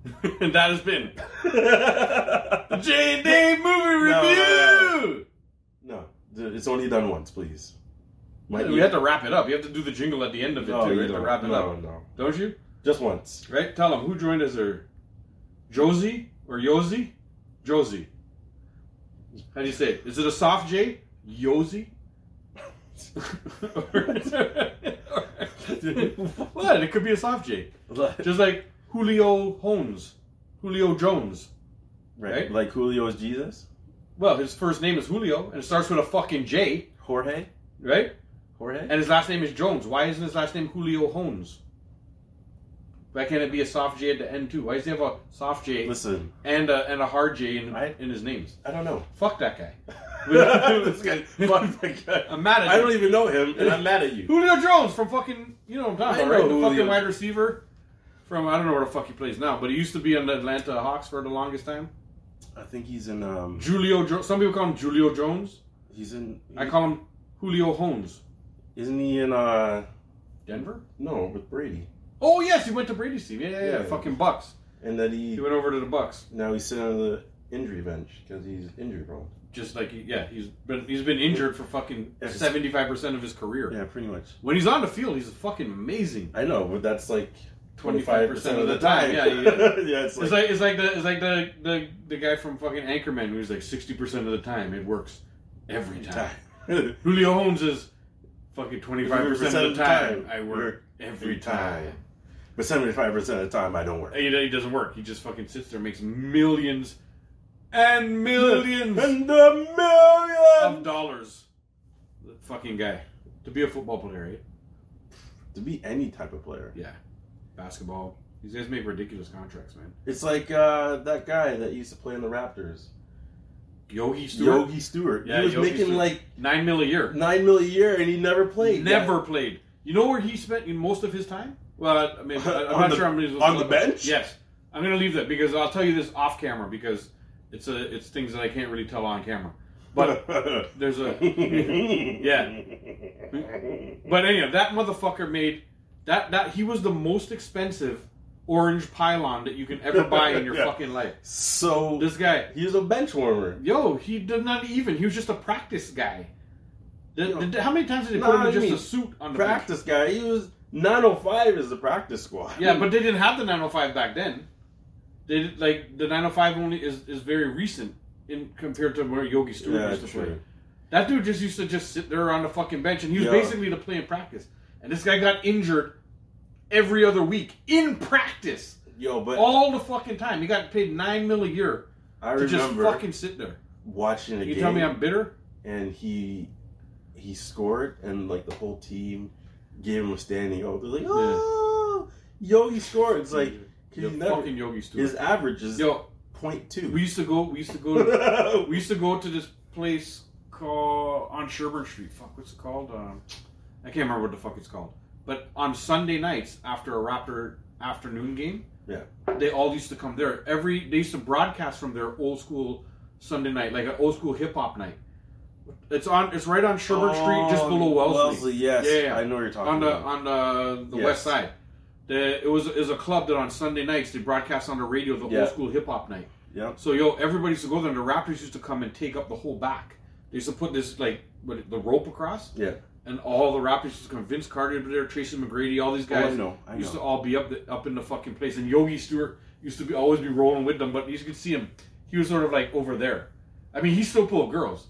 [SPEAKER 5] and that has been the
[SPEAKER 1] no,
[SPEAKER 5] Jane Dave movie
[SPEAKER 1] No,
[SPEAKER 5] review.
[SPEAKER 1] no, th- it's only done once, please. Might
[SPEAKER 5] We have to wrap it up. You have to do the jingle at the end of it
[SPEAKER 1] No,
[SPEAKER 5] too.
[SPEAKER 1] you
[SPEAKER 5] You have to
[SPEAKER 1] don't.
[SPEAKER 5] wrap it
[SPEAKER 1] no,
[SPEAKER 5] up,
[SPEAKER 1] no.
[SPEAKER 5] don't you?
[SPEAKER 1] Just once.
[SPEAKER 5] Right? Tell them who joined us. Or Josie or Yosi? Josie. How do you say it? Is it a soft J? Yosi. what? It could be a soft J. Just like Julio Holmes, Julio Jones.
[SPEAKER 1] right. Like Julio's Jesus.
[SPEAKER 5] Well, his first name is Julio, and it starts with a fucking J,
[SPEAKER 1] Jorge.
[SPEAKER 5] right?
[SPEAKER 1] Jorge.
[SPEAKER 5] And his last name is Jones. Why isn't his last name Julio Holmes? Why can't it be a soft J at the end too? Why does he have a soft J
[SPEAKER 1] Listen.
[SPEAKER 5] and a and a hard J in,
[SPEAKER 1] Right.
[SPEAKER 5] in his names?
[SPEAKER 1] I don't know.
[SPEAKER 5] Fuck that guy.
[SPEAKER 1] This guy- fuck that guy.
[SPEAKER 5] I'm mad at
[SPEAKER 1] I
[SPEAKER 5] you.
[SPEAKER 1] don't even know him, and I'm mad at you.
[SPEAKER 5] Julio Jones from fucking you know what I'm talking
[SPEAKER 1] I
[SPEAKER 5] about, right?
[SPEAKER 1] know
[SPEAKER 5] The
[SPEAKER 1] Julio.
[SPEAKER 5] fucking wide receiver from I don't know where the fuck he plays now, but he used to be on the Atlanta Hawks for the longest time.
[SPEAKER 1] I think he's in. Um,
[SPEAKER 5] Julio, jo- some people call him Julio Jones.
[SPEAKER 1] he's in.
[SPEAKER 5] I call him Julio Hones.
[SPEAKER 1] Isn't he in? Uh,
[SPEAKER 5] Denver?
[SPEAKER 1] no, with Brady.
[SPEAKER 5] Oh yes, he went to Brady's team. Yeah, yeah, yeah.
[SPEAKER 1] Yeah.
[SPEAKER 5] Fucking Bucks.
[SPEAKER 1] And then he,
[SPEAKER 5] He went over to the Bucks.
[SPEAKER 1] now he's sitting on the injury bench because he's injury prone.
[SPEAKER 5] Just like he- yeah, he's been he's been injured for fucking
[SPEAKER 1] Yeah.
[SPEAKER 5] seventy five percent of his career.
[SPEAKER 1] Yeah, pretty much.
[SPEAKER 5] When he's on the field, he's fucking amazing.
[SPEAKER 1] I know, but that's like
[SPEAKER 5] 25% of the time, yeah, yeah.
[SPEAKER 1] yeah, it's like,
[SPEAKER 5] It's like it's like the it's like the the, the guy from fucking Anchorman who's like sixty percent of the time it works every time.
[SPEAKER 1] time.
[SPEAKER 5] Julio Holmes is fucking twenty five
[SPEAKER 1] 25%
[SPEAKER 5] percent of the time. I work
[SPEAKER 1] Work
[SPEAKER 5] every time.
[SPEAKER 1] But 75% of the time, I don't work.
[SPEAKER 5] He, he doesn't work. He just fucking sits there, and makes millions and millions
[SPEAKER 1] And a
[SPEAKER 5] of
[SPEAKER 1] million!
[SPEAKER 5] dollars. The fucking guy to be a football player. eh?
[SPEAKER 1] To be any type of player.
[SPEAKER 5] Yeah, basketball. These guys make ridiculous contracts, man.
[SPEAKER 1] It's like uh, that guy that used to play in the Raptors.
[SPEAKER 5] Yogi Stewart,
[SPEAKER 1] Yogi Stewart.
[SPEAKER 5] Yeah,
[SPEAKER 1] he was
[SPEAKER 5] Yogi
[SPEAKER 1] making
[SPEAKER 5] Stewart.
[SPEAKER 1] like
[SPEAKER 5] nine mil a year.
[SPEAKER 1] 9 mil a year and he never played.
[SPEAKER 5] Never played. You know where he spent most of his time? Well, I mean, I- I'm
[SPEAKER 1] On
[SPEAKER 5] not
[SPEAKER 1] the-
[SPEAKER 5] sure. I'm gonna-
[SPEAKER 1] on the bench?
[SPEAKER 5] Yes, I'm going to leave that because I'll tell you this off camera because it's a it's things that I can't really tell on camera. But there's a yeah. But anyhow, that motherfucker made that that he was the most expensive orange pylon that you can ever buy in your
[SPEAKER 1] Yeah.
[SPEAKER 5] fucking life.
[SPEAKER 1] so
[SPEAKER 5] This guy,
[SPEAKER 1] he was a bench warmer.
[SPEAKER 5] yo, he did not even. He was just a practice guy. The- the- how many times did they
[SPEAKER 1] No,
[SPEAKER 5] put him
[SPEAKER 1] I
[SPEAKER 5] in just
[SPEAKER 1] mean,
[SPEAKER 5] a suit on the bench?
[SPEAKER 1] Practice guy. He was 905 is the practice squad.
[SPEAKER 5] Yeah, but they didn't have the 905 back then. They did, like the 905 only is, is very recent in compared to where Yogi Stewart
[SPEAKER 1] Yeah,
[SPEAKER 5] used to play.
[SPEAKER 1] true.
[SPEAKER 5] That dude just used to just sit there on the fucking bench, and he was
[SPEAKER 1] Yeah.
[SPEAKER 5] basically the play in practice. And this guy got injured every other week in practice,
[SPEAKER 1] Yo, but
[SPEAKER 5] all the fucking time. He got paid nine mil a year
[SPEAKER 1] I
[SPEAKER 5] to
[SPEAKER 1] remember
[SPEAKER 5] just fucking sit there.
[SPEAKER 1] watching a
[SPEAKER 5] You
[SPEAKER 1] game
[SPEAKER 5] tell me I'm bitter?
[SPEAKER 1] and he he scored and like the whole team gave him a standing ovation. They're like, oh, Yogi scored. It's like can
[SPEAKER 5] You're
[SPEAKER 1] you never-
[SPEAKER 5] fucking Yogi Stewart.
[SPEAKER 1] his average is
[SPEAKER 5] Yo,
[SPEAKER 1] point two.
[SPEAKER 5] we used to go. We used to go. To, we used to go to this place called on Sherburne Street. Fuck, what's it called? Um, I can't remember what the fuck it's called. But on Sunday nights after a Raptor afternoon game,
[SPEAKER 1] Yeah.
[SPEAKER 5] they all used to come there. Every they used to broadcast from their old school Sunday night, like an old school hip hop night. It's on. It's right on Sherburne Street, just
[SPEAKER 1] Oh,
[SPEAKER 5] below Wellesley.
[SPEAKER 1] yes,
[SPEAKER 5] Yeah, yeah.
[SPEAKER 1] I know what you're talking
[SPEAKER 5] on the
[SPEAKER 1] about.
[SPEAKER 5] on the, the
[SPEAKER 1] Yes.
[SPEAKER 5] west side. The, it was is a club that on Sunday nights they broadcast on the radio the
[SPEAKER 1] Yeah.
[SPEAKER 5] old school hip hop night.
[SPEAKER 1] yep.
[SPEAKER 5] So yo, everybody used to go there, and the Raptors used to come and take up the whole back. They used to put this like what, the rope across,
[SPEAKER 1] Yeah. Oh,
[SPEAKER 5] and all the Raptors used to come. Vince Carter would be there, Tracy McGrady, all these
[SPEAKER 1] Oh, I
[SPEAKER 5] guys
[SPEAKER 1] know, I
[SPEAKER 5] used
[SPEAKER 1] know.
[SPEAKER 5] to all be up the, up in the fucking place. And Yogi Stewart used to be always be rolling with them, but you could see him. He was sort of like over there. I mean, he still pulled girls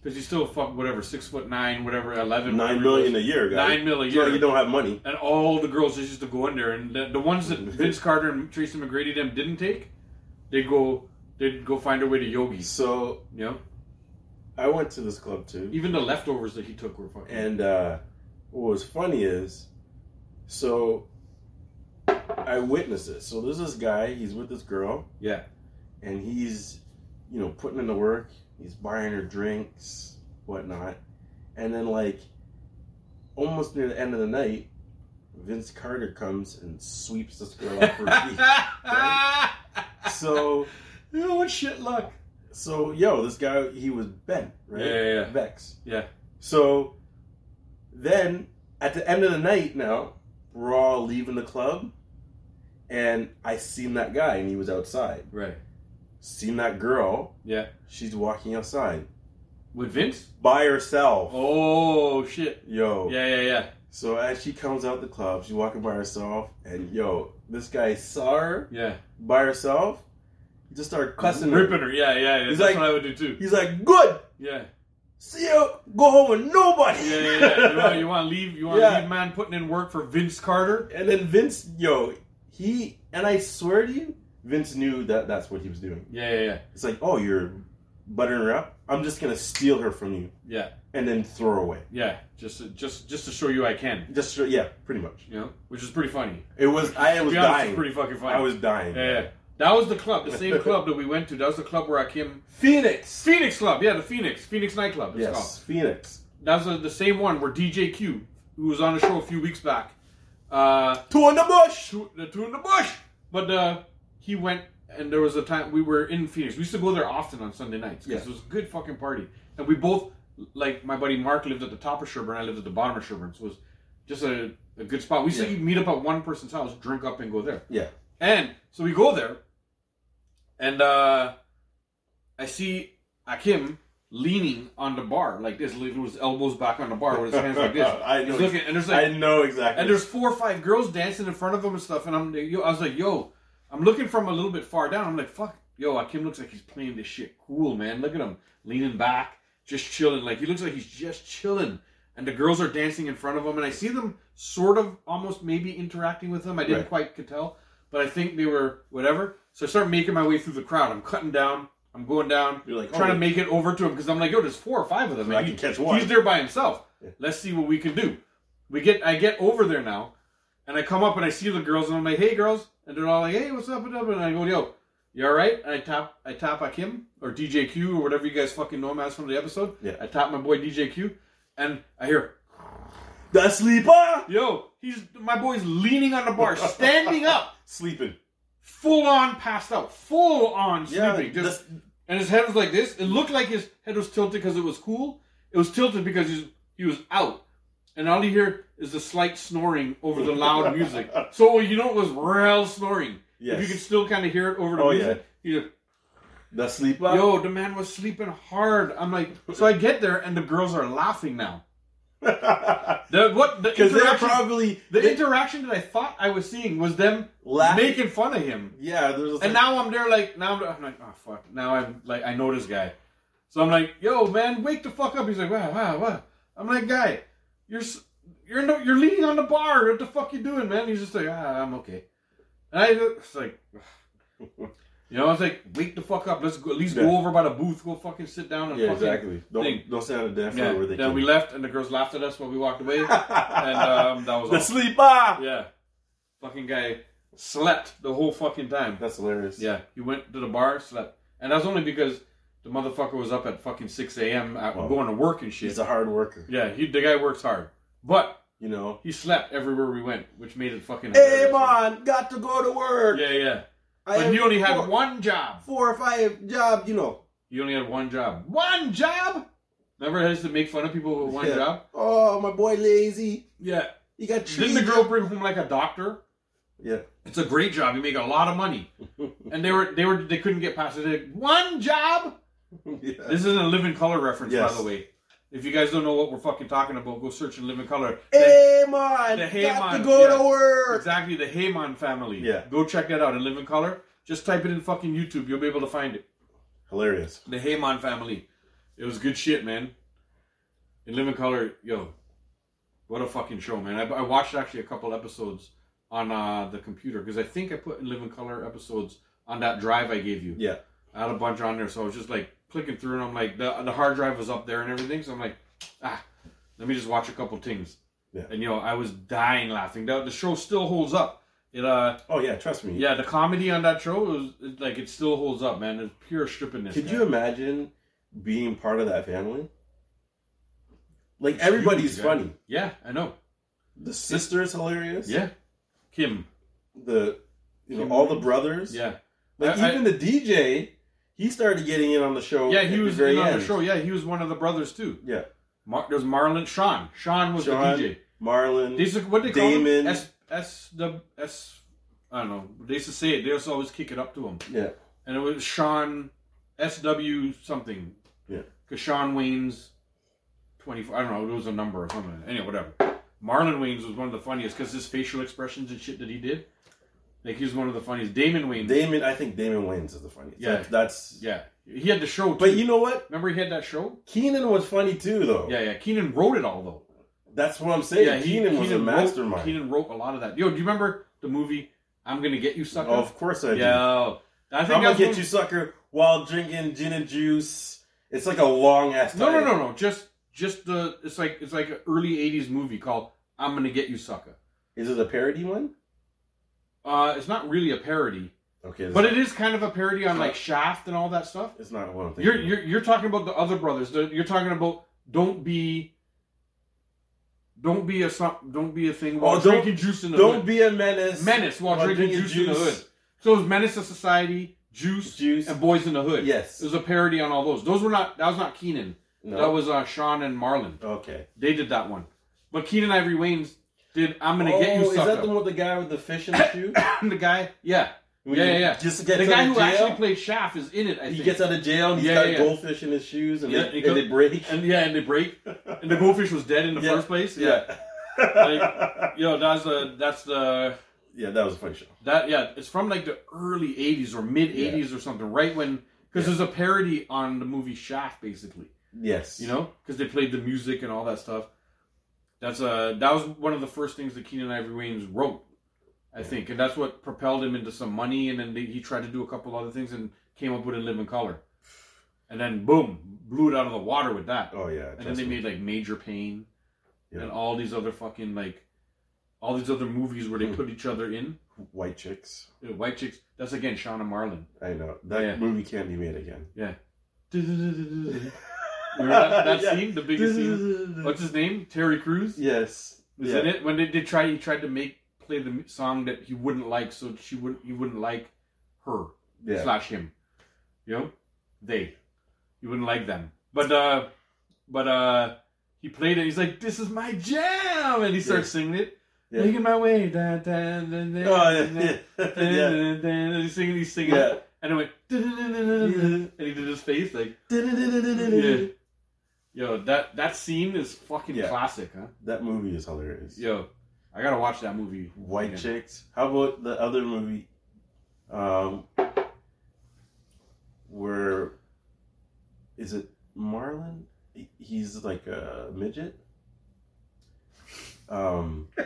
[SPEAKER 5] because he's still fuck whatever six foot nine, whatever eleven,
[SPEAKER 1] Nine
[SPEAKER 5] whatever
[SPEAKER 1] million a
[SPEAKER 5] it was.
[SPEAKER 1] year, guys.
[SPEAKER 5] Nine mil a
[SPEAKER 1] So
[SPEAKER 5] year.
[SPEAKER 1] you don't have money.
[SPEAKER 5] And all the girls just used to go in there, and the, the ones that Vince Carter and Tracy McGrady them didn't take, they go they'd go find a way to yogis.
[SPEAKER 1] So
[SPEAKER 5] You know,
[SPEAKER 1] I went to this club too,
[SPEAKER 5] even the leftovers that he took were fucking.
[SPEAKER 1] and uh, what was funny is, so I witnessed it. So there's this guy. He's with this girl.
[SPEAKER 5] yeah,
[SPEAKER 1] and he's you know putting in the work he's buying her drinks whatnot and then like almost near the end of the night vince carter comes and sweeps this girl off her feet so
[SPEAKER 5] you
[SPEAKER 1] Oh,
[SPEAKER 5] know what shit luck?
[SPEAKER 1] so yo this guy he was bent right
[SPEAKER 5] Yeah, yeah, yeah.
[SPEAKER 1] vex
[SPEAKER 5] Yeah.
[SPEAKER 1] so then at the end of the night now we're all leaving the club and i seen that guy and he was outside
[SPEAKER 5] Right.
[SPEAKER 1] seen that girl
[SPEAKER 5] Yeah.
[SPEAKER 1] she's walking outside
[SPEAKER 5] With Vince?
[SPEAKER 1] by herself.
[SPEAKER 5] Oh shit.
[SPEAKER 1] Yo.
[SPEAKER 5] Yeah, yeah, yeah.
[SPEAKER 1] So as she comes out the club, she's walking by herself, and yo, this guy saw her
[SPEAKER 5] Yeah.
[SPEAKER 1] by herself. He just started cussing her.
[SPEAKER 5] Ripping her. Yeah, yeah. yeah.
[SPEAKER 1] He's
[SPEAKER 5] That's
[SPEAKER 1] like-
[SPEAKER 5] what I would do too.
[SPEAKER 1] He's like, "Good,
[SPEAKER 5] Yeah.
[SPEAKER 1] see you. Go home with nobody."
[SPEAKER 5] Yeah, yeah, yeah. You want, you want to leave? You want to
[SPEAKER 1] Yeah.
[SPEAKER 5] leave man putting in work for Vince Carter?
[SPEAKER 1] and then Vince, yo, he and I swear to you, Vince knew that that's what he was doing.
[SPEAKER 5] Yeah, yeah, yeah.
[SPEAKER 1] It's like, "Oh, you're buttering her up. I'm just gonna steal her from you
[SPEAKER 5] Yeah.
[SPEAKER 1] and then throw her away."
[SPEAKER 5] Yeah, just just just to show you I can,
[SPEAKER 1] Just yeah, pretty much.
[SPEAKER 5] you know, which is pretty funny.
[SPEAKER 1] It was I was
[SPEAKER 5] To be honest,
[SPEAKER 1] dying.
[SPEAKER 5] it's pretty fucking funny.
[SPEAKER 1] I was dying.
[SPEAKER 5] yeah, yeah. That was the club, the same club that we went to. That was the club where I came.
[SPEAKER 1] Phoenix.
[SPEAKER 5] Phoenix Club, yeah, the Phoenix, Phoenix nightclub. It's called.
[SPEAKER 1] Yes, Phoenix.
[SPEAKER 5] That was the- the same one where DJ Q, who was on the show a few weeks back, Uh,
[SPEAKER 1] Two in the bush.
[SPEAKER 5] two, the two in the bush. But uh, he went, and there was a time we were in Phoenix. We used to go there often on Sunday nights because
[SPEAKER 1] Yeah.
[SPEAKER 5] it was a good fucking party. And we both, like my buddy Mark lived at the top of Sherburne, I lived at the bottom of Sherburne. So it was just a, a good spot. We used
[SPEAKER 1] Yeah.
[SPEAKER 5] to meet up at one person's house, drink up, and go there.
[SPEAKER 1] Yeah.
[SPEAKER 5] And so we go there, and uh, I see Akim leaning on the bar like this, with his elbows back on the bar with his hands like this.
[SPEAKER 1] I know.
[SPEAKER 5] He's looking, and there's like
[SPEAKER 1] I know exactly.
[SPEAKER 5] and there's four or five girls dancing in front of him and stuff. And I'm, yo, I was like, yo, I'm looking from a little bit far down. I'm like, fuck, yo, Akim looks like he's playing this shit cool, man. Look at him leaning back, just chilling. Like he looks like he's just chilling. And the girls are dancing in front of him, and I see them sort of, almost maybe interacting with him. I didn't
[SPEAKER 1] Right.
[SPEAKER 5] quite could tell, but I think they were whatever. So I start making my way through the crowd. I'm cutting down. I'm going down.
[SPEAKER 1] You're like,
[SPEAKER 5] trying
[SPEAKER 1] oh.
[SPEAKER 5] to make it over to him because I'm like, yo, there's four or five of them.
[SPEAKER 1] I
[SPEAKER 5] and
[SPEAKER 1] can
[SPEAKER 5] he-
[SPEAKER 1] catch one.
[SPEAKER 5] He's there by himself. Let's see what we can do. We get I get over there now, and I come up and I see the girls and I'm like, hey girls, and they're all like, hey, what's up and up? And I go, yo, you all right? And I tap I tap Akim or DJQ or whatever you guys fucking know him as from the episode.
[SPEAKER 1] Yeah.
[SPEAKER 5] I tap my boy DJQ, and I hear,
[SPEAKER 1] the sleeper
[SPEAKER 5] yo, he's my boy's leaning on the bar, standing up,
[SPEAKER 1] sleeping.
[SPEAKER 5] full on passed out, full on
[SPEAKER 1] Yeah,
[SPEAKER 5] sleeping, just
[SPEAKER 1] that's-
[SPEAKER 5] and his head was like this. It looked like his head was tilted because it was cool. It was tilted because he's, he was out. And all you hear is the slight snoring over the loud music. So you know it was real snoring.
[SPEAKER 1] Yes.
[SPEAKER 5] If you could still kind of hear it over the
[SPEAKER 1] Oh,
[SPEAKER 5] music. Yeah.
[SPEAKER 1] the sleeper.
[SPEAKER 5] Yo, the man was sleeping hard. I'm like, so I get there and the girls are laughing now.
[SPEAKER 1] Because
[SPEAKER 5] The, what the
[SPEAKER 1] they're
[SPEAKER 5] interaction?
[SPEAKER 1] probably
[SPEAKER 5] the
[SPEAKER 1] they-
[SPEAKER 5] interaction that I thought I was seeing was them
[SPEAKER 1] Laughing.
[SPEAKER 5] making fun of him.
[SPEAKER 1] yeah. There's
[SPEAKER 5] And now I'm there, like now I'm, I'm like, oh fuck. Now I'm like, I know this guy, so I'm like, yo, man, wake the fuck up. He's like, wow, wow, wow. I'm like, guy, you're s- you're no, you're leaning on the bar. What the fuck you doing, man? He's just like, ah, I'm okay. And I it's like, you know, I was like, wake the fuck up. Let's go, at least
[SPEAKER 1] Yeah.
[SPEAKER 5] go over by the booth. Go fucking sit down and
[SPEAKER 1] yeah,
[SPEAKER 5] fucking
[SPEAKER 1] exactly. Don't
[SPEAKER 5] thing.
[SPEAKER 1] don't stand on the damn floor
[SPEAKER 5] Yeah.
[SPEAKER 1] where they
[SPEAKER 5] Then
[SPEAKER 1] can.
[SPEAKER 5] we left, and the girls laughed at us while we walked away, and um, that was
[SPEAKER 1] the
[SPEAKER 5] all.
[SPEAKER 1] sleeper.
[SPEAKER 5] yeah, fucking guy slept the whole fucking time.
[SPEAKER 1] That's hilarious.
[SPEAKER 5] Yeah, he went to the bar, slept, and that's only because the motherfucker was up at fucking six a.m. at-
[SPEAKER 1] Wow.
[SPEAKER 5] going to work and shit.
[SPEAKER 1] he's a hard worker.
[SPEAKER 5] yeah, he, the guy works hard, but
[SPEAKER 1] You know.
[SPEAKER 5] he slept everywhere we went, which made it fucking.
[SPEAKER 1] Hey
[SPEAKER 5] hilarious.
[SPEAKER 1] man, got to go to work.
[SPEAKER 5] Yeah, yeah,
[SPEAKER 1] I
[SPEAKER 5] but he
[SPEAKER 1] have
[SPEAKER 5] only had
[SPEAKER 1] four-
[SPEAKER 5] one job.
[SPEAKER 1] four or five job. You know.
[SPEAKER 5] He only had one job. One job. Remember, I used to make fun of people with one
[SPEAKER 1] Yeah.
[SPEAKER 5] job.
[SPEAKER 1] Oh, my boy, lazy.
[SPEAKER 5] Yeah.
[SPEAKER 1] He got
[SPEAKER 5] Didn't the
[SPEAKER 1] treated-
[SPEAKER 5] girl bring home like a doctor?
[SPEAKER 1] Yeah.
[SPEAKER 5] It's a great job. You make a lot of money. and they were they were they couldn't get past it. They're like, One job.
[SPEAKER 1] yeah.
[SPEAKER 5] This is a Live in Color reference,
[SPEAKER 1] Yes.
[SPEAKER 5] by the way. If you guys don't know what we're fucking talking about, go search in Live in Color.
[SPEAKER 1] Hey man,
[SPEAKER 5] The hey,
[SPEAKER 1] got
[SPEAKER 5] man,
[SPEAKER 1] to go
[SPEAKER 5] yeah.
[SPEAKER 1] to work.
[SPEAKER 5] exactly, the Heyman family.
[SPEAKER 1] Yeah.
[SPEAKER 5] Go check that out in Live in Color. Just type it in fucking YouTube. You'll be able to find it.
[SPEAKER 1] Hilarious.
[SPEAKER 5] The Heyman family. It was good shit, man. In Live in Color, yo. What a fucking show, man. I, I watched actually a couple episodes on uh, the computer because I think I put in Live in Color episodes on that drive I gave you.
[SPEAKER 1] Yeah.
[SPEAKER 5] I had a bunch on there, so I was just like clicking through, and I'm like, the, the hard drive was up there and everything, so I'm like, ah, let me just watch a couple things.
[SPEAKER 1] Yeah.
[SPEAKER 5] And you know, I was dying laughing. The, the show still holds up. It uh,
[SPEAKER 1] Oh yeah, trust me.
[SPEAKER 5] yeah, the comedy on that show was it, like it still holds up, man. It's pure strippingness.
[SPEAKER 1] Could
[SPEAKER 5] man.
[SPEAKER 1] you imagine being part of that family? Like
[SPEAKER 5] It's
[SPEAKER 1] everybody's
[SPEAKER 5] huge, yeah.
[SPEAKER 1] funny.
[SPEAKER 5] Yeah, I know.
[SPEAKER 1] The sister is hilarious.
[SPEAKER 5] Yeah, Kim.
[SPEAKER 1] The you know all the brothers.
[SPEAKER 5] Yeah,
[SPEAKER 1] Like
[SPEAKER 5] I- I-
[SPEAKER 1] even the DJ, he started getting in on the show.
[SPEAKER 5] yeah, he
[SPEAKER 1] Oh, at
[SPEAKER 5] was
[SPEAKER 1] the very
[SPEAKER 5] in on the
[SPEAKER 1] end.
[SPEAKER 5] show. Yeah, he was one of the brothers too.
[SPEAKER 1] Yeah,
[SPEAKER 5] Mar- there's Marlon, Sean. Sean was
[SPEAKER 1] Sean.
[SPEAKER 5] the DJ.
[SPEAKER 1] Marlon.
[SPEAKER 5] They used to, what they call
[SPEAKER 1] Damon.
[SPEAKER 5] Damon. S S the S. I don't know. They used to say it. They used to always kick it up to him.
[SPEAKER 1] yeah,
[SPEAKER 5] and it was Sean S W something.
[SPEAKER 1] Yeah.
[SPEAKER 5] Because Sean Wayne's twenty four. I don't know. It was a number or something. Anyway, whatever. Marlon Wayne's was one of the funniest because his facial expressions and shit that he did, like he was one of the funniest. Damon Wayne.
[SPEAKER 1] Damon. I think Damon Wayans is the funniest.
[SPEAKER 5] Yeah.
[SPEAKER 1] That- that's.
[SPEAKER 5] yeah, he had the show. Too.
[SPEAKER 1] But you know what?
[SPEAKER 5] remember he had that show.
[SPEAKER 1] Keenan was funny too, though.
[SPEAKER 5] Yeah, yeah. Keenan wrote it all though.
[SPEAKER 1] That's what I'm saying.
[SPEAKER 5] yeah, he-
[SPEAKER 1] Keenan was a
[SPEAKER 5] wrote-
[SPEAKER 1] mastermind.
[SPEAKER 5] Keenan wrote a lot of that. Yo, do you remember the movie "I'm Gonna Get You Sucker"?
[SPEAKER 1] Oh, of course I do.
[SPEAKER 5] yeah. I think
[SPEAKER 1] I'm gonna
[SPEAKER 5] that's
[SPEAKER 1] get
[SPEAKER 5] one-
[SPEAKER 1] you, sucker, while drinking gin and juice. It's like a long ass.
[SPEAKER 5] No, no, no, no. Just, just the. It's like it's like an early '80s movie called "I'm Gonna Get You, Sucker."
[SPEAKER 1] Is it a parody one?
[SPEAKER 5] Uh, it's not really a parody,
[SPEAKER 1] Okay,
[SPEAKER 5] but it is kind of a parody on like Shaft and all that stuff.
[SPEAKER 1] it's not what I'm thinking.
[SPEAKER 5] You're you're, you're talking about the other brothers. The- You're talking about don't be Don't be a som- don't be a thing
[SPEAKER 1] Oh,
[SPEAKER 5] while
[SPEAKER 1] don't-
[SPEAKER 5] drinking juice in the
[SPEAKER 1] Don't
[SPEAKER 5] hood.
[SPEAKER 1] be a menace.
[SPEAKER 5] menace while drinking juice, in the hood. So it was menace to society, juice,
[SPEAKER 1] Juice.
[SPEAKER 5] and boys in the hood.
[SPEAKER 1] Yes.
[SPEAKER 5] it was a parody on all those. Those were not. That was not Keenan.
[SPEAKER 1] No.
[SPEAKER 5] That was uh, Sean and Marlon.
[SPEAKER 1] Okay.
[SPEAKER 5] They did that one. But Keenan Ivory Wayne's did. I'm gonna get you
[SPEAKER 1] Oh, is
[SPEAKER 5] sucked
[SPEAKER 1] that
[SPEAKER 5] up.
[SPEAKER 1] the one with the guy with the fish in the shoe?
[SPEAKER 5] The, guy. Yeah.
[SPEAKER 1] When
[SPEAKER 5] yeah,
[SPEAKER 1] you
[SPEAKER 5] yeah, yeah.
[SPEAKER 1] Just get
[SPEAKER 5] the guy who
[SPEAKER 1] jail?
[SPEAKER 5] actually played Shaft is in it. I
[SPEAKER 1] He
[SPEAKER 5] think.
[SPEAKER 1] gets out of jail and he's
[SPEAKER 5] Yeah,
[SPEAKER 1] got
[SPEAKER 5] yeah.
[SPEAKER 1] goldfish in his shoes and,
[SPEAKER 5] Yeah,
[SPEAKER 1] they,
[SPEAKER 5] he
[SPEAKER 1] and they
[SPEAKER 5] go-
[SPEAKER 1] break.
[SPEAKER 5] and yeah, and they break. And the goldfish was dead in the
[SPEAKER 1] Yeah.
[SPEAKER 5] first place.
[SPEAKER 1] yeah.
[SPEAKER 5] Like, yo, that's the that's the
[SPEAKER 1] yeah, that was a funny show.
[SPEAKER 5] That yeah, it's from like the early '80s or mid '80s or something, right when because there's a parody on the movie Shaft, basically.
[SPEAKER 1] Yes.
[SPEAKER 5] You know, because they played the music and all that stuff. That's uh that was one of the first things that Keenan Ivory Wayans wrote, I think, and that's what propelled him into some money. And then they, he tried to do a couple other things and came up with In Living Color, and then boom, blew it out of the water with that.
[SPEAKER 1] Oh yeah.
[SPEAKER 5] and then they made like Major Pain,
[SPEAKER 1] Yeah.
[SPEAKER 5] and all these other fucking like, all these other movies where they
[SPEAKER 1] Hmm.
[SPEAKER 5] put each other in.
[SPEAKER 1] White Chicks.
[SPEAKER 5] Yeah, White Chicks. That's again Shauna Marlin.
[SPEAKER 1] I know. That
[SPEAKER 5] Yeah.
[SPEAKER 1] movie can't be made again.
[SPEAKER 5] Remember that, that
[SPEAKER 1] Yeah.
[SPEAKER 5] scene, the biggest scene. What's his name? Terry Crews is
[SPEAKER 1] Yes. yeah.
[SPEAKER 5] in it. When they did try, he tried to make play the m- song that he wouldn't like, so she would not he wouldn't like her
[SPEAKER 1] Yeah.
[SPEAKER 5] slash him. You know, they. You wouldn't like them, but uh, but uh, he played it. He's like, "This is my jam," and he starts singing it.
[SPEAKER 1] Yeah.
[SPEAKER 5] Making my way, da, da, da, da,
[SPEAKER 1] Oh
[SPEAKER 5] da,
[SPEAKER 1] yeah.
[SPEAKER 5] da, da,
[SPEAKER 1] yeah.
[SPEAKER 5] da, da, and he's singing, he's singing.
[SPEAKER 1] yeah.
[SPEAKER 5] And it went, and he did his face like, yeah. yo, that that scene is fucking
[SPEAKER 1] Yeah.
[SPEAKER 5] classic, huh?
[SPEAKER 1] That movie is hilarious.
[SPEAKER 5] Yo, I gotta watch that movie.
[SPEAKER 1] White
[SPEAKER 5] Yeah.
[SPEAKER 1] Chicks. How about the other movie? Um, where is it Marlon? He- He's like a midget. Um,
[SPEAKER 5] I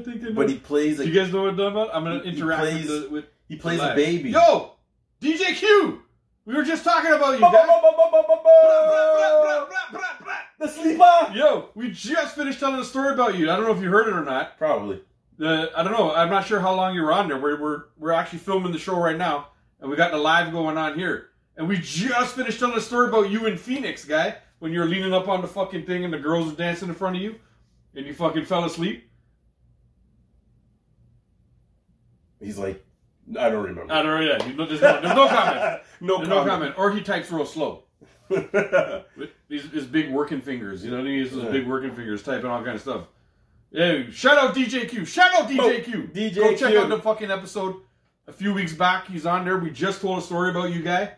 [SPEAKER 5] think I know.
[SPEAKER 1] but he plays
[SPEAKER 5] Do
[SPEAKER 1] a,
[SPEAKER 5] you guys know what I'm talking about? I'm gonna
[SPEAKER 1] He- he
[SPEAKER 5] interact
[SPEAKER 1] plays-
[SPEAKER 5] with, the, with
[SPEAKER 1] he plays a
[SPEAKER 5] live.
[SPEAKER 1] baby.
[SPEAKER 5] Yo, DJ Q, we were just talking about you.
[SPEAKER 1] Ba- ba-
[SPEAKER 5] guys.
[SPEAKER 1] ba- ba- ba- ba-
[SPEAKER 5] Blah, blah,
[SPEAKER 1] ba-
[SPEAKER 5] blah, blah, blah.
[SPEAKER 1] The sleeper.
[SPEAKER 5] Yo, we just finished telling a story about you. I don't know if you heard it or not.
[SPEAKER 1] Probably.
[SPEAKER 5] The I don't know. I'm not sure how long you were on there. We're we're we're actually filming the show right now, and we got the live going on here. And we just finished telling a story about you in Phoenix, guy, when you were leaning up on the fucking thing and the girls were dancing in front of you, and you fucking fell asleep.
[SPEAKER 1] He's like, I don't remember.
[SPEAKER 5] I don't know. Yeah, you know, there's no, there's no comment.
[SPEAKER 1] no
[SPEAKER 5] There's
[SPEAKER 1] comment.
[SPEAKER 5] no comment. Or he types real slow.
[SPEAKER 1] comment.
[SPEAKER 5] With These his big working fingers. You know what I mean? He's
[SPEAKER 1] Yeah.
[SPEAKER 5] those big working fingers typing all kind of stuff. Yeah, shout out DJQ. Shout out DJQ.
[SPEAKER 1] DJ
[SPEAKER 5] Go check
[SPEAKER 1] Oh, Q.
[SPEAKER 5] out the fucking episode a few weeks back. He's on there. We just told a story about you guy.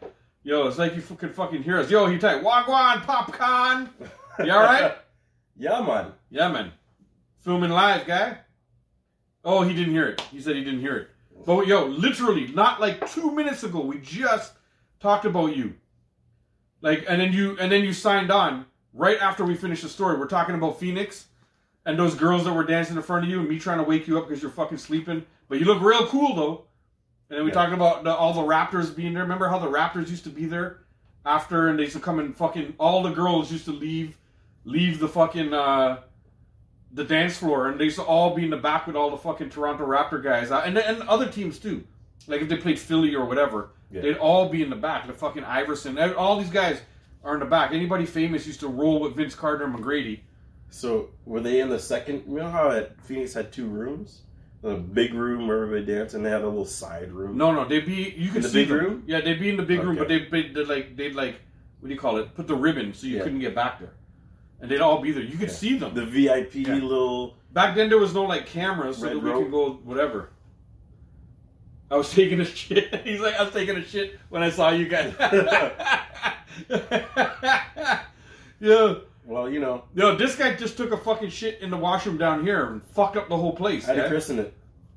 [SPEAKER 5] Yo, it's like you f- could fucking hear us. Yo, he typed Wagwan Popcorn. You alright?
[SPEAKER 1] yeah, man.
[SPEAKER 5] yeah, man. Filming live, guy. Oh, he didn't hear it. He said he didn't hear it. But yo, literally, not like two minutes ago, we just talked about you. Like, and then you and then you signed on right after we finished the story. We're talking about Phoenix and those girls that were dancing in front of you, and me trying to wake you up because you're fucking sleeping. But you look real cool though. And then we
[SPEAKER 1] Yeah.
[SPEAKER 5] talked about the, all the Raptors being there. Remember how the Raptors used to be there after, and they used to come and fucking all the girls used to leave, leave the fucking. uh the dance floor, and they used to all be in the back with all the fucking Toronto Raptor guys, uh, and and other teams too. Like if they played Philly or whatever,
[SPEAKER 1] Yeah.
[SPEAKER 5] they'd all be in the back. The fucking Iverson, and all these guys are in the back. Anybody famous used to roll with Vince Carter and McGrady.
[SPEAKER 1] So were they in the second? You know how at Phoenix had two rooms, the big room where everybody danced, and they had a little side room.
[SPEAKER 5] No, no, they'd be you could
[SPEAKER 1] the
[SPEAKER 5] see
[SPEAKER 1] big
[SPEAKER 5] them.
[SPEAKER 1] room?
[SPEAKER 5] Yeah, they'd be in the big room, but
[SPEAKER 1] Okay.
[SPEAKER 5] they'd, be, they'd like they'd like what do you call it? Put the ribbon so you
[SPEAKER 1] Yeah.
[SPEAKER 5] couldn't get back there, and they'd all be there. You could
[SPEAKER 1] Yeah.
[SPEAKER 5] see them.
[SPEAKER 1] the VIP
[SPEAKER 5] Yeah.
[SPEAKER 1] little.
[SPEAKER 5] Back then, there was no like cameras, so
[SPEAKER 1] Red
[SPEAKER 5] that we
[SPEAKER 1] rope.
[SPEAKER 5] could go whatever. I was taking a shit. He's like, I was taking a shit when I saw you guys. yeah,
[SPEAKER 1] Well, you know,
[SPEAKER 5] yo, this guy just took a fucking shit in the washroom down here and fucked up the whole place.
[SPEAKER 1] I had to
[SPEAKER 5] guy.
[SPEAKER 1] christen it.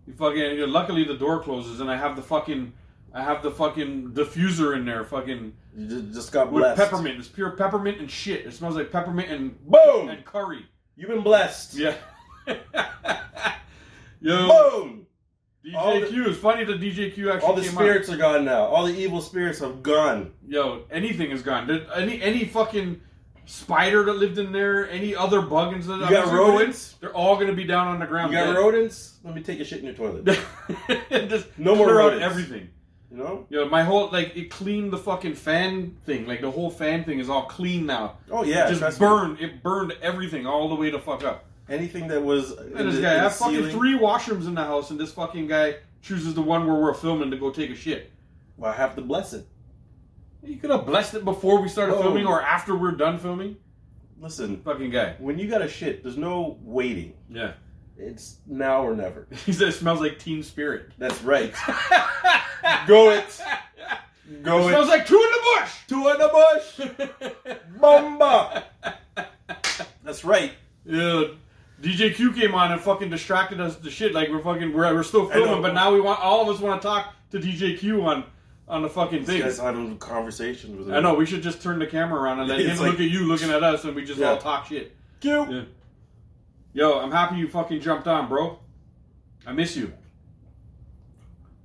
[SPEAKER 5] You fucking. you luckily, the door closes, and I have the fucking, I have the fucking diffuser in there, fucking
[SPEAKER 1] You just, just got
[SPEAKER 5] with
[SPEAKER 1] blessed.
[SPEAKER 5] peppermint. It's pure peppermint and shit. It smells like peppermint and
[SPEAKER 1] Boom!
[SPEAKER 5] and curry.
[SPEAKER 1] You've been blessed.
[SPEAKER 5] Yeah. yo.
[SPEAKER 1] Boom! All the-
[SPEAKER 5] DJQ. It's funny that DJQ actually
[SPEAKER 1] All the
[SPEAKER 5] came
[SPEAKER 1] spirits are gone now. All the evil spirits have gone.
[SPEAKER 5] out. Yo, anything is gone. Did- any any fucking spider that lived in there, any other buggins that
[SPEAKER 1] You got
[SPEAKER 5] I'm just gonna go
[SPEAKER 1] rodents?
[SPEAKER 5] in, they're all gonna be down on the
[SPEAKER 1] You
[SPEAKER 5] ground.
[SPEAKER 1] got
[SPEAKER 5] dead.
[SPEAKER 1] rodents? Let me take a shit in your toilet.
[SPEAKER 5] Just
[SPEAKER 1] No more
[SPEAKER 5] clear out
[SPEAKER 1] rodents.
[SPEAKER 5] everything.
[SPEAKER 1] You know?
[SPEAKER 5] You know, my whole like it cleaned the fucking fan thing. Like the whole fan thing is all clean now.
[SPEAKER 1] Oh yeah,
[SPEAKER 5] it just
[SPEAKER 1] trust me.
[SPEAKER 5] burned. It burned everything all the way to fuck up.
[SPEAKER 1] anything that was.
[SPEAKER 5] And this guy, I have fucking three washrooms in the house, and this fucking guy chooses the one where we're filming to go take a shit.
[SPEAKER 1] Well, I have to bless it.
[SPEAKER 5] You could have blessed it before we started
[SPEAKER 1] Oh.
[SPEAKER 5] filming or after we're done filming.
[SPEAKER 1] Listen,
[SPEAKER 5] Fucking guy.
[SPEAKER 1] when you got a shit, there's no waiting.
[SPEAKER 5] Yeah.
[SPEAKER 1] It's now or never.
[SPEAKER 5] He said it smells like Teen Spirit.
[SPEAKER 1] That's right. Go it. Go
[SPEAKER 5] It smells
[SPEAKER 1] it.
[SPEAKER 5] like two in the bush.
[SPEAKER 1] Two in the bush. Bomba. That's right.
[SPEAKER 5] Yeah. DJ Q came on and fucking distracted us to shit. Like we're fucking we're, we're still
[SPEAKER 1] I know.
[SPEAKER 5] filming, but now we want all of us want to talk to DJ Q on on the fucking
[SPEAKER 1] This
[SPEAKER 5] thing.
[SPEAKER 1] guy's having a conversation with him.
[SPEAKER 5] I know we should just turn the camera around and let
[SPEAKER 1] It's
[SPEAKER 5] him
[SPEAKER 1] like-
[SPEAKER 5] look at you looking at us, and we just
[SPEAKER 1] Yeah.
[SPEAKER 5] all talk shit.
[SPEAKER 1] Cute.
[SPEAKER 5] Yeah. Yo, I'm happy you fucking jumped on, bro. I miss you.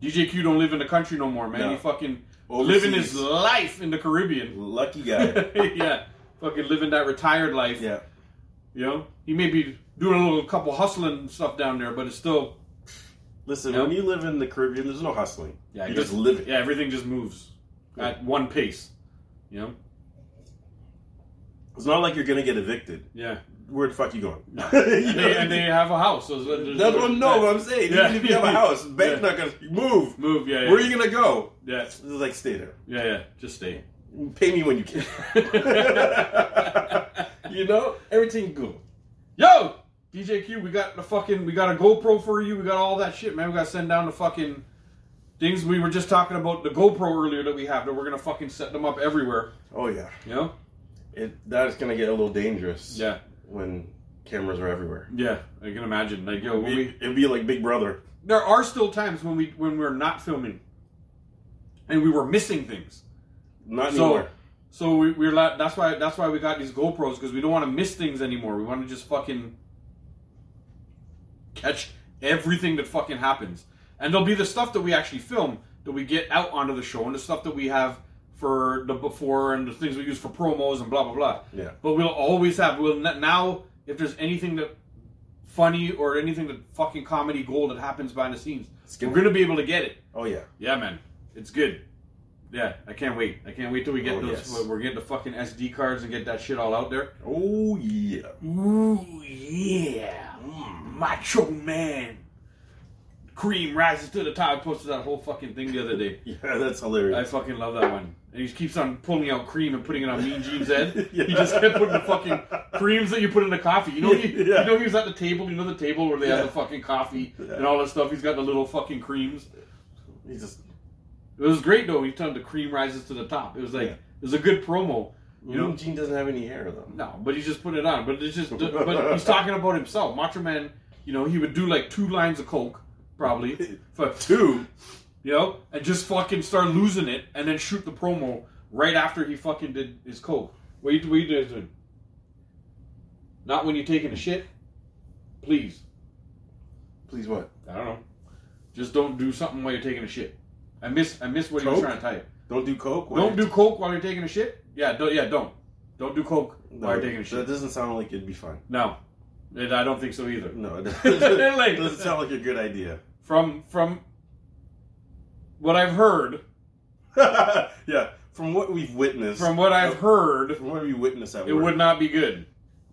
[SPEAKER 5] DJ Q don't live in the country no more, man.
[SPEAKER 1] No.
[SPEAKER 5] He fucking
[SPEAKER 1] Overseas.
[SPEAKER 5] living his life in the Caribbean.
[SPEAKER 1] Lucky guy.
[SPEAKER 5] yeah, fucking living that retired life.
[SPEAKER 1] yeah.
[SPEAKER 5] You know, he may be doing a little couple hustling and stuff down there, but it's still
[SPEAKER 1] Listen,
[SPEAKER 5] Yeah.
[SPEAKER 1] when you live in the Caribbean, there's no hustling.
[SPEAKER 5] yeah,
[SPEAKER 1] you
[SPEAKER 5] it
[SPEAKER 1] just
[SPEAKER 5] just-
[SPEAKER 1] live it.
[SPEAKER 5] Yeah, everything just moves at one pace. You know,
[SPEAKER 1] It's not like you're gonna get evicted.
[SPEAKER 5] yeah.
[SPEAKER 1] Where the fuck you going?
[SPEAKER 5] And they, and they have a house. So there's-
[SPEAKER 1] That's what no, what I'm saying.
[SPEAKER 5] Yeah.
[SPEAKER 1] Even if you have a house, bank's
[SPEAKER 5] Yeah.
[SPEAKER 1] not gonna move.
[SPEAKER 5] move. Yeah, yeah,
[SPEAKER 1] Where are you gonna go?
[SPEAKER 5] yeah,
[SPEAKER 1] It's like stay there.
[SPEAKER 5] yeah, yeah. Just stay.
[SPEAKER 1] Pay me when you can. you know, everything good.
[SPEAKER 5] Yo, DJ Q, we got the fucking, we got a GoPro for you. We got all that shit, man. We got to send down the fucking things we were just talking about the GoPro earlier that we have that we're gonna fucking set them up everywhere.
[SPEAKER 1] Oh yeah,
[SPEAKER 5] You know?
[SPEAKER 1] it that's gonna get a little dangerous.
[SPEAKER 5] Yeah,
[SPEAKER 1] when cameras are everywhere.
[SPEAKER 5] yeah. I can imagine. Like, yo, when we,
[SPEAKER 1] It, would be like Big Brother.
[SPEAKER 5] there are still times when we when we're not filming and we were missing things.
[SPEAKER 1] Not
[SPEAKER 5] So-
[SPEAKER 1] anymore.
[SPEAKER 5] So we, we're la- that's why that's why we got these GoPros because we don't want to miss things anymore. We want to just fucking catch everything that fucking happens, and there'll be the stuff that we actually film that we get out onto the show, and the stuff that we have for the before and the things we use for promos and blah blah blah.
[SPEAKER 1] Yeah.
[SPEAKER 5] But we'll always have we'll n- now if there's anything that funny or anything that fucking comedy gold that happens behind the scenes,
[SPEAKER 1] Skip
[SPEAKER 5] we're gonna be able to get it.
[SPEAKER 1] Oh yeah.
[SPEAKER 5] Yeah, man, it's good. Yeah, I can't wait. I can't wait till we get
[SPEAKER 1] Oh,
[SPEAKER 5] those. uh,
[SPEAKER 1] yes.
[SPEAKER 5] We're getting the fucking SD cards and get that shit all out there.
[SPEAKER 1] Oh yeah.
[SPEAKER 5] Ooh yeah,
[SPEAKER 1] Mm,
[SPEAKER 5] macho man. Cream rises to the top. I posted that whole fucking thing the other day.
[SPEAKER 1] Yeah, that's
[SPEAKER 5] I
[SPEAKER 1] hilarious.
[SPEAKER 5] fucking love that one. And he keeps on pulling out cream and putting it on Mean Gene's head.
[SPEAKER 1] Yeah.
[SPEAKER 5] He just kept putting the fucking creams that you put in the coffee. You know, he,
[SPEAKER 1] Yeah.
[SPEAKER 5] you know, he was at the table. You know, the table where they
[SPEAKER 1] Yeah.
[SPEAKER 5] have the fucking coffee
[SPEAKER 1] Yeah.
[SPEAKER 5] and all that stuff. He's got the little fucking creams.
[SPEAKER 1] He just
[SPEAKER 5] It was great though. He turned the cream rises to the top. It was like
[SPEAKER 1] Yeah.
[SPEAKER 5] it was a good promo. You know?
[SPEAKER 1] Gene doesn't have any hair though.
[SPEAKER 5] No, but he just put it on. But it's just but he's talking about himself. Macho Man, you know, he would do like two lines of coke probably for two, you know, and just fucking start losing it and then shoot the promo right after he fucking did his coke. What you what you doing? Not when you're taking a shit, please.
[SPEAKER 1] Please what?
[SPEAKER 5] I don't know. Just don't do something while you're taking a shit. I miss I miss what he was
[SPEAKER 1] Coke?
[SPEAKER 5] trying to type.
[SPEAKER 1] Don't do coke. Why
[SPEAKER 5] Don't do coke while you're taking a shit. Yeah, don't. Yeah, don't. Don't do coke
[SPEAKER 1] No,
[SPEAKER 5] while you're taking a
[SPEAKER 1] That
[SPEAKER 5] shit.
[SPEAKER 1] doesn't sound like it'd be fun.
[SPEAKER 5] No, And I don't think so either.
[SPEAKER 1] No, it doesn't,
[SPEAKER 5] Like-
[SPEAKER 1] doesn't sound like a good idea.
[SPEAKER 5] From from what I've heard,
[SPEAKER 1] yeah, from what we've witnessed,
[SPEAKER 5] from what I've heard,
[SPEAKER 1] from what we witnessed at
[SPEAKER 5] it
[SPEAKER 1] work.
[SPEAKER 5] would not be good.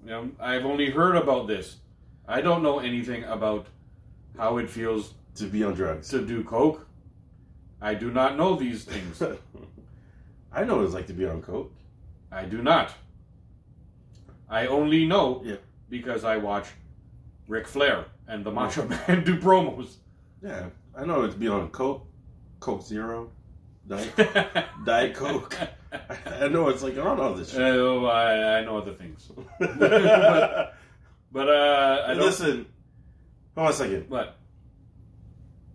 [SPEAKER 5] You know, I've only heard about this. I don't know anything about how it feels
[SPEAKER 1] to be on drugs.
[SPEAKER 5] to do coke. I do not know these things.
[SPEAKER 1] I know what it's like to be on coke.
[SPEAKER 5] I do not. I only know
[SPEAKER 1] Yeah.
[SPEAKER 5] because I watch Ric Flair and the Macho Man do promos.
[SPEAKER 1] Yeah, I know it's be on coke, coke zero, diet,
[SPEAKER 5] Uh,
[SPEAKER 1] diet coke. I know it's like on all this shit.
[SPEAKER 5] Oh, I, I know other things, but- but uh, I
[SPEAKER 1] And
[SPEAKER 5] don't.
[SPEAKER 1] listen, hold on a second.
[SPEAKER 5] But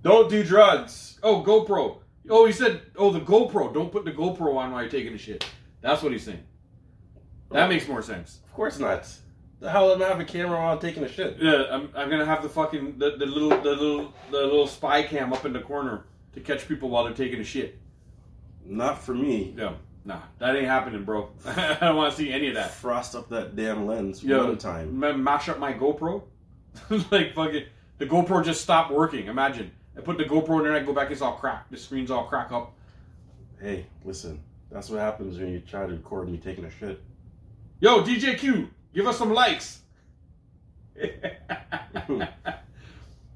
[SPEAKER 1] Don't do drugs.
[SPEAKER 5] oh, GoPro. Oh, he said, oh, the GoPro. Don't put the GoPro on while you're taking a shit. That's what he's saying. That makes more sense.
[SPEAKER 1] Of course not. The hell am I have a camera while I'm taking a shit?
[SPEAKER 5] Yeah, I'm, I'm gonna have the fucking the, the little the little the little spy cam up in the corner to catch people while they're taking a shit.
[SPEAKER 1] Not for me.
[SPEAKER 5] No, nah, that ain't happening, bro. I don't want to see any of that.
[SPEAKER 1] Frost up that damn lens
[SPEAKER 5] Yo,
[SPEAKER 1] one time.
[SPEAKER 5] ma- mash up my GoPro. like fucking, the GoPro just stopped working. Imagine I put the GoPro in there. I go back. It's all cracked. The screen's all crack up.
[SPEAKER 1] Hey, listen. That's what happens when you try to record me taking a shit.
[SPEAKER 5] Yo, DJQ, give us some likes.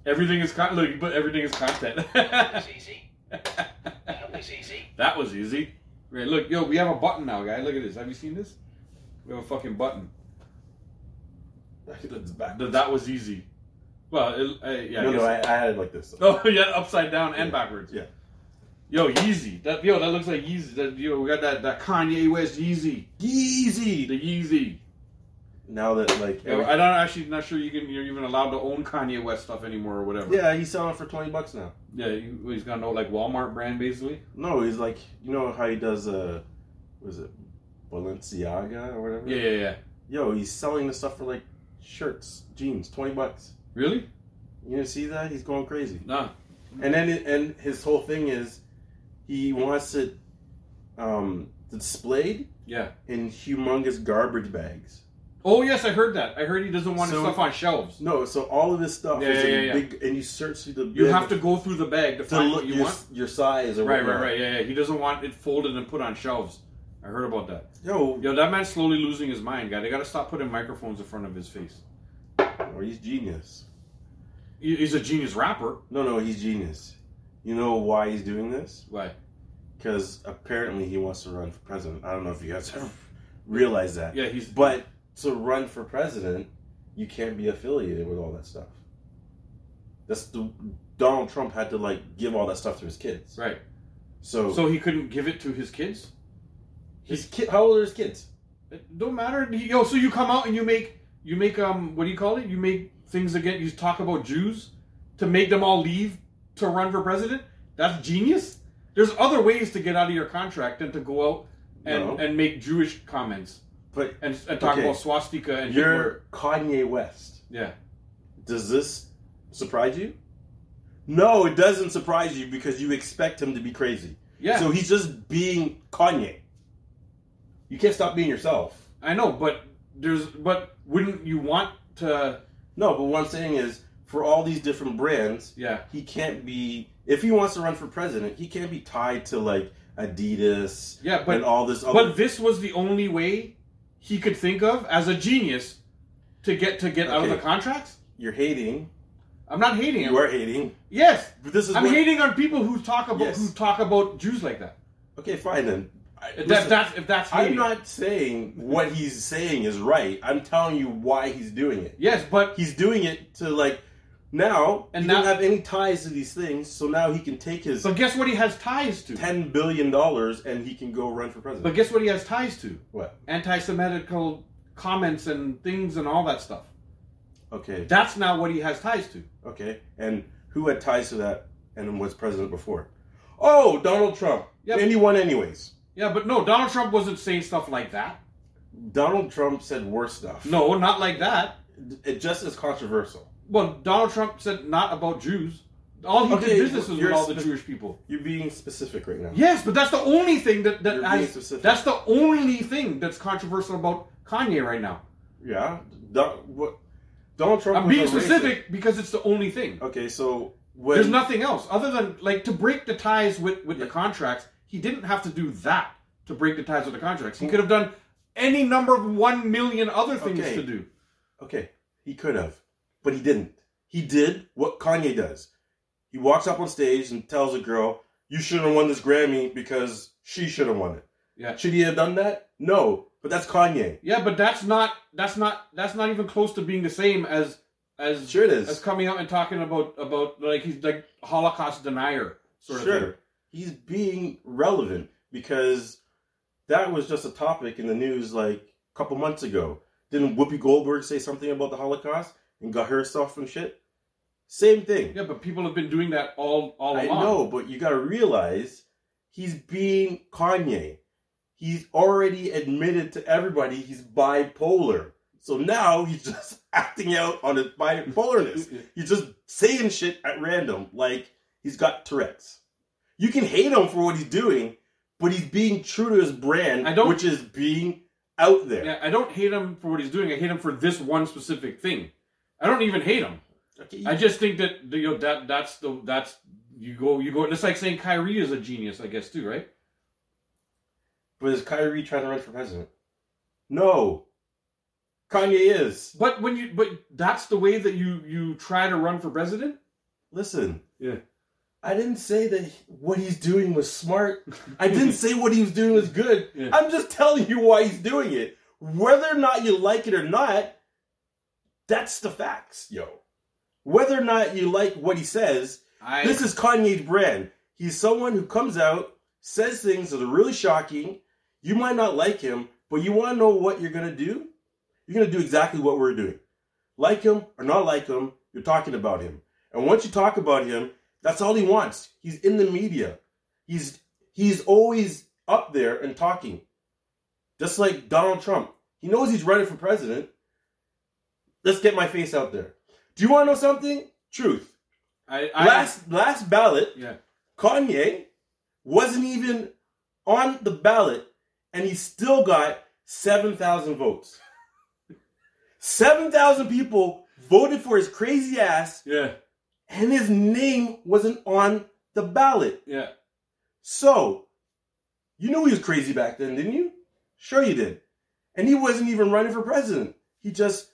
[SPEAKER 5] everything is con- look, but everything is content.
[SPEAKER 7] was easy. That was easy.
[SPEAKER 5] that was easy. Right, look, yo, we have a button now, guy. Look at this. Have you seen this? We have a fucking button.
[SPEAKER 1] That's back.
[SPEAKER 5] Th- that was easy. Well, it, uh, yeah. I
[SPEAKER 1] no,
[SPEAKER 5] guess-
[SPEAKER 1] no, I, I had it like this.
[SPEAKER 5] Oh yeah, upside down and backwards.
[SPEAKER 1] Yeah.
[SPEAKER 5] Yo, Yeezy. That yo, that looks like Yeezy. That yo, we got that, that Kanye West Yeezy.
[SPEAKER 1] Easy.
[SPEAKER 5] The Yeezy.
[SPEAKER 1] Now that like,
[SPEAKER 5] Yo, I don't actually not sure you can you're even allowed to own Kanye West stuff anymore or whatever.
[SPEAKER 1] yeah, he's selling for twenty bucks now.
[SPEAKER 5] Yeah, you, he's got no like Walmart brand basically.
[SPEAKER 1] No, he's like, you know how he does uh, was it Balenciaga or whatever?
[SPEAKER 5] Yeah, yeah, yeah.
[SPEAKER 1] Yo, he's selling the stuff for like shirts, jeans, twenty bucks.
[SPEAKER 5] Really?
[SPEAKER 1] You didn't see that? He's going crazy.
[SPEAKER 5] Nah.
[SPEAKER 1] And then it, and his whole thing is he wants it um, displayed
[SPEAKER 5] Yeah.
[SPEAKER 1] in humongous garbage bags.
[SPEAKER 5] Oh yes, I heard that. I heard he doesn't want his
[SPEAKER 1] So-
[SPEAKER 5] stuff on shelves.
[SPEAKER 1] No, so all of this stuff
[SPEAKER 5] Yeah,
[SPEAKER 1] is
[SPEAKER 5] yeah,
[SPEAKER 1] in
[SPEAKER 5] yeah, yeah.
[SPEAKER 1] big, and you search through the
[SPEAKER 5] You
[SPEAKER 1] bin
[SPEAKER 5] have to go through the bag to
[SPEAKER 1] to
[SPEAKER 5] find
[SPEAKER 1] look
[SPEAKER 5] what you
[SPEAKER 1] your,
[SPEAKER 5] want.
[SPEAKER 1] your size or
[SPEAKER 5] Right, right,
[SPEAKER 1] whatnot.
[SPEAKER 5] right. Yeah, yeah. He doesn't want it folded and put on shelves. I heard about that.
[SPEAKER 1] Yo,
[SPEAKER 5] Yo, that man's slowly losing his mind, guy. They gotta stop putting microphones in front of his face.
[SPEAKER 1] or oh, he's genius.
[SPEAKER 5] He- He's a genius rapper.
[SPEAKER 1] No, no, he's genius. You know why he's doing this?
[SPEAKER 5] Why?
[SPEAKER 1] Because apparently he wants to run for president. I don't know if you guys ever realized that.
[SPEAKER 5] Yeah, he's
[SPEAKER 1] But to run for president, you can't be affiliated with all that stuff. That's the Donald Trump had to like give all that stuff to his kids.
[SPEAKER 5] right.
[SPEAKER 1] So,
[SPEAKER 5] So he couldn't give it to his kids.
[SPEAKER 1] his kid, how old are his kids?
[SPEAKER 5] It don't matter. Yo, so you come out and you make you make um what do you call it? You make things again. You talk about Jews to make them all leave to run for president. That's genius. There's other ways to get out of your contract than to go out and,
[SPEAKER 1] No.
[SPEAKER 5] and make Jewish comments
[SPEAKER 1] But
[SPEAKER 5] and, and talk
[SPEAKER 1] Okay.
[SPEAKER 5] about swastika and Hitler.
[SPEAKER 1] you're Kanye West.
[SPEAKER 5] Yeah.
[SPEAKER 1] Does this surprise you? No, it doesn't surprise you because you expect him to be crazy.
[SPEAKER 5] Yeah.
[SPEAKER 1] So he's just being Kanye. You can't stop being yourself.
[SPEAKER 5] I know, but there's but wouldn't you want to
[SPEAKER 1] No, but what I'm saying is, for all these different brands,
[SPEAKER 5] yeah.
[SPEAKER 1] he can't be. If he wants to run for president, he can't be tied to like Adidas
[SPEAKER 5] Yeah, but
[SPEAKER 1] and all this other.
[SPEAKER 5] But this was the only way he could think of as a genius to get to get out of
[SPEAKER 1] Okay.
[SPEAKER 5] the contracts.
[SPEAKER 1] You're hating.
[SPEAKER 5] I'm not hating him.
[SPEAKER 1] You are hating.
[SPEAKER 5] Yes,
[SPEAKER 1] But this is.
[SPEAKER 5] I'm
[SPEAKER 1] what-
[SPEAKER 5] hating on people who talk about
[SPEAKER 1] Yes.
[SPEAKER 5] who talk about Jews like that.
[SPEAKER 1] Okay, fine then. I,
[SPEAKER 5] If
[SPEAKER 1] listen,
[SPEAKER 5] that that's if that's hating.
[SPEAKER 1] I'm not saying what he's saying is right. I'm telling you why he's doing it.
[SPEAKER 5] Yes, but
[SPEAKER 1] He's doing it to like now. And
[SPEAKER 5] And
[SPEAKER 1] he
[SPEAKER 5] now-
[SPEAKER 1] doesn't have any ties to these things, so now he can take his
[SPEAKER 5] so guess what he has ties to.
[SPEAKER 1] ten billion dollars and he can go run for
[SPEAKER 5] But
[SPEAKER 1] president.
[SPEAKER 5] guess what he has ties to?
[SPEAKER 1] what?
[SPEAKER 5] Anti-Semitical comments and things and all that stuff.
[SPEAKER 1] Okay.
[SPEAKER 5] That's not what he has ties to.
[SPEAKER 1] Okay, and who had ties to that and was president before? Oh, Donald Trump.
[SPEAKER 5] Yep.
[SPEAKER 1] Anyone, anyways.
[SPEAKER 5] Yeah, but no, Donald Trump wasn't saying stuff like that.
[SPEAKER 1] Donald Trump said worse stuff.
[SPEAKER 5] No, not like that.
[SPEAKER 1] It just is controversial.
[SPEAKER 5] Well, Donald Trump said not about Jews. All he
[SPEAKER 1] Okay,
[SPEAKER 5] did business was
[SPEAKER 1] you're
[SPEAKER 5] with all the
[SPEAKER 1] spe-
[SPEAKER 5] Jewish people.
[SPEAKER 1] You're being specific right now.
[SPEAKER 5] Yes, but that's the only thing that, that
[SPEAKER 1] You're being
[SPEAKER 5] has-
[SPEAKER 1] specific.
[SPEAKER 5] that's the only thing that's controversial about Kanye right now.
[SPEAKER 1] Yeah. Don, what, Donald Trump.
[SPEAKER 5] I'm
[SPEAKER 1] was
[SPEAKER 5] being
[SPEAKER 1] a racist.
[SPEAKER 5] specific because it's the only thing.
[SPEAKER 1] Okay, so Uh, when
[SPEAKER 5] There's nothing else other than like to break the ties with with the contracts. He didn't have to do that to break the ties with the contracts. He could have done any number of one million other things
[SPEAKER 1] Okay.
[SPEAKER 5] to do.
[SPEAKER 1] Okay, he could have, but he didn't. He did what Kanye does. He walks up on stage and tells a girl, "You shouldn't have won this Grammy because she should have won it."
[SPEAKER 5] Yeah.
[SPEAKER 1] Should he have done that? No, but that's Kanye.
[SPEAKER 5] Yeah, but that's not that's not that's not even close to being the same as as
[SPEAKER 1] Sure it is.
[SPEAKER 5] as coming out and talking about about like he's like Holocaust denier sort of thing.
[SPEAKER 1] He's being relevant because that was just a topic in the news like a couple months ago. Didn't Whoopi Goldberg say something about the Holocaust and got herself some shit? Same thing.
[SPEAKER 5] Yeah, but people have been doing that all all
[SPEAKER 1] I
[SPEAKER 5] along.
[SPEAKER 1] know, but you gotta realize he's being Kanye. He's already admitted to everybody he's bipolar. So now he's just acting out on his bipolarness. He's just saying shit at random, like he's got Tourette's. You can hate him for what he's doing, but he's being true to his brand,
[SPEAKER 5] I don't-
[SPEAKER 1] which is being out there.
[SPEAKER 5] Yeah, I don't hate him for what he's doing. I hate him for this one specific thing. I don't even hate him.
[SPEAKER 1] Okay, you-
[SPEAKER 5] I just think that you know that that's the that's you go you go. It's like saying Kyrie is a genius, I guess, too, right?
[SPEAKER 1] but is Kyrie trying to run for president? No. Kanye is.
[SPEAKER 5] But when you but that's the way that you you try to run for president.
[SPEAKER 1] Listen.
[SPEAKER 5] Yeah.
[SPEAKER 1] I didn't say that he- what he's doing was smart. I didn't say what he was doing was good.
[SPEAKER 5] Yeah.
[SPEAKER 1] I'm just telling you why he's doing it. Whether or not you like it or not, that's the facts, yo. Whether or not you like what he says,
[SPEAKER 5] I
[SPEAKER 1] this is Kanye's brand. He's someone who comes out, says things that are really shocking. You might not like him, but you want to know what you're going to do? You're going to do exactly what we're doing. Like him or not like him, you're talking about him. And once you talk about him, that's all he wants. He's in the media. He's he's always up there and talking. Just like Donald Trump. He knows he's running for president. Let's get my face out there. Do you want to know something? Truth.
[SPEAKER 5] I, I
[SPEAKER 1] last last ballot
[SPEAKER 5] yeah.
[SPEAKER 1] Kanye wasn't even on the ballot, and he still got 7,000 votes. 7,000 people voted for his crazy ass,
[SPEAKER 5] Yeah,
[SPEAKER 1] and his name wasn't on the ballot.
[SPEAKER 5] yeah.
[SPEAKER 1] So, you knew he was crazy back then, didn't you? Sure, you did. And he wasn't even running for president. He just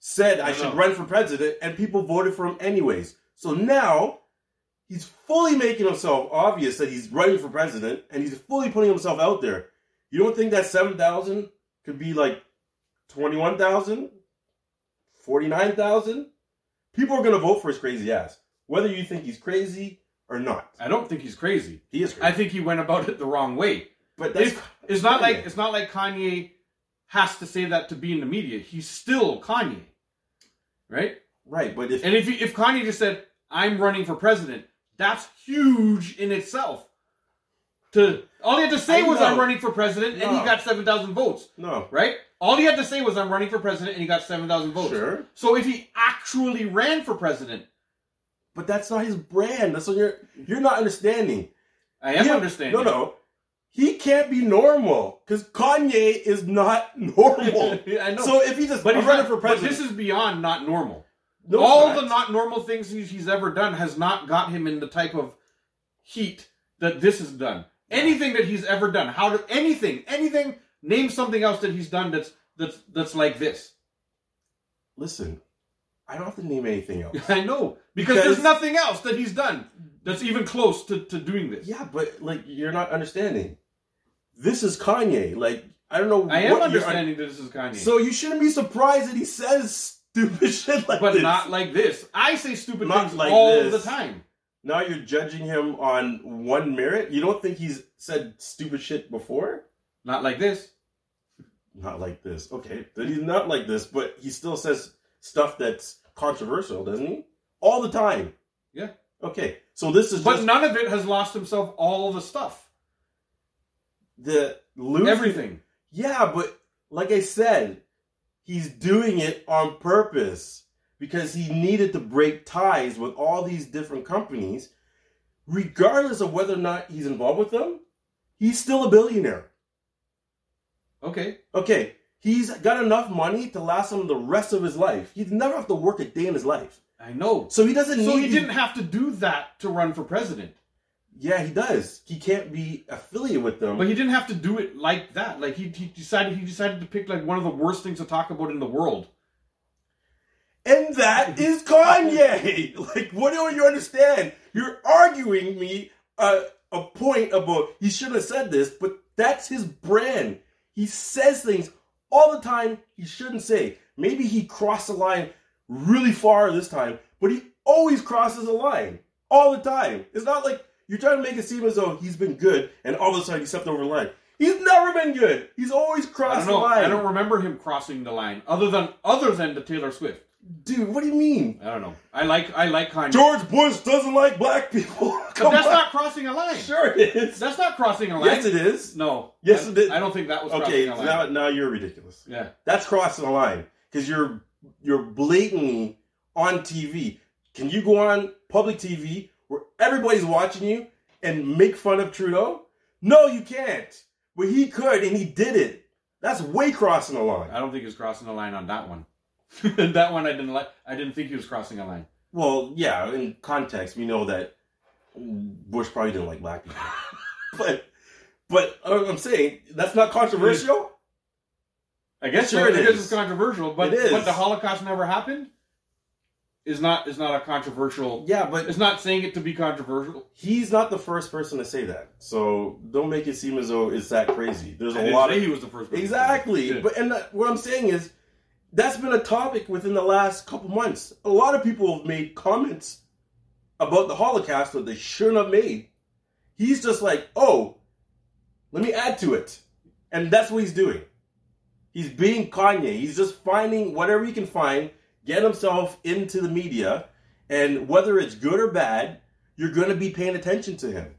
[SPEAKER 1] said, I
[SPEAKER 5] No,
[SPEAKER 1] should
[SPEAKER 5] no.
[SPEAKER 1] run for president, and people voted for him anyways. So now, he's fully making himself obvious that he's running for president, and he's fully putting himself out there. You don't think that 7,000 could be like 21,000? 49,000? People are going to vote for his crazy ass, whether you think he's crazy or not.
[SPEAKER 5] I don't think he's crazy.
[SPEAKER 1] He is crazy.
[SPEAKER 5] I think he went about it the wrong way.
[SPEAKER 1] But that's
[SPEAKER 5] If, it's not like
[SPEAKER 1] Kanye.
[SPEAKER 5] it's not like Kanye has to say that to be in the media. He's still Kanye, right?
[SPEAKER 1] right. But if
[SPEAKER 5] And if he, if Kanye just said, "I'm running for president," that's huge in itself. To all he had to say
[SPEAKER 1] I
[SPEAKER 5] was,
[SPEAKER 1] know.
[SPEAKER 5] "I'm running for president," and he
[SPEAKER 1] No.
[SPEAKER 5] got seven thousand votes,
[SPEAKER 1] no,
[SPEAKER 5] right? All he had to say was, "I'm running for president," and he got seven thousand votes.
[SPEAKER 1] sure.
[SPEAKER 5] So if he actually ran for president,
[SPEAKER 1] But that's not his brand. That's what you're you're not understanding.
[SPEAKER 5] I am
[SPEAKER 1] He-
[SPEAKER 5] understanding.
[SPEAKER 1] No, no. He can't be normal because Kanye is not normal.
[SPEAKER 5] I know.
[SPEAKER 1] So if he just
[SPEAKER 5] But
[SPEAKER 1] I'm
[SPEAKER 5] he's
[SPEAKER 1] running
[SPEAKER 5] not-
[SPEAKER 1] for
[SPEAKER 5] But
[SPEAKER 1] president,
[SPEAKER 5] this is beyond not normal.
[SPEAKER 1] no, it's
[SPEAKER 5] All the not normal things he's, he's ever done has not got him in the type of heat that this has done. Anything that he's ever done, how to anything, anything, name something else that he's done that's that's that's like this.
[SPEAKER 1] listen. I don't have to name anything else.
[SPEAKER 5] I know because,
[SPEAKER 1] Because-
[SPEAKER 5] there's nothing else that he's done that's even close to, to doing this.
[SPEAKER 1] yeah, but like you're not understanding. This is Kanye. Like I don't know.
[SPEAKER 5] I
[SPEAKER 1] what
[SPEAKER 5] am
[SPEAKER 1] you're un-
[SPEAKER 5] understanding that this is Kanye,
[SPEAKER 1] so you shouldn't be surprised that he says stupid shit like
[SPEAKER 5] but
[SPEAKER 1] this.
[SPEAKER 5] not like this. I say stupid
[SPEAKER 1] Not
[SPEAKER 5] things
[SPEAKER 1] like
[SPEAKER 5] all
[SPEAKER 1] this.
[SPEAKER 5] the time.
[SPEAKER 1] now you're judging him on one merit. You don't think he's said stupid shit before?
[SPEAKER 5] Not like this.
[SPEAKER 1] Not like this. Okay, then he's not like this, but he still says stuff that's controversial, doesn't he? All the time.
[SPEAKER 5] Yeah.
[SPEAKER 1] Okay, so this is
[SPEAKER 5] But
[SPEAKER 1] just
[SPEAKER 5] none of it has lost himself all the stuff,
[SPEAKER 1] the losing.
[SPEAKER 5] everything.
[SPEAKER 1] Yeah, but like I said, he's doing it on purpose because he needed to break ties with all these different companies, regardless of whether or not he's involved with them. He's still a billionaire.
[SPEAKER 5] Okay.
[SPEAKER 1] Okay, he's got enough money to last him the rest of his life. He'd never have to work a day in his life.
[SPEAKER 5] I know.
[SPEAKER 1] So he doesn't
[SPEAKER 5] So
[SPEAKER 1] need.
[SPEAKER 5] he didn't have to do that to run for president.
[SPEAKER 1] Yeah, he does. He can't be affiliated with them.
[SPEAKER 5] But he didn't have to do it like that. Like he, he decided he decided to pick like one of the worst things to talk about in the world.
[SPEAKER 1] and that is Kanye. like, what don't you understand? You're arguing me a, a point about he shouldn't have said this, but that's his brand. He says things all the time he shouldn't say. Maybe he crossed the line really far this time, but he always crosses the line all the time. It's not like you're trying to make it seem as though he's been good and all of a sudden he stepped over the line. He's never been good. He's always
[SPEAKER 5] I
[SPEAKER 1] crossed
[SPEAKER 5] don't know.
[SPEAKER 1] the line.
[SPEAKER 5] I don't remember him crossing the line other than other than the Taylor Swift.
[SPEAKER 1] Dude, what do you mean?
[SPEAKER 5] I don't know. I like I like Kanye.
[SPEAKER 1] George Bush doesn't like black people.
[SPEAKER 5] but
[SPEAKER 1] Come
[SPEAKER 5] that's
[SPEAKER 1] on.
[SPEAKER 5] not crossing a line.
[SPEAKER 1] sure it is.
[SPEAKER 5] That's not crossing a line.
[SPEAKER 1] Yes, it is.
[SPEAKER 5] No.
[SPEAKER 1] Yes,
[SPEAKER 5] I,
[SPEAKER 1] it is.
[SPEAKER 5] I don't think that was
[SPEAKER 1] Okay,
[SPEAKER 5] crossing a line.
[SPEAKER 1] now now you're ridiculous.
[SPEAKER 5] yeah.
[SPEAKER 1] That's crossing the line because you're you're blatantly on TV. Can you go on public TV where everybody's watching you and make fun of Trudeau? No, you can't. But he could, and he did it. That's way crossing the line.
[SPEAKER 5] I don't think he's crossing the line on that one. that one I didn't like. I didn't think he was crossing a line.
[SPEAKER 1] Well, yeah, in context, we know that Bush probably didn't like black people. but but uh, I'm saying that's not controversial.
[SPEAKER 5] I guess
[SPEAKER 1] Sure
[SPEAKER 5] so,
[SPEAKER 1] it
[SPEAKER 5] because
[SPEAKER 1] is.
[SPEAKER 5] it's controversial, but
[SPEAKER 1] It is.
[SPEAKER 5] but the Holocaust never happened is not is not a controversial.
[SPEAKER 1] Yeah, but
[SPEAKER 5] It's not saying it to be controversial.
[SPEAKER 1] he's not the first person to say that. So don't make it seem as though it's that crazy. There's
[SPEAKER 5] I
[SPEAKER 1] a
[SPEAKER 5] didn't
[SPEAKER 1] lot
[SPEAKER 5] say
[SPEAKER 1] of
[SPEAKER 5] he was the first. person.
[SPEAKER 1] Exactly.
[SPEAKER 5] Yeah.
[SPEAKER 1] But and that, what I'm saying is that's been a topic within the last couple months. A lot of people have made comments about the Holocaust that they shouldn't have made. He's just like, "Oh, let me add to it." And that's what he's doing. He's being Kanye. He's just finding whatever he can find, get himself into the media, and whether it's good or bad, you're going to be paying attention to him.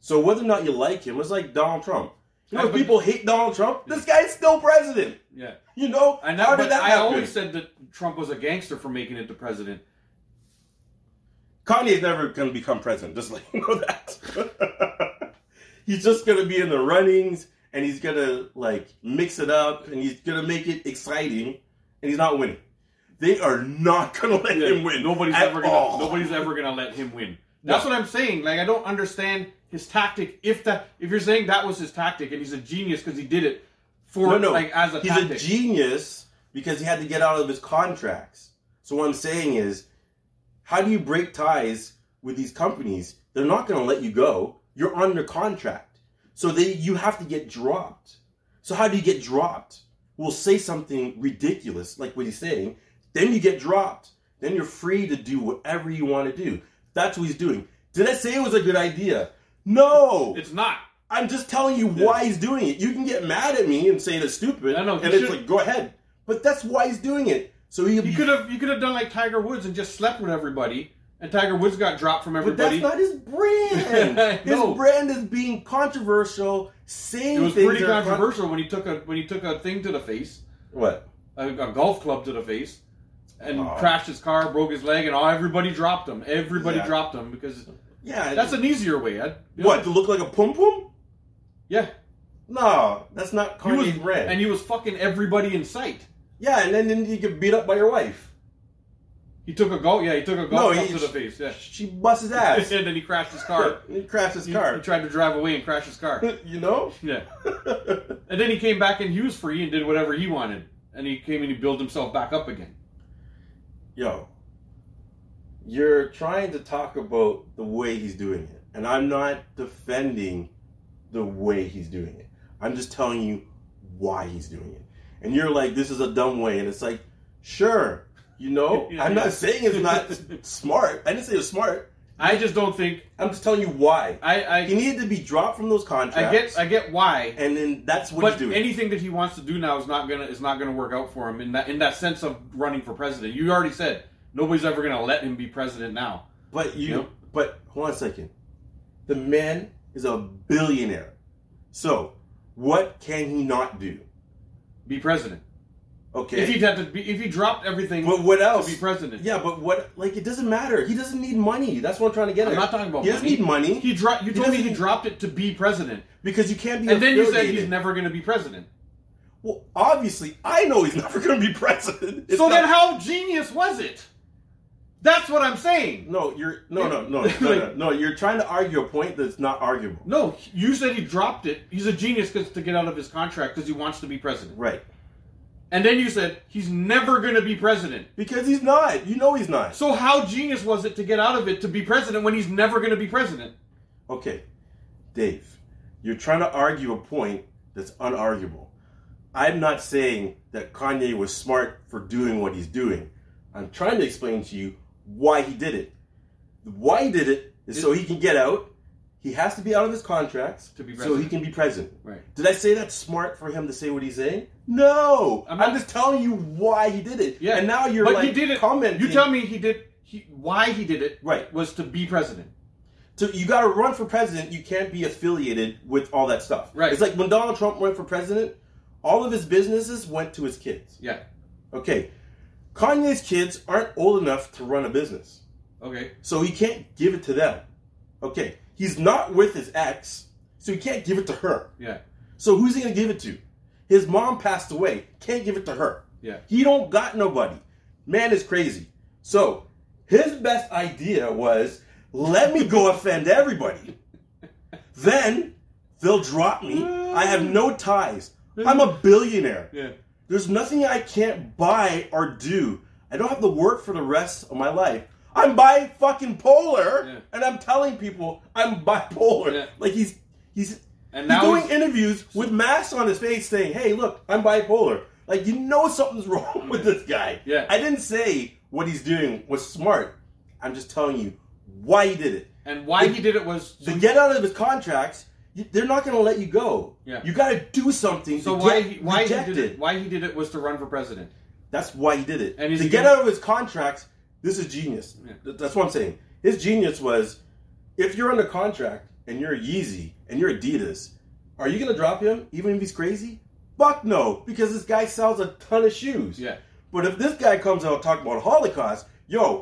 [SPEAKER 1] So whether or not you like him, it's like Donald Trump. You know, if people hate Donald Trump. This guy's still president.
[SPEAKER 5] yeah.
[SPEAKER 1] You know,
[SPEAKER 5] And
[SPEAKER 1] how
[SPEAKER 5] that,
[SPEAKER 1] did
[SPEAKER 5] but
[SPEAKER 1] that
[SPEAKER 5] I
[SPEAKER 1] happen?
[SPEAKER 5] always said that Trump was a gangster for making it to president.
[SPEAKER 1] Kanye's never going to become president. Just let you know that. he's just going to be in the runnings, and he's going to like mix it up, and he's going to make it exciting, and he's not winning. They are not going to let him win.
[SPEAKER 5] Nobody's
[SPEAKER 1] at
[SPEAKER 5] ever gonna
[SPEAKER 1] all.
[SPEAKER 5] nobody's ever gonna let him win. That's what I'm saying. Like I don't understand his tactic. If that if you're saying that was his tactic and he's a genius because he did it for
[SPEAKER 1] No, no.
[SPEAKER 5] like as a
[SPEAKER 1] he's
[SPEAKER 5] tactic.
[SPEAKER 1] a genius because he had to get out of his contracts. So what I'm saying is, how do you break ties with these companies? They're not going to let you go. You're under contract, so they you have to get dropped. So how do you get dropped? We'll say something ridiculous like what he's saying, then you get dropped. Then you're free to do whatever you want to do. That's what he's doing. Did I say it was a good idea? No.
[SPEAKER 5] it's not.
[SPEAKER 1] I'm just telling you why he's doing it. You can get mad at me and say it's stupid,
[SPEAKER 5] I know,
[SPEAKER 1] and
[SPEAKER 5] he
[SPEAKER 1] it's
[SPEAKER 5] should-
[SPEAKER 1] like go ahead. But that's why he's doing it. So he,
[SPEAKER 5] You could have you could have done like Tiger Woods and just slept with everybody, and Tiger Woods got dropped from
[SPEAKER 1] but
[SPEAKER 5] everybody.
[SPEAKER 1] that's not his brand. his
[SPEAKER 5] No.
[SPEAKER 1] brand is being controversial, saying
[SPEAKER 5] it was
[SPEAKER 1] things
[SPEAKER 5] pretty
[SPEAKER 1] that are con-
[SPEAKER 5] controversial when he took a when he took a thing to the face,
[SPEAKER 1] what?
[SPEAKER 5] a, a golf club to the face, and
[SPEAKER 1] Oh.
[SPEAKER 5] crashed his car, broke his leg, and all everybody dropped him. Everybody
[SPEAKER 1] Yeah.
[SPEAKER 5] dropped him because
[SPEAKER 1] Yeah,
[SPEAKER 5] that's an easier way. I, you know,
[SPEAKER 1] what to look like a pum pum?
[SPEAKER 5] Yeah,
[SPEAKER 1] No, that's not
[SPEAKER 5] he was
[SPEAKER 1] Kanye's brand.
[SPEAKER 5] and he was fucking everybody in sight.
[SPEAKER 1] yeah, and then, then you get beat up by your wife.
[SPEAKER 5] He took a golf. Yeah, he took a golf
[SPEAKER 1] No,
[SPEAKER 5] club
[SPEAKER 1] he-
[SPEAKER 5] to the face. Yeah,
[SPEAKER 1] She busts his ass.
[SPEAKER 5] and then he crashed his car.
[SPEAKER 1] he crashed his
[SPEAKER 5] He, he
[SPEAKER 1] car.
[SPEAKER 5] tried to drive away and crashed his car.
[SPEAKER 1] you know.
[SPEAKER 5] Yeah. and then he came back and he was free and did whatever he wanted. And he came and he built himself back up again.
[SPEAKER 1] yo, you're trying to talk about the way he's doing it. And I'm not defending the way he's doing it. I'm just telling you why he's doing it. And you're like, this is a dumb way. And it's like, sure, you know,
[SPEAKER 5] Yeah,
[SPEAKER 1] I'm
[SPEAKER 5] yeah.
[SPEAKER 1] not saying it's not s- smart. I didn't say it's smart.
[SPEAKER 5] I just don't think
[SPEAKER 1] I'm just telling you why.
[SPEAKER 5] I I,
[SPEAKER 1] He needed to be dropped from those
[SPEAKER 5] I
[SPEAKER 1] contracts.
[SPEAKER 5] get I get why.
[SPEAKER 1] and then that's what
[SPEAKER 5] But
[SPEAKER 1] he's doing.
[SPEAKER 5] anything that he wants to do now is not gonna is not gonna work out for him in that in that sense of running for president. You already said nobody's ever gonna let him be president now.
[SPEAKER 1] But you,
[SPEAKER 5] Yep.
[SPEAKER 1] but hold on a second. The man is a billionaire. So, what can he not do?
[SPEAKER 5] Be president.
[SPEAKER 1] Okay.
[SPEAKER 5] If he had to be, if he dropped everything
[SPEAKER 1] but what else?
[SPEAKER 5] to be president.
[SPEAKER 1] Yeah, but what? Like, it doesn't matter. He doesn't need money. That's what I'm trying to get
[SPEAKER 5] I'm
[SPEAKER 1] at.
[SPEAKER 5] not talking about
[SPEAKER 1] He doesn't
[SPEAKER 5] money.
[SPEAKER 1] need money
[SPEAKER 5] He dropped you
[SPEAKER 1] He
[SPEAKER 5] told me
[SPEAKER 1] doesn't-
[SPEAKER 5] he dropped it to be president.
[SPEAKER 1] because you can't be.
[SPEAKER 5] And then you said he's
[SPEAKER 1] affiliated.
[SPEAKER 5] never gonna be president.
[SPEAKER 1] Well, obviously, I know he's never going to be president. It's
[SPEAKER 5] so
[SPEAKER 1] not-
[SPEAKER 5] then how genius was it? That's what I'm saying.
[SPEAKER 1] No, you're no, no, no, no, no, no. You're trying to argue a point that's not arguable.
[SPEAKER 5] No, you said he dropped it. He's a genius 'cause- to get out of his contract because he wants to be president.
[SPEAKER 1] Right.
[SPEAKER 5] And then you said he's never going to be president.
[SPEAKER 1] Because he's not. You know he's not.
[SPEAKER 5] So how genius was it to get out of it to be president when he's never going to be president?
[SPEAKER 1] Okay, Dave, you're trying to argue a point that's unarguable. I'm not saying that Kanye was smart for doing what he's doing. I'm trying to explain to you why he did it. Why he did it is so he can get out. He has to be out of his contracts
[SPEAKER 5] To be
[SPEAKER 1] so he
[SPEAKER 5] president.
[SPEAKER 1] can be president.
[SPEAKER 5] Right.
[SPEAKER 1] Did I say that's smart for him to say what he's saying? No, I'm,
[SPEAKER 5] I'm not-
[SPEAKER 1] just telling you why he did it.
[SPEAKER 5] Yeah.
[SPEAKER 1] and now you're
[SPEAKER 5] but
[SPEAKER 1] like
[SPEAKER 5] he did it.
[SPEAKER 1] commenting.
[SPEAKER 5] You tell me he did he, why he did it.
[SPEAKER 1] Right.
[SPEAKER 5] Was to be president.
[SPEAKER 1] So you got to run for president. You can't be affiliated with all that stuff.
[SPEAKER 5] Right.
[SPEAKER 1] It's like when Donald Trump went for president, all of his businesses went to his kids.
[SPEAKER 5] Yeah.
[SPEAKER 1] Okay, Kanye's kids aren't old enough to run a business,
[SPEAKER 5] Okay.
[SPEAKER 1] so he can't give it to them. Okay, he's not with his ex, so he can't give it to her.
[SPEAKER 5] Yeah.
[SPEAKER 1] So who's he gonna give it to? His mom passed away. Can't give it to her.
[SPEAKER 5] Yeah.
[SPEAKER 1] He don't got nobody. Man is crazy. So his best idea was let me go offend everybody. Then they'll drop me. I have no ties. I'm a billionaire.
[SPEAKER 5] Yeah.
[SPEAKER 1] There's nothing I can't buy or do. I don't have to work for the rest of my life. I'm bi fucking polar,
[SPEAKER 5] Yeah.
[SPEAKER 1] and I'm telling people I'm bipolar.
[SPEAKER 5] Yeah.
[SPEAKER 1] Like he's he's
[SPEAKER 5] And
[SPEAKER 1] he's
[SPEAKER 5] now
[SPEAKER 1] doing
[SPEAKER 5] he's-
[SPEAKER 1] interviews with masks on his face, saying, "Hey, look, I'm bipolar." Like you know something's wrong with this guy.
[SPEAKER 5] Yeah.
[SPEAKER 1] I didn't say what he's doing was smart. I'm just telling you why he did it.
[SPEAKER 5] And why he did it was
[SPEAKER 1] To get out of his contracts, you, they're not going to let you go.
[SPEAKER 5] Yeah.
[SPEAKER 1] You got to do something.
[SPEAKER 5] so
[SPEAKER 1] to
[SPEAKER 5] why
[SPEAKER 1] get
[SPEAKER 5] he, why he
[SPEAKER 1] rejected.
[SPEAKER 5] did it why he did it was to run for president.
[SPEAKER 1] That's why he did it.
[SPEAKER 5] And he's
[SPEAKER 1] to get
[SPEAKER 5] again-
[SPEAKER 1] out of his contract, this is genius.
[SPEAKER 5] Yeah.
[SPEAKER 1] Th- That's what I'm saying. His genius was if you're under contract and you're Yeezy and you're Adidas, are you going to drop him even if he's crazy? Fuck no, because this guy sells a ton of shoes.
[SPEAKER 5] Yeah.
[SPEAKER 1] But if this guy comes out talking about Holocaust, yo,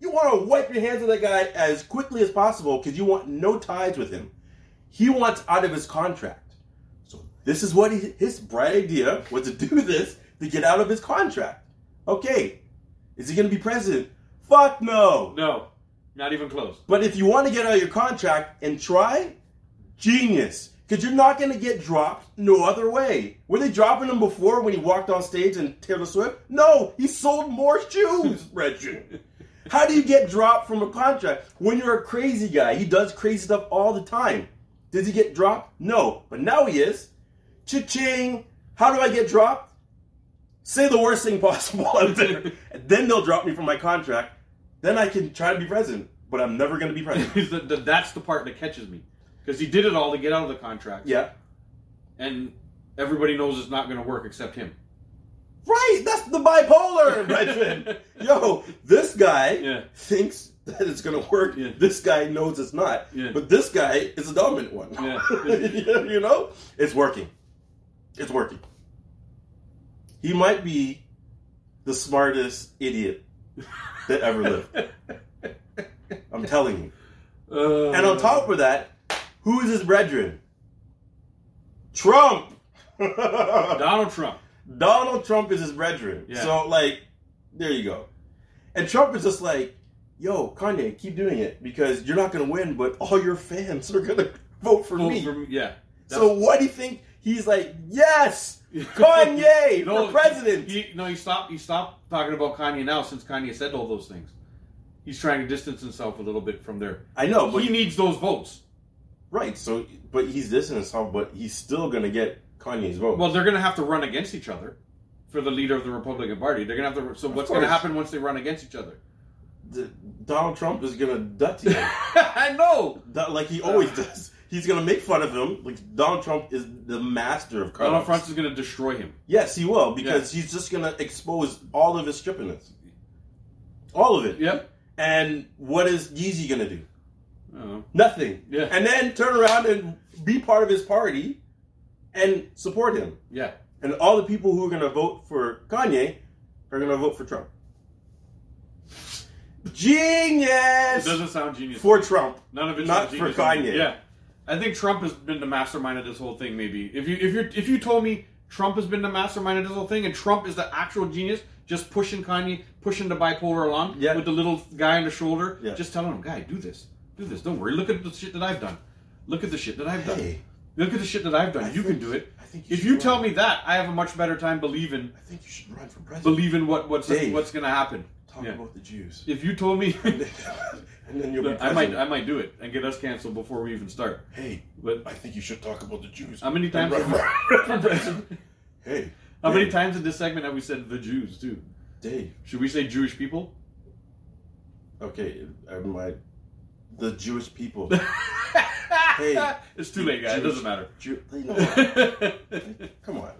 [SPEAKER 1] you want to wipe your hands of that guy as quickly as possible because you want no ties with him. He wants out of his contract. So this is what he, his bright idea was to do this to get out of his contract. Okay, is he going to be president? Fuck no.
[SPEAKER 5] No. Not even close.
[SPEAKER 1] But if you want to get out of your contract and try, genius. Because you're not going to get dropped no other way. Were they dropping him before when he walked on stage and Taylor Swift? No, he sold more shoes, Reggie. How do you get dropped from a contract when you're a crazy guy? He does crazy stuff all the time. Did he get dropped? No, but now he is. Cha-ching. How do I get dropped? Say the worst thing possible out there. And then they'll drop me from my contract. Then I can try to be president, but I'm never going to be president.
[SPEAKER 5] Is that- that- that's the part that catches me because he did it all to get out of the contract.
[SPEAKER 1] yeah.
[SPEAKER 5] and everybody knows it's not going to work except him.
[SPEAKER 1] Right, that's the bipolar, Reggie. Yo, this guy
[SPEAKER 5] Yeah.
[SPEAKER 1] thinks that it's gonna work.
[SPEAKER 5] Yeah.
[SPEAKER 1] This guy knows it's not.
[SPEAKER 5] Yeah.
[SPEAKER 1] But this guy is a dominant one.
[SPEAKER 5] Yeah.
[SPEAKER 1] you know? It's working. It's working. He might be the smartest idiot that ever lived. I'm telling you.
[SPEAKER 5] Uh,
[SPEAKER 1] And on top of that, who is his brethren? Trump!
[SPEAKER 5] Uh, Donald Trump.
[SPEAKER 1] Donald Trump is his brethren.
[SPEAKER 5] Yeah.
[SPEAKER 1] So like, there you go. And Trump is just like, yo, Kanye, keep doing it because you're not gonna win, but all your fans are gonna vote for
[SPEAKER 5] Vote
[SPEAKER 1] me.
[SPEAKER 5] for me- yeah.
[SPEAKER 1] so why do you think he's like, yes, Kanye for president?
[SPEAKER 5] He, no, he stopped. He stopped talking about Kanye now since Kanye said all those things. He's trying to distance himself a little bit from there.
[SPEAKER 1] I know, but
[SPEAKER 5] he needs those votes.
[SPEAKER 1] right. So, but he's this and himself, but he's still gonna get Kanye's vote.
[SPEAKER 5] Well, they're going to have to run against each other for the leader of the Republican Party. They're going to have to. So what's going to
[SPEAKER 1] course.
[SPEAKER 5] happen once they run against each other?
[SPEAKER 1] D- Donald Trump is gonna duck to him.
[SPEAKER 5] I know.
[SPEAKER 1] That- like he always does. He's gonna make fun of him. Like Donald Trump is the master of
[SPEAKER 5] Donald
[SPEAKER 1] cut-offs.
[SPEAKER 5] Trump is going to destroy him.
[SPEAKER 1] Yes, he will because he's just gonna expose all of his strippiness, all of it.
[SPEAKER 5] Yep.
[SPEAKER 1] And what is Yeezy gonna do?
[SPEAKER 5] Oh.
[SPEAKER 1] Nothing.
[SPEAKER 5] Yeah.
[SPEAKER 1] And then turn around and be part of his party, and support him.
[SPEAKER 5] Yeah.
[SPEAKER 1] And all the people who are gonna vote for Kanye are gonna vote for Trump.
[SPEAKER 5] It
[SPEAKER 1] Genius
[SPEAKER 5] doesn't sound genius.
[SPEAKER 1] for Trump.
[SPEAKER 5] None of it's
[SPEAKER 1] Not
[SPEAKER 5] genius.
[SPEAKER 1] for Kanye.
[SPEAKER 5] Yeah, I think Trump has been the mastermind of this whole thing. Maybe if you if you if you told me Trump has been the mastermind of this whole thing, and Trump is the actual genius, just pushing Kanye, pushing the bipolar along
[SPEAKER 1] Yeah.
[SPEAKER 5] with the little guy on the shoulder,
[SPEAKER 1] Yeah.
[SPEAKER 5] just telling him, "Guy, do this, do this. Don't worry. Look at the shit that I've done. Look at the shit that I've done.
[SPEAKER 1] Hey.
[SPEAKER 5] Look at the shit that I've done.
[SPEAKER 1] I
[SPEAKER 5] you
[SPEAKER 1] think-
[SPEAKER 5] can do it.
[SPEAKER 1] I think you
[SPEAKER 5] if
[SPEAKER 1] should
[SPEAKER 5] you
[SPEAKER 1] run.
[SPEAKER 5] tell me that, I have a much better time believing
[SPEAKER 1] I think you should run for president.
[SPEAKER 5] believing what what's
[SPEAKER 1] Dave.
[SPEAKER 5] what's gonna happen.
[SPEAKER 1] Talk
[SPEAKER 5] Yeah.
[SPEAKER 1] about the Jews.
[SPEAKER 5] If you told me.
[SPEAKER 1] and then you'll be.
[SPEAKER 5] I might,
[SPEAKER 1] president.
[SPEAKER 5] I might do it and get us canceled before we even start.
[SPEAKER 1] Hey,
[SPEAKER 5] But
[SPEAKER 1] I think you should talk about the Jews.
[SPEAKER 5] How many times?
[SPEAKER 1] hey.
[SPEAKER 5] how many
[SPEAKER 1] Dave,
[SPEAKER 5] times in this segment have we said the Jews too?
[SPEAKER 1] Dave.
[SPEAKER 5] Should we say Jewish people?
[SPEAKER 1] Okay, I might. The Jewish people. hey,
[SPEAKER 5] It's too late, guys. It doesn't matter.
[SPEAKER 1] Jew, they know what- come on.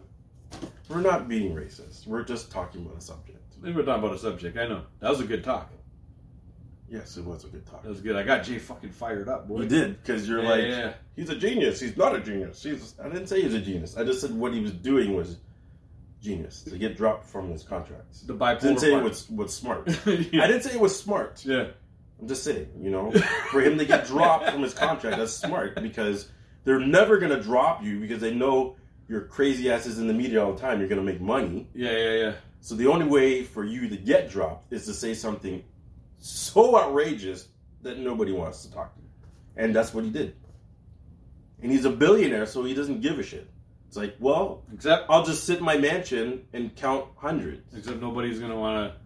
[SPEAKER 1] We're not being racist. We're just talking about a subject.
[SPEAKER 5] we were talking about a subject. I know. That was a good talk.
[SPEAKER 1] Yes, it was a good talk.
[SPEAKER 5] That was good. I got Jay fucking fired up, boy.
[SPEAKER 1] You did because you're
[SPEAKER 5] Yeah,
[SPEAKER 1] like,
[SPEAKER 5] yeah.
[SPEAKER 1] he's a genius. He's not a genius. He's. I didn't say he's a genius. I just said what he was doing was genius to get dropped from his contracts.
[SPEAKER 5] The
[SPEAKER 1] I didn't
[SPEAKER 5] bipolar
[SPEAKER 1] say it
[SPEAKER 5] part.
[SPEAKER 1] was was smart.
[SPEAKER 5] Yeah.
[SPEAKER 1] I didn't say it was smart.
[SPEAKER 5] Yeah.
[SPEAKER 1] I'm just saying, you know, for him to get dropped from his contract, that's smart because they're never going to drop you because they know your crazy asses in the media all the time. You're gonna make money.
[SPEAKER 5] Yeah, yeah, yeah.
[SPEAKER 1] So the only way for you to get dropped is to say something so outrageous that nobody wants to talk to you. And that's what he did. And he's a billionaire, so he doesn't give a shit. It's like, well,
[SPEAKER 5] Except
[SPEAKER 1] I'll just sit in my mansion and count hundreds.
[SPEAKER 5] except nobody's gonna want to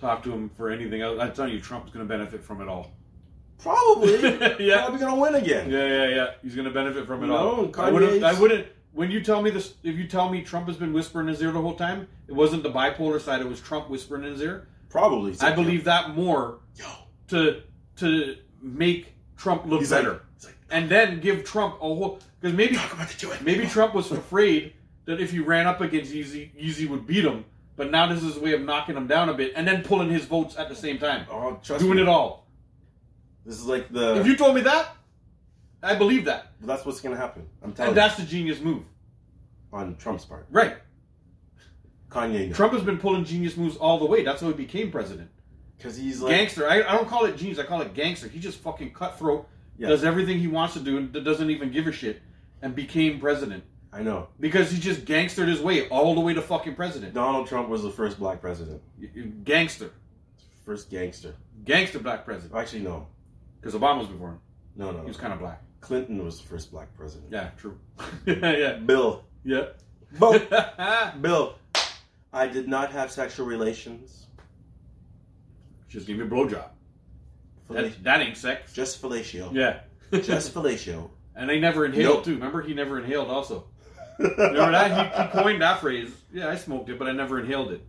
[SPEAKER 5] talk to him for anything else. I tell you, Trump's gonna benefit from it all.
[SPEAKER 1] Probably.
[SPEAKER 5] Yeah.
[SPEAKER 1] Probably gonna win again.
[SPEAKER 5] Yeah, yeah, yeah. He's gonna benefit from it
[SPEAKER 1] No,
[SPEAKER 5] all.
[SPEAKER 1] Kanye's-
[SPEAKER 5] I wouldn't. I wouldn't. When you tell me this, if you tell me Trump has been whispering in his ear the whole time, it wasn't the bipolar side. It was Trump whispering in his ear.
[SPEAKER 1] Probably. He's
[SPEAKER 5] I
[SPEAKER 1] like,
[SPEAKER 5] believe that more
[SPEAKER 1] Yo.
[SPEAKER 5] to to make Trump look
[SPEAKER 1] He's like,
[SPEAKER 5] better,
[SPEAKER 1] he's like,
[SPEAKER 5] and then give Trump a whole because maybe
[SPEAKER 1] I'm about to do it.
[SPEAKER 5] maybe Trump was afraid that if he ran up against Easy, Easy would beat him. But now this is a way of knocking him down a bit, and then pulling his votes at the same time,
[SPEAKER 1] Oh, trust
[SPEAKER 5] doing
[SPEAKER 1] me.
[SPEAKER 5] it all.
[SPEAKER 1] This is like the.
[SPEAKER 5] If you told me that, I believe that,
[SPEAKER 1] that's what's gonna happen. I'm telling
[SPEAKER 5] and
[SPEAKER 1] you.
[SPEAKER 5] that's the genius move,
[SPEAKER 1] On Trump's part,
[SPEAKER 5] right?
[SPEAKER 1] Kanye,
[SPEAKER 5] Trump has been pulling genius moves all the way. That's how he became president.
[SPEAKER 1] because he's like
[SPEAKER 5] gangster. I, I don't call it genius. I call it gangster. He just fucking cutthroat.
[SPEAKER 1] Yeah.
[SPEAKER 5] Does everything he wants to do and doesn't even give a shit, and became president
[SPEAKER 1] I know.
[SPEAKER 5] because he just gangstered his way all the way to fucking president.
[SPEAKER 1] Donald Trump was the first black president,
[SPEAKER 5] Y- y- Gangster,
[SPEAKER 1] first gangster.
[SPEAKER 5] gangster black president.
[SPEAKER 1] Actually, no,
[SPEAKER 5] Because Obama was before him.
[SPEAKER 1] no,
[SPEAKER 5] He
[SPEAKER 1] no.
[SPEAKER 5] was kind of black.
[SPEAKER 1] Clinton was the first black president.
[SPEAKER 5] Yeah, true. yeah,
[SPEAKER 1] Bill,
[SPEAKER 5] yeah.
[SPEAKER 1] Bo, Bill, I did not have sexual relations.
[SPEAKER 5] just give me a blowjob.
[SPEAKER 1] Fellatio.
[SPEAKER 5] That, that ain't sex.
[SPEAKER 1] Just fellatio.
[SPEAKER 5] Yeah.
[SPEAKER 1] Just fellatio.
[SPEAKER 5] and they never inhaled
[SPEAKER 1] Nope.
[SPEAKER 5] too. Remember, he never inhaled also. Remember that? He, he coined that phrase. Yeah, I smoked it, but I never inhaled it.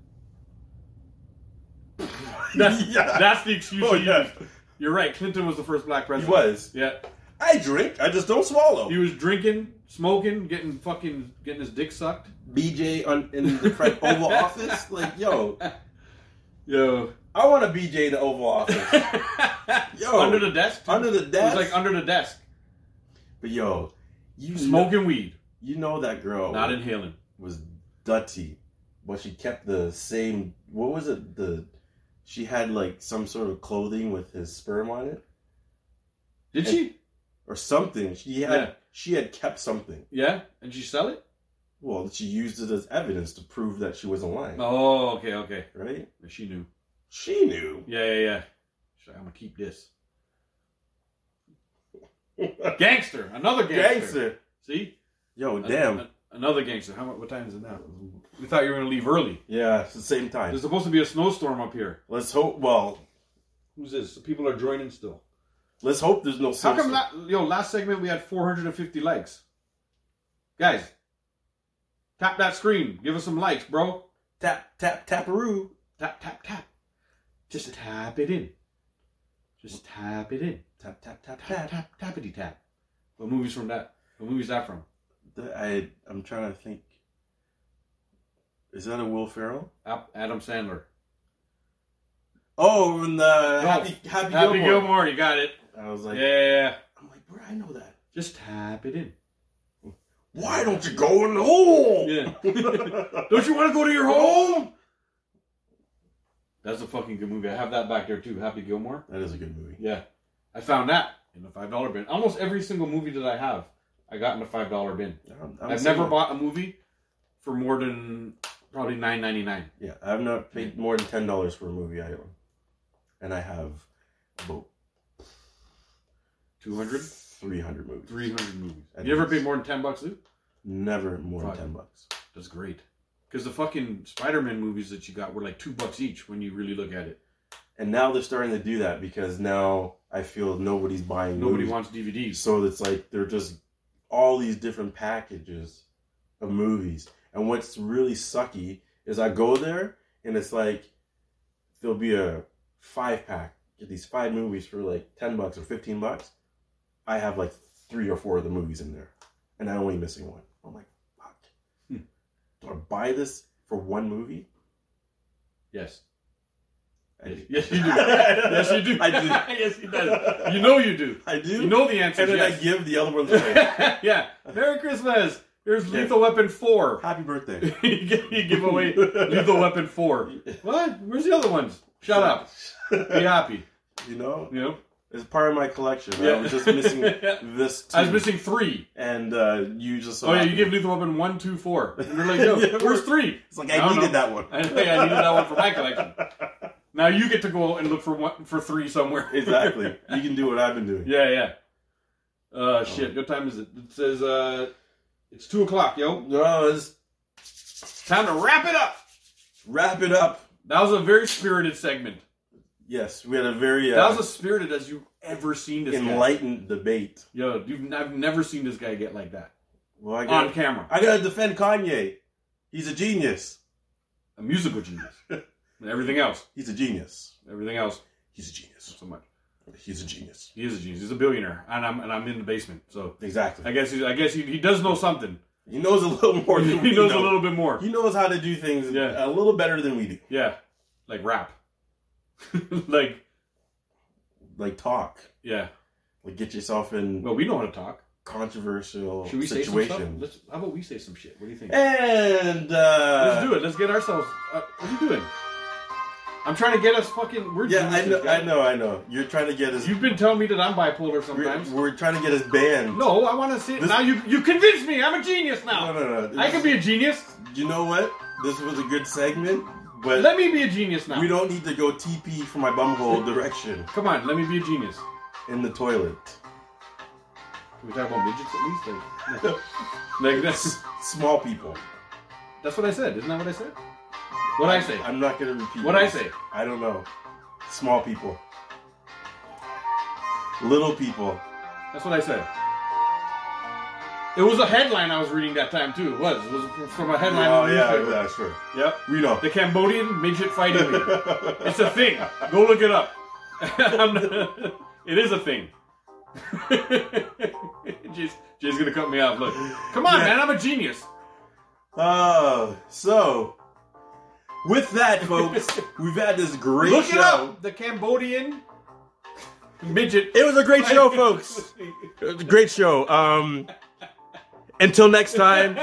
[SPEAKER 5] That's,
[SPEAKER 1] Yeah.
[SPEAKER 5] that's the excuse
[SPEAKER 1] Oh,
[SPEAKER 5] he
[SPEAKER 1] yeah.
[SPEAKER 5] used. You're right. Clinton was the first black
[SPEAKER 1] He
[SPEAKER 5] president.
[SPEAKER 1] was.
[SPEAKER 5] Yeah.
[SPEAKER 1] I drink. I just don't swallow.
[SPEAKER 5] He was drinking, smoking, getting fucking, getting his dick sucked.
[SPEAKER 1] BJ on, in the Fred Oval Office. Like, yo,
[SPEAKER 5] Yo.
[SPEAKER 1] I want a BJ in the Oval Office. Yo.
[SPEAKER 5] Under the desk? too.
[SPEAKER 1] Under the
[SPEAKER 5] It
[SPEAKER 1] desk?
[SPEAKER 5] was like under the desk.
[SPEAKER 1] But yo, you smoke.
[SPEAKER 5] Smoking weed.
[SPEAKER 1] you know that girl
[SPEAKER 5] Not inhaling.
[SPEAKER 1] was dutty, but she kept the same. What was it? The she had like some sort of clothing with his sperm on it
[SPEAKER 5] Did she?
[SPEAKER 1] or something. She had
[SPEAKER 5] Yeah.
[SPEAKER 1] she had kept something.
[SPEAKER 5] Yeah. And she sell it?
[SPEAKER 1] Well, she used it as evidence to prove that she wasn't lying.
[SPEAKER 5] Oh, okay, okay.
[SPEAKER 1] Right?
[SPEAKER 5] She knew.
[SPEAKER 1] She knew.
[SPEAKER 5] Yeah, yeah, yeah. She's like, I'm gonna keep this. gangster, another gangster.
[SPEAKER 1] Gangster.
[SPEAKER 5] See,
[SPEAKER 1] Yo,
[SPEAKER 5] An-
[SPEAKER 1] damn.
[SPEAKER 5] an- another gangster. How mu- What time is it now? We thought you were gonna leave early.
[SPEAKER 1] yeah, it's the same time.
[SPEAKER 5] There's supposed to be a snowstorm up here.
[SPEAKER 1] Let's hope. Well,
[SPEAKER 5] Who's this? People are joining still.
[SPEAKER 1] let's hope there's no.
[SPEAKER 5] How come,
[SPEAKER 1] snowstorm.
[SPEAKER 5] la- yo? Last segment we had 450 likes. Guys, tap that screen. Give us some likes, bro.
[SPEAKER 1] tap tap taparoo?
[SPEAKER 5] Tap tap tap. Just tap it in. Just tap it in.
[SPEAKER 1] Tap tap tap
[SPEAKER 5] Tap,
[SPEAKER 1] tap.
[SPEAKER 5] tap, tappity tap. What movie's from that? What movie's that from?
[SPEAKER 1] The- I I'm trying to think. Is that a Will Ferrell?
[SPEAKER 5] Ap- Adam Sandler.
[SPEAKER 1] Oh, and the
[SPEAKER 5] No.
[SPEAKER 1] Happy, Happy,
[SPEAKER 5] Happy
[SPEAKER 1] Gilmore.
[SPEAKER 5] Gilmore. you got it.
[SPEAKER 1] I was like,
[SPEAKER 5] yeah, yeah, yeah.
[SPEAKER 1] I'm like, bro, I know that.
[SPEAKER 5] Just tap it in.
[SPEAKER 1] Why don't you go in home?
[SPEAKER 5] Yeah.
[SPEAKER 1] Yeah.
[SPEAKER 5] Don't you want to go to your home? That's a fucking good movie. I have that back there too. Happy Gilmore.
[SPEAKER 1] that is a good movie.
[SPEAKER 5] Yeah. I found that in the five dollar bin. Almost every single movie that I have, I got in the five dollar bin.
[SPEAKER 1] I'm,
[SPEAKER 5] I've never bought a movie for more than probably nine ninety nine.
[SPEAKER 1] Yeah, I've not paid more than ten dollars for a movie I own, and I have about
[SPEAKER 5] 200?
[SPEAKER 1] three hundred movies.
[SPEAKER 5] 300 movies.
[SPEAKER 1] That
[SPEAKER 5] you ever
[SPEAKER 1] is-
[SPEAKER 5] paid more than 10 bucks, Lou?
[SPEAKER 1] Never more
[SPEAKER 5] Fuck.
[SPEAKER 1] than ten bucks.
[SPEAKER 5] That's great. Because the fucking Spider Man movies that you got were like two bucks each when you really look at it.
[SPEAKER 1] And now they're starting to do that because now I feel nobody's buying.
[SPEAKER 5] Nobody
[SPEAKER 1] movies.
[SPEAKER 5] wants DVDs.
[SPEAKER 1] So it's like they're just all these different packages of movies. And what's really sucky is I go there and it's like there'll be a five pack, get these five movies for like ten bucks or fifteen bucks. I have like three or four of the movies in there, and I'm only missing one. I'm like, fuck.
[SPEAKER 5] Hmm.
[SPEAKER 1] Do I buy this for one movie?
[SPEAKER 5] Yes.
[SPEAKER 1] I do.
[SPEAKER 5] Yes, you do. yes, you do.
[SPEAKER 1] I do.
[SPEAKER 5] yes, he does. You know you do.
[SPEAKER 1] I do.
[SPEAKER 5] You know the answer.
[SPEAKER 1] and then I
[SPEAKER 5] Yes.
[SPEAKER 1] give the other ones away.
[SPEAKER 5] yeah. Merry Christmas. Here's
[SPEAKER 1] Yeah.
[SPEAKER 5] Lethal Weapon 4.
[SPEAKER 1] Happy birthday.
[SPEAKER 5] you give- you give away Lethal Weapon 4. What? Where's the other ones? Shut up. Be happy.
[SPEAKER 1] You know,
[SPEAKER 5] You know?
[SPEAKER 1] It's part of my collection. I
[SPEAKER 5] Yeah.
[SPEAKER 1] was just missing this. Two.
[SPEAKER 5] I was missing three.
[SPEAKER 1] And uh, you just.
[SPEAKER 5] Oh yeah, you gave Lethal Weapon one, two, four. And you're like, yo,
[SPEAKER 1] Yeah,
[SPEAKER 5] where's three?
[SPEAKER 1] It's like I,
[SPEAKER 5] don't
[SPEAKER 1] needed
[SPEAKER 5] know.
[SPEAKER 1] that one.
[SPEAKER 5] I think I needed that one for my collection. Now you get to go and look for one for three somewhere.
[SPEAKER 1] exactly. You can do what I've been doing.
[SPEAKER 5] yeah, yeah. Uh, shit. What time is it? It says uh, it's two o'clock, yo.
[SPEAKER 1] No, let's
[SPEAKER 5] Time to wrap it up.
[SPEAKER 1] wrap it up.
[SPEAKER 5] That was a very spirited segment.
[SPEAKER 1] Yes, we had a very uh,
[SPEAKER 5] That was as spirited as you've ever seen this guy.
[SPEAKER 1] enlightened debate.
[SPEAKER 5] Yo, dude, I've never seen this guy get like that
[SPEAKER 1] Well, I
[SPEAKER 5] on
[SPEAKER 1] got,
[SPEAKER 5] camera.
[SPEAKER 1] I gotta defend Kanye. He's a genius.
[SPEAKER 5] A musical genius. And everything else,
[SPEAKER 1] He's a genius.
[SPEAKER 5] everything else,
[SPEAKER 1] He's a genius.
[SPEAKER 5] so much.
[SPEAKER 1] He's a genius.
[SPEAKER 5] He is a genius. He's a billionaire, and I'm and I'm in the basement. So I
[SPEAKER 1] Exactly.
[SPEAKER 5] guess he's, I guess he, he does know something.
[SPEAKER 1] He knows a little more
[SPEAKER 5] He
[SPEAKER 1] than we
[SPEAKER 5] knows
[SPEAKER 1] know.
[SPEAKER 5] a little bit more.
[SPEAKER 1] He knows how to do things a
[SPEAKER 5] Yeah.
[SPEAKER 1] little better than we do.
[SPEAKER 5] Yeah, like rap. like
[SPEAKER 1] Like talk.
[SPEAKER 5] yeah.
[SPEAKER 1] Like get yourself in
[SPEAKER 5] Well, we know how to talk.
[SPEAKER 1] controversial
[SPEAKER 5] Should we say some stuff?
[SPEAKER 1] situations.
[SPEAKER 5] Let's, how about we say some shit? What do you think?
[SPEAKER 1] And uh
[SPEAKER 5] Let's do it. Let's get ourselves. Uh, what are you doing? I'm trying to get us fucking. We're
[SPEAKER 1] Yeah, I
[SPEAKER 5] geniuses,
[SPEAKER 1] know,
[SPEAKER 5] guys.
[SPEAKER 1] I know, I know. You're trying to get us.
[SPEAKER 5] You've been telling me that I'm bipolar
[SPEAKER 1] we're,
[SPEAKER 5] sometimes.
[SPEAKER 1] we're trying to get us banned.
[SPEAKER 5] No, I want to see.
[SPEAKER 1] This-
[SPEAKER 5] now you you convinced me. I'm a genius now.
[SPEAKER 1] no, no. no.
[SPEAKER 5] I can be a genius.
[SPEAKER 1] You know what? This was a good segment, but
[SPEAKER 5] Let me be a genius now.
[SPEAKER 1] we don't need to go TP for my bumhole direction
[SPEAKER 5] Come on, let me be a genius.
[SPEAKER 1] in the toilet.
[SPEAKER 5] Can we talk about midgets at least? Like, no. like that's
[SPEAKER 1] Small people.
[SPEAKER 5] that's what I said. Isn't that what I said? What I say?
[SPEAKER 1] I'm not gonna repeat.
[SPEAKER 5] What I say?
[SPEAKER 1] I don't know. Small people. Little people.
[SPEAKER 5] That's what I said. It was a headline I was reading that time too. It was. It was from a headline.
[SPEAKER 1] Oh
[SPEAKER 5] in the
[SPEAKER 1] yeah,
[SPEAKER 5] newspaper.
[SPEAKER 1] yeah, sure.
[SPEAKER 5] Yep.
[SPEAKER 1] We know.
[SPEAKER 5] The Cambodian midget fighting league. It's a thing. Go look it up. I'm not- it is a thing. Jay's, Jay's gonna cut me off. Look, come on,
[SPEAKER 1] Yeah.
[SPEAKER 5] man. I'm a genius.
[SPEAKER 1] Oh, so with that, folks, we've had this great
[SPEAKER 5] look
[SPEAKER 1] show.
[SPEAKER 5] it up. The Cambodian midget.
[SPEAKER 1] It was a great show, folks. It was a great show. Um, until next time,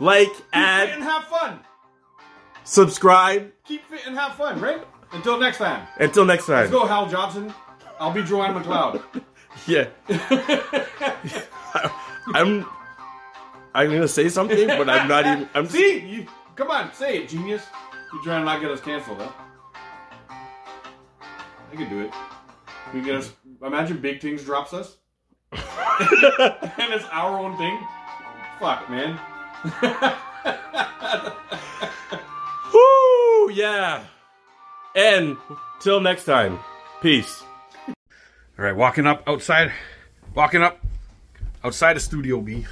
[SPEAKER 1] like,
[SPEAKER 5] Keep fit and
[SPEAKER 1] add,
[SPEAKER 5] have fun.
[SPEAKER 1] subscribe.
[SPEAKER 5] Keep fit and have fun, right? Until next time.
[SPEAKER 1] Until next
[SPEAKER 5] Let's
[SPEAKER 1] time.
[SPEAKER 5] go, Hal Johnson. I'll be Joanne McLeod.
[SPEAKER 1] Yeah. I'm. I'm gonna say something, but I'm not even. I'm.
[SPEAKER 5] See, you, come on, say it, genius. You're trying to not get us canceled, huh? I can do it. We can get us. Imagine Big Things drops us, and it's our own thing. Fuck, man.
[SPEAKER 1] Woo! Yeah. And till next time, peace.
[SPEAKER 6] All right, walking up outside, walking up outside of Studio B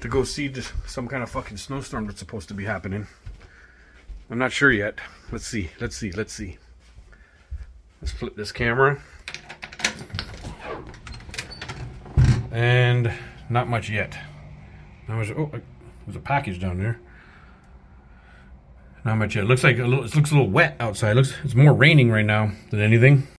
[SPEAKER 6] to go see this, some kind of fucking snowstorm that's supposed to be happening. I'm not sure yet. Let's see. Let's see. Let's see. Let's flip this camera. And not much yet. Not much. Oh, there's a package down there. Not much yet. Looks like a little. It looks a little wet outside. Looks. It's more raining right now than anything.